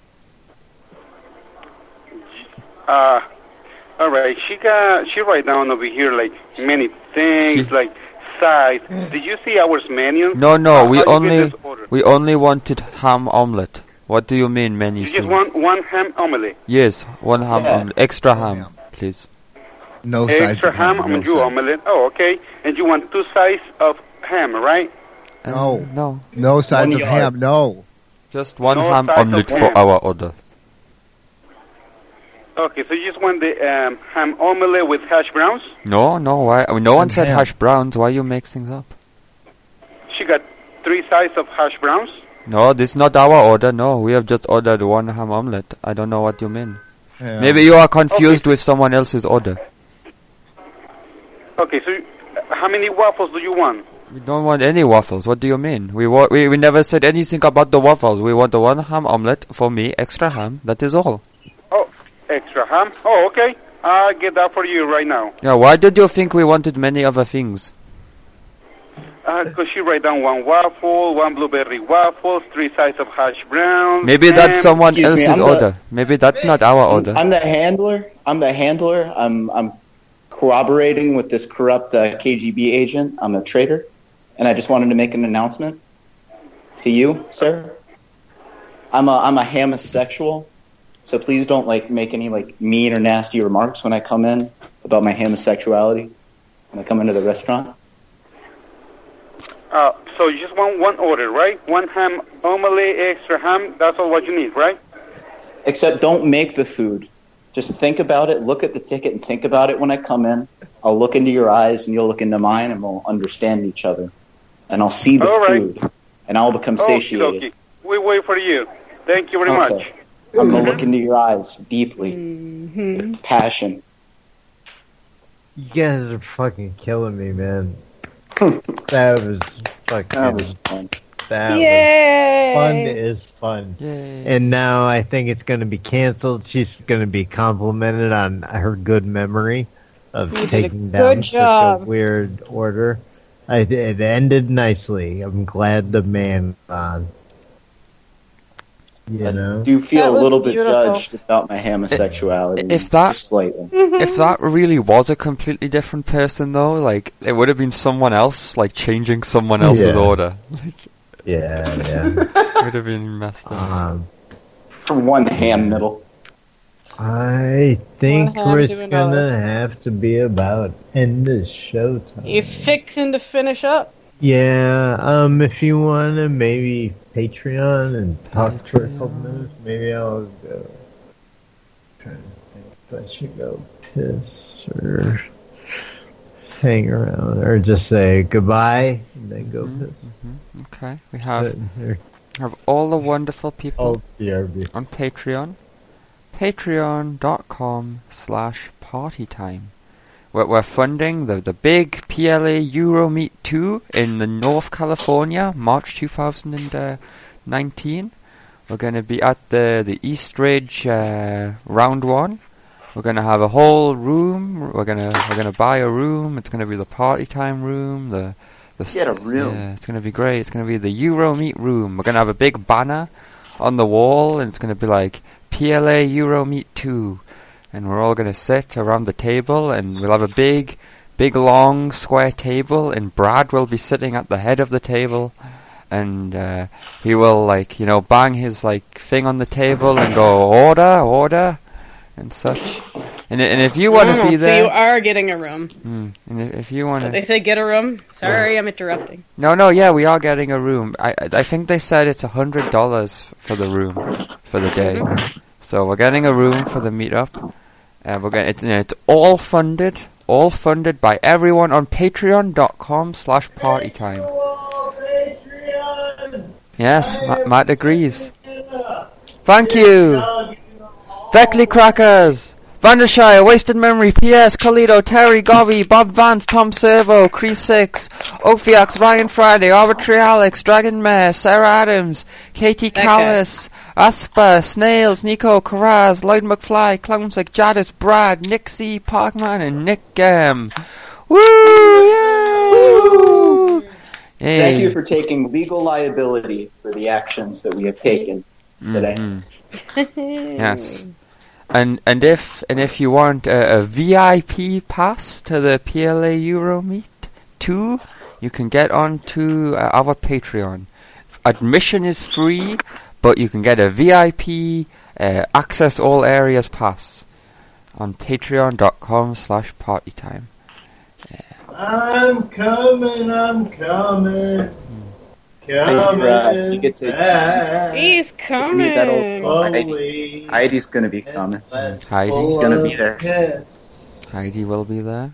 [SPEAKER 11] Uh, all right. She got she write down over here like many things like size. Did you see our menu?
[SPEAKER 3] No, no,
[SPEAKER 11] How
[SPEAKER 3] we
[SPEAKER 11] you get
[SPEAKER 3] only
[SPEAKER 11] this order?
[SPEAKER 3] we only wanted ham omelet. What do you mean many
[SPEAKER 11] You just
[SPEAKER 3] things?
[SPEAKER 11] want one ham omelet.
[SPEAKER 3] Yes, one ham
[SPEAKER 11] Yeah.
[SPEAKER 3] omelet. Extra ham, please.
[SPEAKER 18] No
[SPEAKER 11] Extra ham, I mean, you omelet. Oh, okay. And you want two size of ham, right?
[SPEAKER 18] No.
[SPEAKER 3] Um, No.
[SPEAKER 18] No sides
[SPEAKER 11] One
[SPEAKER 18] of
[SPEAKER 11] yard.
[SPEAKER 18] ham. No.
[SPEAKER 3] Just one
[SPEAKER 11] No
[SPEAKER 3] ham
[SPEAKER 11] size of
[SPEAKER 3] omelet
[SPEAKER 11] ham.
[SPEAKER 3] for our order.
[SPEAKER 11] Okay, so you just want the um, ham omelet with hash browns.
[SPEAKER 3] No, no, why? I mean, no one said
[SPEAKER 11] ham.
[SPEAKER 3] hash browns. Why you make things up?
[SPEAKER 11] She got three size of hash browns.
[SPEAKER 3] No, this is not our order. No, we have just ordered one ham omelet. I don't know what you mean.
[SPEAKER 11] Yeah.
[SPEAKER 3] Maybe you are confused with someone else's order.
[SPEAKER 11] Okay, so you- how many waffles do you want?
[SPEAKER 3] We don't want any waffles. What do you mean? We wa- we, we never said anything about the waffles. We want the one ham omelet for me, extra ham. That is all.
[SPEAKER 11] Oh, extra ham. Oh, okay. I'll get that for you right now.
[SPEAKER 3] Yeah. Why did you think we wanted many other things?
[SPEAKER 11] Uh, could she write down one waffle, one blueberry waffle, three size of hash browns?
[SPEAKER 3] Maybe that's
[SPEAKER 11] ham-
[SPEAKER 3] someone
[SPEAKER 17] Um, excuse me,
[SPEAKER 3] else's
[SPEAKER 17] I'm the-
[SPEAKER 3] order. Maybe that's not our order.
[SPEAKER 17] I'm the handler. I'm the handler. I'm I'm corroborating with this corrupt uh, KGB agent. I'm a traitor, and I just wanted to make an announcement to you, sir. I'm a I'm a homosexual, so please don't like make any like mean or nasty remarks when I come in about my homosexuality when I come into the restaurant.
[SPEAKER 11] Uh, so you just want one order, right? One ham omelet, extra ham. That's all what you need, right?
[SPEAKER 17] Except don't make the food. Just think about it. Look at the ticket and think about it when I come in. I'll look into your eyes and you'll look into mine and we'll understand each other. And I'll see the
[SPEAKER 11] All right.
[SPEAKER 17] food and I'll become
[SPEAKER 11] Okie
[SPEAKER 17] satiated.
[SPEAKER 11] dokie. We wait for you. Thank you very
[SPEAKER 17] Okay.
[SPEAKER 11] much.
[SPEAKER 17] I'm
[SPEAKER 11] Mm-hmm.
[SPEAKER 17] gonna look into your eyes deeply
[SPEAKER 4] Mm.
[SPEAKER 17] with passion.
[SPEAKER 4] You guys are fucking killing me, man. that was fucking.
[SPEAKER 17] That was fun.
[SPEAKER 4] That
[SPEAKER 14] Yay!
[SPEAKER 4] was fun is fun. And now I think it's going to be canceled. She's going to be complimented on her good memory of
[SPEAKER 14] You did a good
[SPEAKER 4] taking down such
[SPEAKER 14] job.
[SPEAKER 4] a weird order. I, it ended nicely. I'm glad the man on. You know,
[SPEAKER 17] Do you
[SPEAKER 4] That
[SPEAKER 17] feel a
[SPEAKER 4] was
[SPEAKER 17] little bit
[SPEAKER 4] beautiful.
[SPEAKER 17] judged about my homosexuality?
[SPEAKER 3] If that
[SPEAKER 17] Just slightly.
[SPEAKER 3] if that really was a completely different person though, like it would have been someone else, like changing someone else's
[SPEAKER 4] Yeah.
[SPEAKER 3] order.
[SPEAKER 4] Yeah, yeah.
[SPEAKER 3] would have been messed up.
[SPEAKER 17] For one ham middle.
[SPEAKER 4] I think
[SPEAKER 14] One ham
[SPEAKER 4] we're
[SPEAKER 14] to
[SPEAKER 4] going
[SPEAKER 14] another.
[SPEAKER 4] to have to be about end this show time.
[SPEAKER 14] You fixing to finish up?
[SPEAKER 4] Yeah, um, if you want to maybe Patreon and talk for a couple minutes, maybe I'll go. trying to think if I should go piss or hang around or just say goodbye and then go piss.
[SPEAKER 3] Mm-hmm. Okay, we have
[SPEAKER 4] Sitting here.
[SPEAKER 3] have all the wonderful people
[SPEAKER 4] BRB.
[SPEAKER 3] on Patreon, patreon.com slash party time, We're, we're funding the, the big PLA Euro Meet 2 in the North California, March 2019. We're going to be at the, the East Ridge uh, Round 1. We're going to have a whole room. We're going to we're gonna buy a room. It's going to be the party time room, the the
[SPEAKER 17] Get a
[SPEAKER 3] s-
[SPEAKER 17] room.
[SPEAKER 3] Yeah, it's going to be great. It's going to be the Euro Meet Room. We're going to have a big banner on the wall, and it's going to be like PLA Euro Meet 2. And we're all going to sit around the table, and we'll have a big, big, long square table, and Brad will be sitting at the head of the table. And uh, he will, like, you know, bang his, like, thing on the table and go, order, order, and such. And, and if you want
[SPEAKER 14] Mm,
[SPEAKER 3] to
[SPEAKER 22] Oh,
[SPEAKER 3] be
[SPEAKER 22] So you
[SPEAKER 3] there.
[SPEAKER 22] are getting a room.
[SPEAKER 3] Mm, and if- if you want
[SPEAKER 22] So
[SPEAKER 3] to.
[SPEAKER 22] they say get a room. Sorry, I'm interrupting.
[SPEAKER 3] No, no, yeah, we are getting a room. I, I I think they said it's a hundred dollars for the room for the day. So we're getting a room for the meetup. Uh, we're getting it's, you know, it's all funded, all funded by everyone on Patreon.com/slash Party Time. Yes, Matt, Matt agrees. Thank you, Beckley Crackers. Vandershire, Wasted Memory, P.S., Colito, Terry, Garvey, Bob Vance, Tom Servo, Cree Six, Ophiax, Ryan Friday, Arbitrary Alex, Dragon Mare, Sarah Adams, Katie
[SPEAKER 7] Becca.
[SPEAKER 3] Callis, Asper, Snails, Nico, Carraz, Lloyd McFly, Clownsick, Jadis, Brad, Nick C, Parkman, and Nick Gam. Woo! Yay!
[SPEAKER 17] Thank you for taking legal liability for the actions that we have taken today.
[SPEAKER 3] Mm-hmm. Yes. And and if and if you want a, a VIP pass to the PLA Euro Meet too, you can get onto uh, our Patreon. Admission is free, but you can get a VIP uh, access all areas pass on patreon.com slash partytime.
[SPEAKER 19] I'm coming, I'm coming.
[SPEAKER 17] Hey, Brad, you
[SPEAKER 19] Coming
[SPEAKER 17] get to-
[SPEAKER 19] back.
[SPEAKER 22] He's
[SPEAKER 17] Leave that old-
[SPEAKER 19] Holy
[SPEAKER 17] Heidi's going to be coming. Heidi's
[SPEAKER 3] Heidi's
[SPEAKER 17] going to be there.
[SPEAKER 3] Heidi will be there.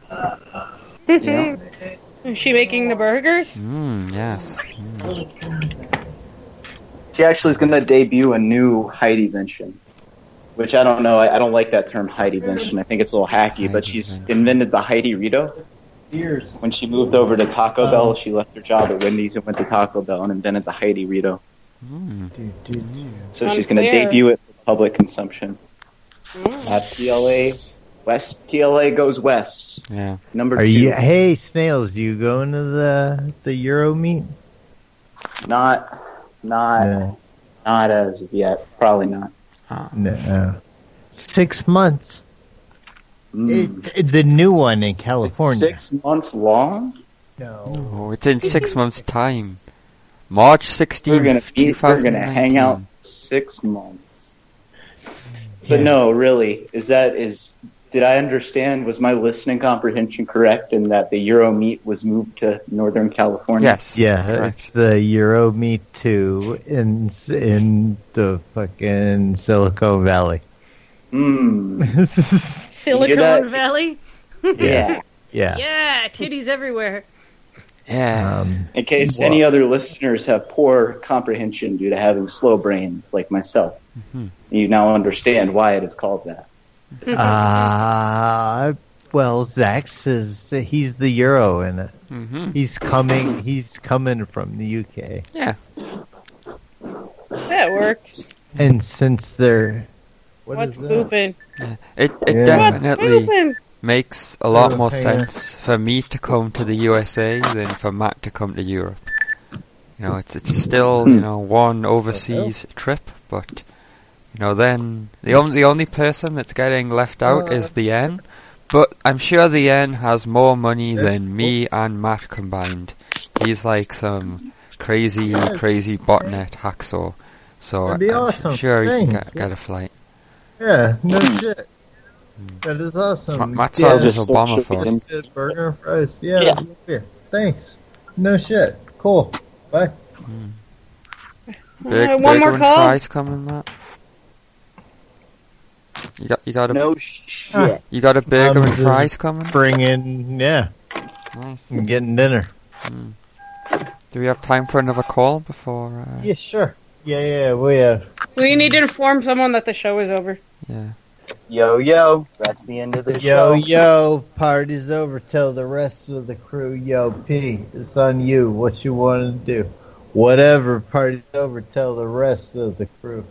[SPEAKER 22] Is she making the burgers?
[SPEAKER 3] Mm, yes.
[SPEAKER 18] Mm.
[SPEAKER 17] She actually is going to debut a new Heidi invention, which I don't know. I, I don't like that term Heidi invention. I think it's a little hacky, but she's invented the Heidi Rito.
[SPEAKER 19] Years.
[SPEAKER 17] When she moved over to Taco Bell, she left her job at Wendy's and went to Taco Bell and invented the Heidi Rito. So she's going to
[SPEAKER 19] Unfair.
[SPEAKER 17] debut it for public consumption. At PLA, West PLA goes west.
[SPEAKER 3] Yeah.
[SPEAKER 17] Number
[SPEAKER 4] Are
[SPEAKER 17] two.
[SPEAKER 4] you? Hey, snails, do you go into the the Euro meet?
[SPEAKER 17] Not, not, not as of yet. Probably not.
[SPEAKER 4] No. Uh, Six months. It- it- the new one in California.
[SPEAKER 17] Mm. Six months long.
[SPEAKER 3] Oh, it's in six months' time. March 16th,
[SPEAKER 17] We're gonna be, we're gonna
[SPEAKER 3] 2019.
[SPEAKER 17] hang out six months. But no, really, is that is? Did I understand? Was my listening comprehension correct in that the Euro meet was moved to Northern California?
[SPEAKER 4] Yeah, it's the Euro meet two in s- in the fucking Silicon Valley.
[SPEAKER 17] Hmm.
[SPEAKER 22] Silicon Valley?
[SPEAKER 4] Yeah. Yeah.
[SPEAKER 22] Yeah, titties everywhere.
[SPEAKER 3] Yeah.
[SPEAKER 4] Um,
[SPEAKER 17] in case any other listeners have poor comprehension due to having slow brain like myself,
[SPEAKER 3] Mm-hmm.
[SPEAKER 17] you now understand why it is called that.
[SPEAKER 4] Uh, well, Zax is he's the Euro in it.
[SPEAKER 3] Mhm.
[SPEAKER 4] He's coming. He's coming from the UK.
[SPEAKER 3] Yeah.
[SPEAKER 22] That works.
[SPEAKER 4] And since they're
[SPEAKER 22] What's pooping?
[SPEAKER 3] It it
[SPEAKER 4] Yeah.
[SPEAKER 22] What's
[SPEAKER 3] definitely
[SPEAKER 22] moving?
[SPEAKER 3] makes a lot
[SPEAKER 4] Oh,
[SPEAKER 3] more
[SPEAKER 4] hang on.
[SPEAKER 3] sense for me to come to the USA than for Matt to come to Europe. You know, it's it's still
[SPEAKER 4] Hmm.
[SPEAKER 3] you know one overseas trip, but you know then the only the only person that's getting left out
[SPEAKER 7] Uh.
[SPEAKER 3] is the N. But I'm sure the N has more money than me and Matt combined. He's like some crazy crazy botnet hacksaw. So
[SPEAKER 4] That'd be
[SPEAKER 3] I'm
[SPEAKER 4] awesome.
[SPEAKER 3] sure he can
[SPEAKER 4] Thanks.
[SPEAKER 3] get, get a flight.
[SPEAKER 4] yeah, no shit. That is awesome.
[SPEAKER 3] Ma- Matt
[SPEAKER 4] Yeah.
[SPEAKER 3] Sarge's Obama phone.
[SPEAKER 4] Good burger and fries. Yeah. yeah. Thanks. No shit. Cool. Bye.
[SPEAKER 3] Big,
[SPEAKER 4] Uh,
[SPEAKER 3] big
[SPEAKER 4] one more
[SPEAKER 3] one
[SPEAKER 4] call?
[SPEAKER 3] fries coming,
[SPEAKER 4] Um,
[SPEAKER 3] Matt. You got, you got a
[SPEAKER 17] no
[SPEAKER 4] shit.
[SPEAKER 3] You got a burger
[SPEAKER 4] I'm
[SPEAKER 3] and
[SPEAKER 4] just
[SPEAKER 3] fries coming.
[SPEAKER 4] Bringing yeah.
[SPEAKER 3] Nice.
[SPEAKER 4] I'm getting dinner.
[SPEAKER 3] Do we have time for another call before? Uh,
[SPEAKER 4] Yeah, sure. Yeah, yeah, we uh, have.
[SPEAKER 22] We need to inform someone that the show is over.
[SPEAKER 3] yeah.
[SPEAKER 17] Yo, yo. That's the end of the show.
[SPEAKER 4] Yo, yo, party's over. Tell the rest of the crew, yo, P, it's on you. What you want to do? Whatever, party's over. Tell the rest of the crew.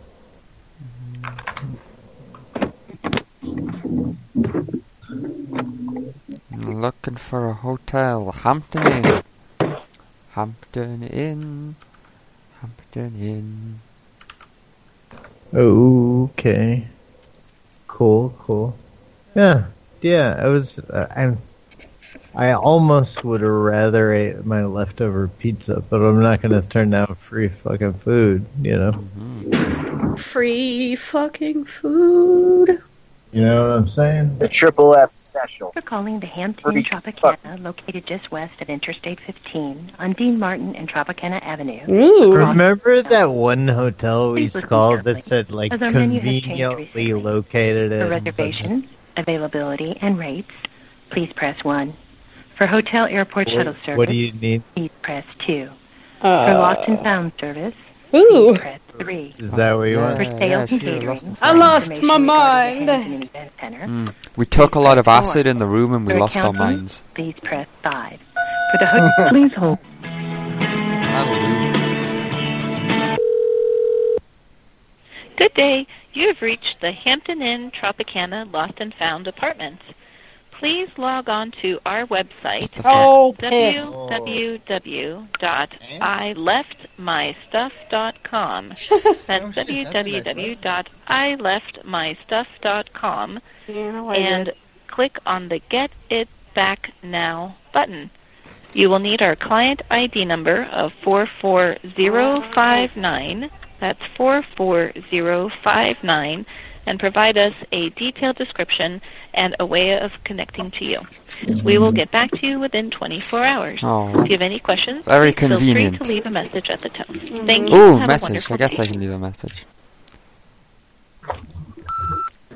[SPEAKER 3] Looking for a hotel. Hampton Inn. Hampton Inn. Hampton Inn.
[SPEAKER 4] Okay. Cool, cool. Yeah, yeah. I was. Uh, I'm. I almost would have rather ate my leftover pizza, but I'm not going to turn down free fucking food. You know.
[SPEAKER 22] Free fucking food.
[SPEAKER 4] You know what I'm saying?
[SPEAKER 17] The triple F special.
[SPEAKER 7] You're calling the Hampton Inn Tropicana, located just west of Interstate 15 on Dean Martin and Tropicana Avenue. Across-
[SPEAKER 4] Remember that one hotel we
[SPEAKER 7] Please listen
[SPEAKER 4] called that said like
[SPEAKER 7] as our menu has changed
[SPEAKER 4] conveniently located
[SPEAKER 7] For
[SPEAKER 4] at
[SPEAKER 7] reservations, availability, and rates, please press 1. For hotel airport shuttle service,
[SPEAKER 4] What do you need?
[SPEAKER 7] please press 2. For
[SPEAKER 4] Uh,
[SPEAKER 7] lost and found service, please press 3.
[SPEAKER 4] Is that what you want?
[SPEAKER 7] For sales and
[SPEAKER 4] yeah, sure, lost
[SPEAKER 7] catering,
[SPEAKER 4] and
[SPEAKER 7] for
[SPEAKER 14] I lost my
[SPEAKER 7] information regarding
[SPEAKER 14] mind.
[SPEAKER 7] the Hampton Inn Event Center,
[SPEAKER 3] Mm. We took a lot of
[SPEAKER 4] Oh,
[SPEAKER 7] Four.
[SPEAKER 3] acid in the room and we
[SPEAKER 7] For
[SPEAKER 3] lost our
[SPEAKER 7] accounting,
[SPEAKER 3] minds.
[SPEAKER 7] Please press 5. For the hotel, please hold.
[SPEAKER 8] Good day. You have reached the Hampton Inn Tropicana Lost and Found Apartments. Please log on to our website
[SPEAKER 14] Oh,
[SPEAKER 8] at
[SPEAKER 14] piss.
[SPEAKER 8] www.ileftmystuff.com. That's www.ileftmystuff.com
[SPEAKER 14] I
[SPEAKER 8] and
[SPEAKER 14] did.
[SPEAKER 8] click on the Get It Back Now button. You will need our client ID number of 44059. That's 44059 and provide us a detailed description and a way of connecting to you. We will get back to you within 24 hours.
[SPEAKER 3] Oh,
[SPEAKER 8] if you have
[SPEAKER 3] that's
[SPEAKER 8] any questions,
[SPEAKER 3] very
[SPEAKER 8] please feel
[SPEAKER 3] convenient.
[SPEAKER 8] free to leave a message at the tone.
[SPEAKER 3] Mm-hmm.
[SPEAKER 7] Mhm.
[SPEAKER 8] Thank you.
[SPEAKER 3] Ooh,
[SPEAKER 8] Have a
[SPEAKER 3] message.
[SPEAKER 8] wonderful
[SPEAKER 3] I guess
[SPEAKER 8] day.
[SPEAKER 3] I can leave a message.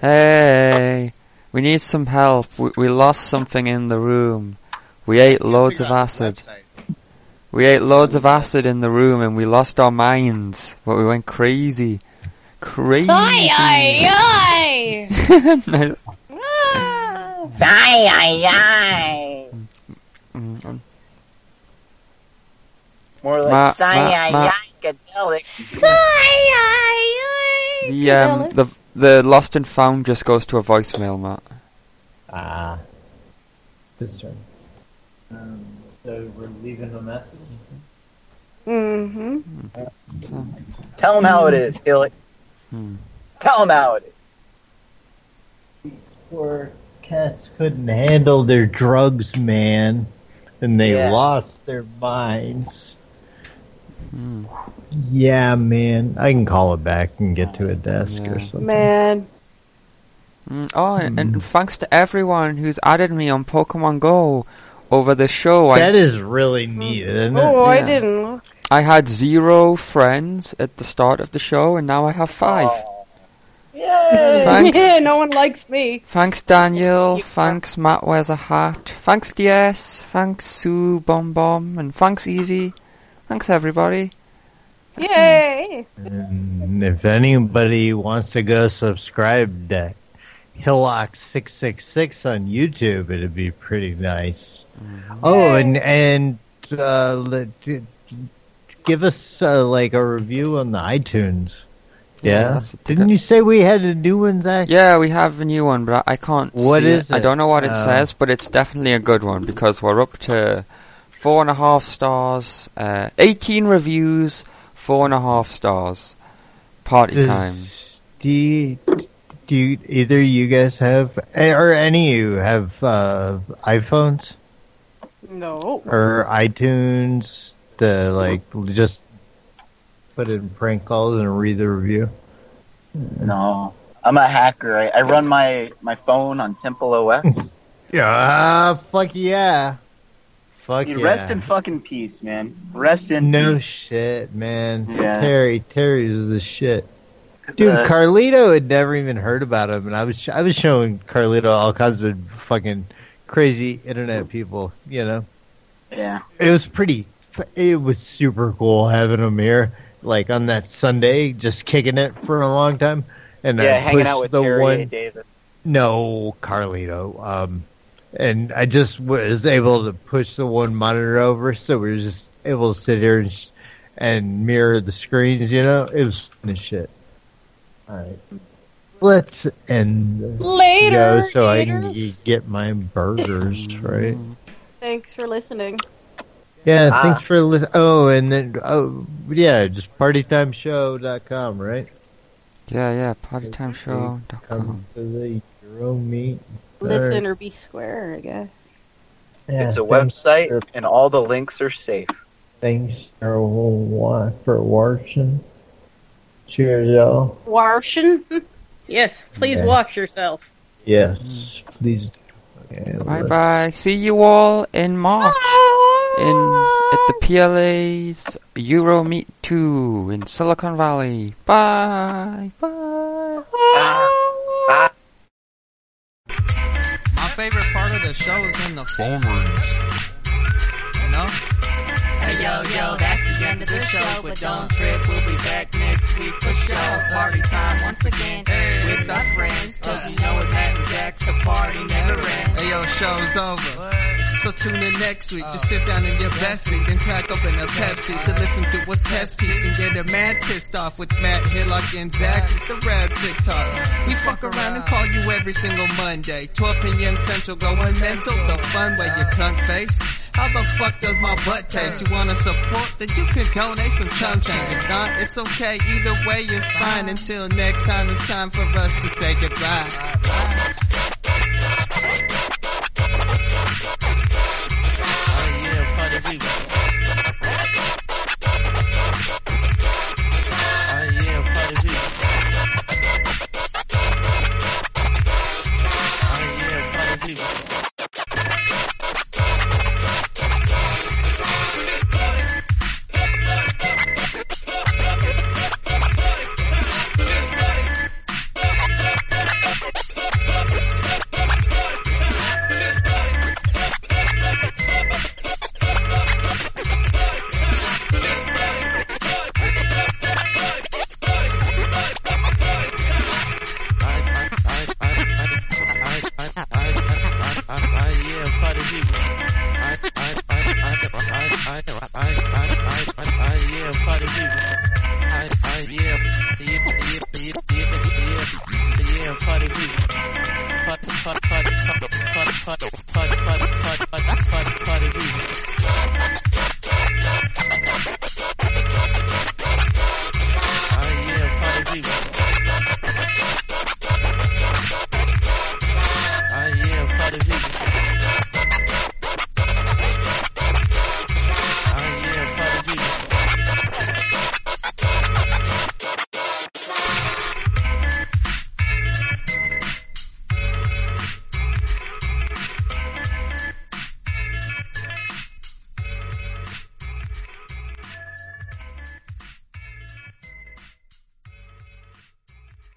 [SPEAKER 3] Hey, we need some help. We, we lost something in the room. We ate loads of acid. We ate loads of acid in the room and we lost our minds. But we went crazy. Crazy.
[SPEAKER 8] uh,
[SPEAKER 14] Aye, aye,
[SPEAKER 3] Nice.
[SPEAKER 14] aye.
[SPEAKER 21] Aye, aye,
[SPEAKER 3] Mm,
[SPEAKER 21] More
[SPEAKER 3] Ma- ma-
[SPEAKER 21] like
[SPEAKER 3] ma-
[SPEAKER 21] psychedelic.
[SPEAKER 3] The, um, the, the lost and found just goes to a voicemail, Matt.
[SPEAKER 4] Ah. This turn. Um, so we're leaving a message.
[SPEAKER 14] Mm-hmm.
[SPEAKER 17] Tell them how it is, Hilly.
[SPEAKER 3] Hmm.
[SPEAKER 17] Tell them how it is.
[SPEAKER 4] Poor cats couldn't handle their drugs, man, and they
[SPEAKER 17] Yeah.
[SPEAKER 4] lost their minds.
[SPEAKER 3] Hmm.
[SPEAKER 4] Yeah, man. I can call it back and get to a desk or something.
[SPEAKER 14] Man.
[SPEAKER 3] Mm, oh, and,
[SPEAKER 4] Hmm.
[SPEAKER 3] and thanks to everyone who's added me on Pokemon Go over the show. I-
[SPEAKER 4] That is really neat, isn't it?
[SPEAKER 14] Oh, I
[SPEAKER 3] Yeah.
[SPEAKER 14] didn't look.
[SPEAKER 3] I had zero friends at the start of the show, and now I have five.
[SPEAKER 14] Oh.
[SPEAKER 3] Thanks.
[SPEAKER 14] Yeah, no one likes me.
[SPEAKER 3] Thanks, Daniel. Thanks, Matt wears a hat. Thanks, DS. Thanks, Sue Bomb Bomb, and thanks, Evie. Thanks, everybody.
[SPEAKER 14] Yay!
[SPEAKER 4] And Mm, if anybody wants to go subscribe to Hillock666 on YouTube, it'd be pretty nice. Oh, and and uh, let- d- give us uh, like a review on the iTunes.
[SPEAKER 3] Yeah,
[SPEAKER 4] Yeah,
[SPEAKER 3] that's
[SPEAKER 4] didn't you say we had a new one, Zach?
[SPEAKER 3] Yeah, we have a new one, but I I can't.
[SPEAKER 4] What
[SPEAKER 3] see
[SPEAKER 4] is
[SPEAKER 3] I
[SPEAKER 4] it?
[SPEAKER 3] don't know what it
[SPEAKER 4] Uh,
[SPEAKER 3] says, but it's definitely a good one because we're up to four and a half stars, uh, eighteen reviews, four and a half stars. Party
[SPEAKER 4] Does-
[SPEAKER 3] time.
[SPEAKER 4] Do you, do you, either you guys have eh, or any of you have uh, iPhones?
[SPEAKER 14] No.
[SPEAKER 4] or iTunes to like just put in prank calls and read the review.
[SPEAKER 17] No. I'm a hacker. I, I run my, my phone on Temple OS.
[SPEAKER 4] Yeah, uh, fuck yeah, fuck
[SPEAKER 17] You
[SPEAKER 4] yeah.
[SPEAKER 17] Rest in fucking peace, man. Rest in
[SPEAKER 4] no
[SPEAKER 17] peace.
[SPEAKER 4] shit, man.
[SPEAKER 17] Yeah.
[SPEAKER 4] Terry, Terry's the shit. Dude,
[SPEAKER 17] Uh,
[SPEAKER 4] Carlito had never even heard about him, and I was I was showing Carlito all kinds of fucking crazy internet people, you know.
[SPEAKER 17] Yeah.
[SPEAKER 4] It was pretty. It was super cool having him here, like on that Sunday, just kicking it for a long time. And
[SPEAKER 17] yeah,
[SPEAKER 4] I
[SPEAKER 17] hanging
[SPEAKER 4] pushed
[SPEAKER 17] out with
[SPEAKER 4] the
[SPEAKER 17] Terry A.
[SPEAKER 4] one.
[SPEAKER 17] Davis.
[SPEAKER 4] No, Carlito. Um, and I just was able to push the one monitor over, so we were just able to sit here and sh- and mirror the screens. You know, it was fun as shit. All right, let's end this, you
[SPEAKER 14] Later,
[SPEAKER 4] know, so I can
[SPEAKER 14] gators.
[SPEAKER 4] g- get my burgers right.
[SPEAKER 14] Thanks for listening.
[SPEAKER 4] Yeah,
[SPEAKER 14] Ah.
[SPEAKER 4] thanks for listening. Oh, and then oh yeah, just partytimeshow.com, right?
[SPEAKER 3] Yeah, yeah, partytimeshow.com.
[SPEAKER 4] Come to the Euro meet.
[SPEAKER 14] Listen or be square, I guess.
[SPEAKER 2] it's a website, and all the links are safe.
[SPEAKER 4] Thanks for wa- for watching. Cheers, y'all.
[SPEAKER 14] Washing?
[SPEAKER 22] yes, please
[SPEAKER 4] Yeah.
[SPEAKER 22] wash yourself.
[SPEAKER 3] Mm.
[SPEAKER 4] Yes, please.
[SPEAKER 3] Bye bye. See you all in March in at the PLA's Euro Meet 2 in Silicon Valley. Bye. Bye.
[SPEAKER 2] Bye.
[SPEAKER 5] My favorite part of the show is in the phone rings. You know? Hey yo yo, that's the end of the show, but don't trip. We'll be back next week for sure. Party time once again with our friends, 'cause you know it, Matt and Jack's the party never ends. Hey yo, show's over. So tune in next week. Just sit down in your best seat, then crack open a Pepsi to listen to what's test beats and get a mad pissed off with Matt Hillock and Zach with the Rad Sick Talk. We fuck around and call you every single Monday, 12 p.m. Central, going mental the fun way you cunt face. How the fuck does my butt taste? You wanna support? Then you can donate some chum change. If not, it's okay. Either way, it's fine. Until next time, it's time for us to say goodbye.
[SPEAKER 2] Oh yeah, party people. Oh yeah, party people. Oh yeah, party people. Yeah, party people. Fuck, fuck, fuck, fuck, fuck, fuck, fuck, fuck, fuck.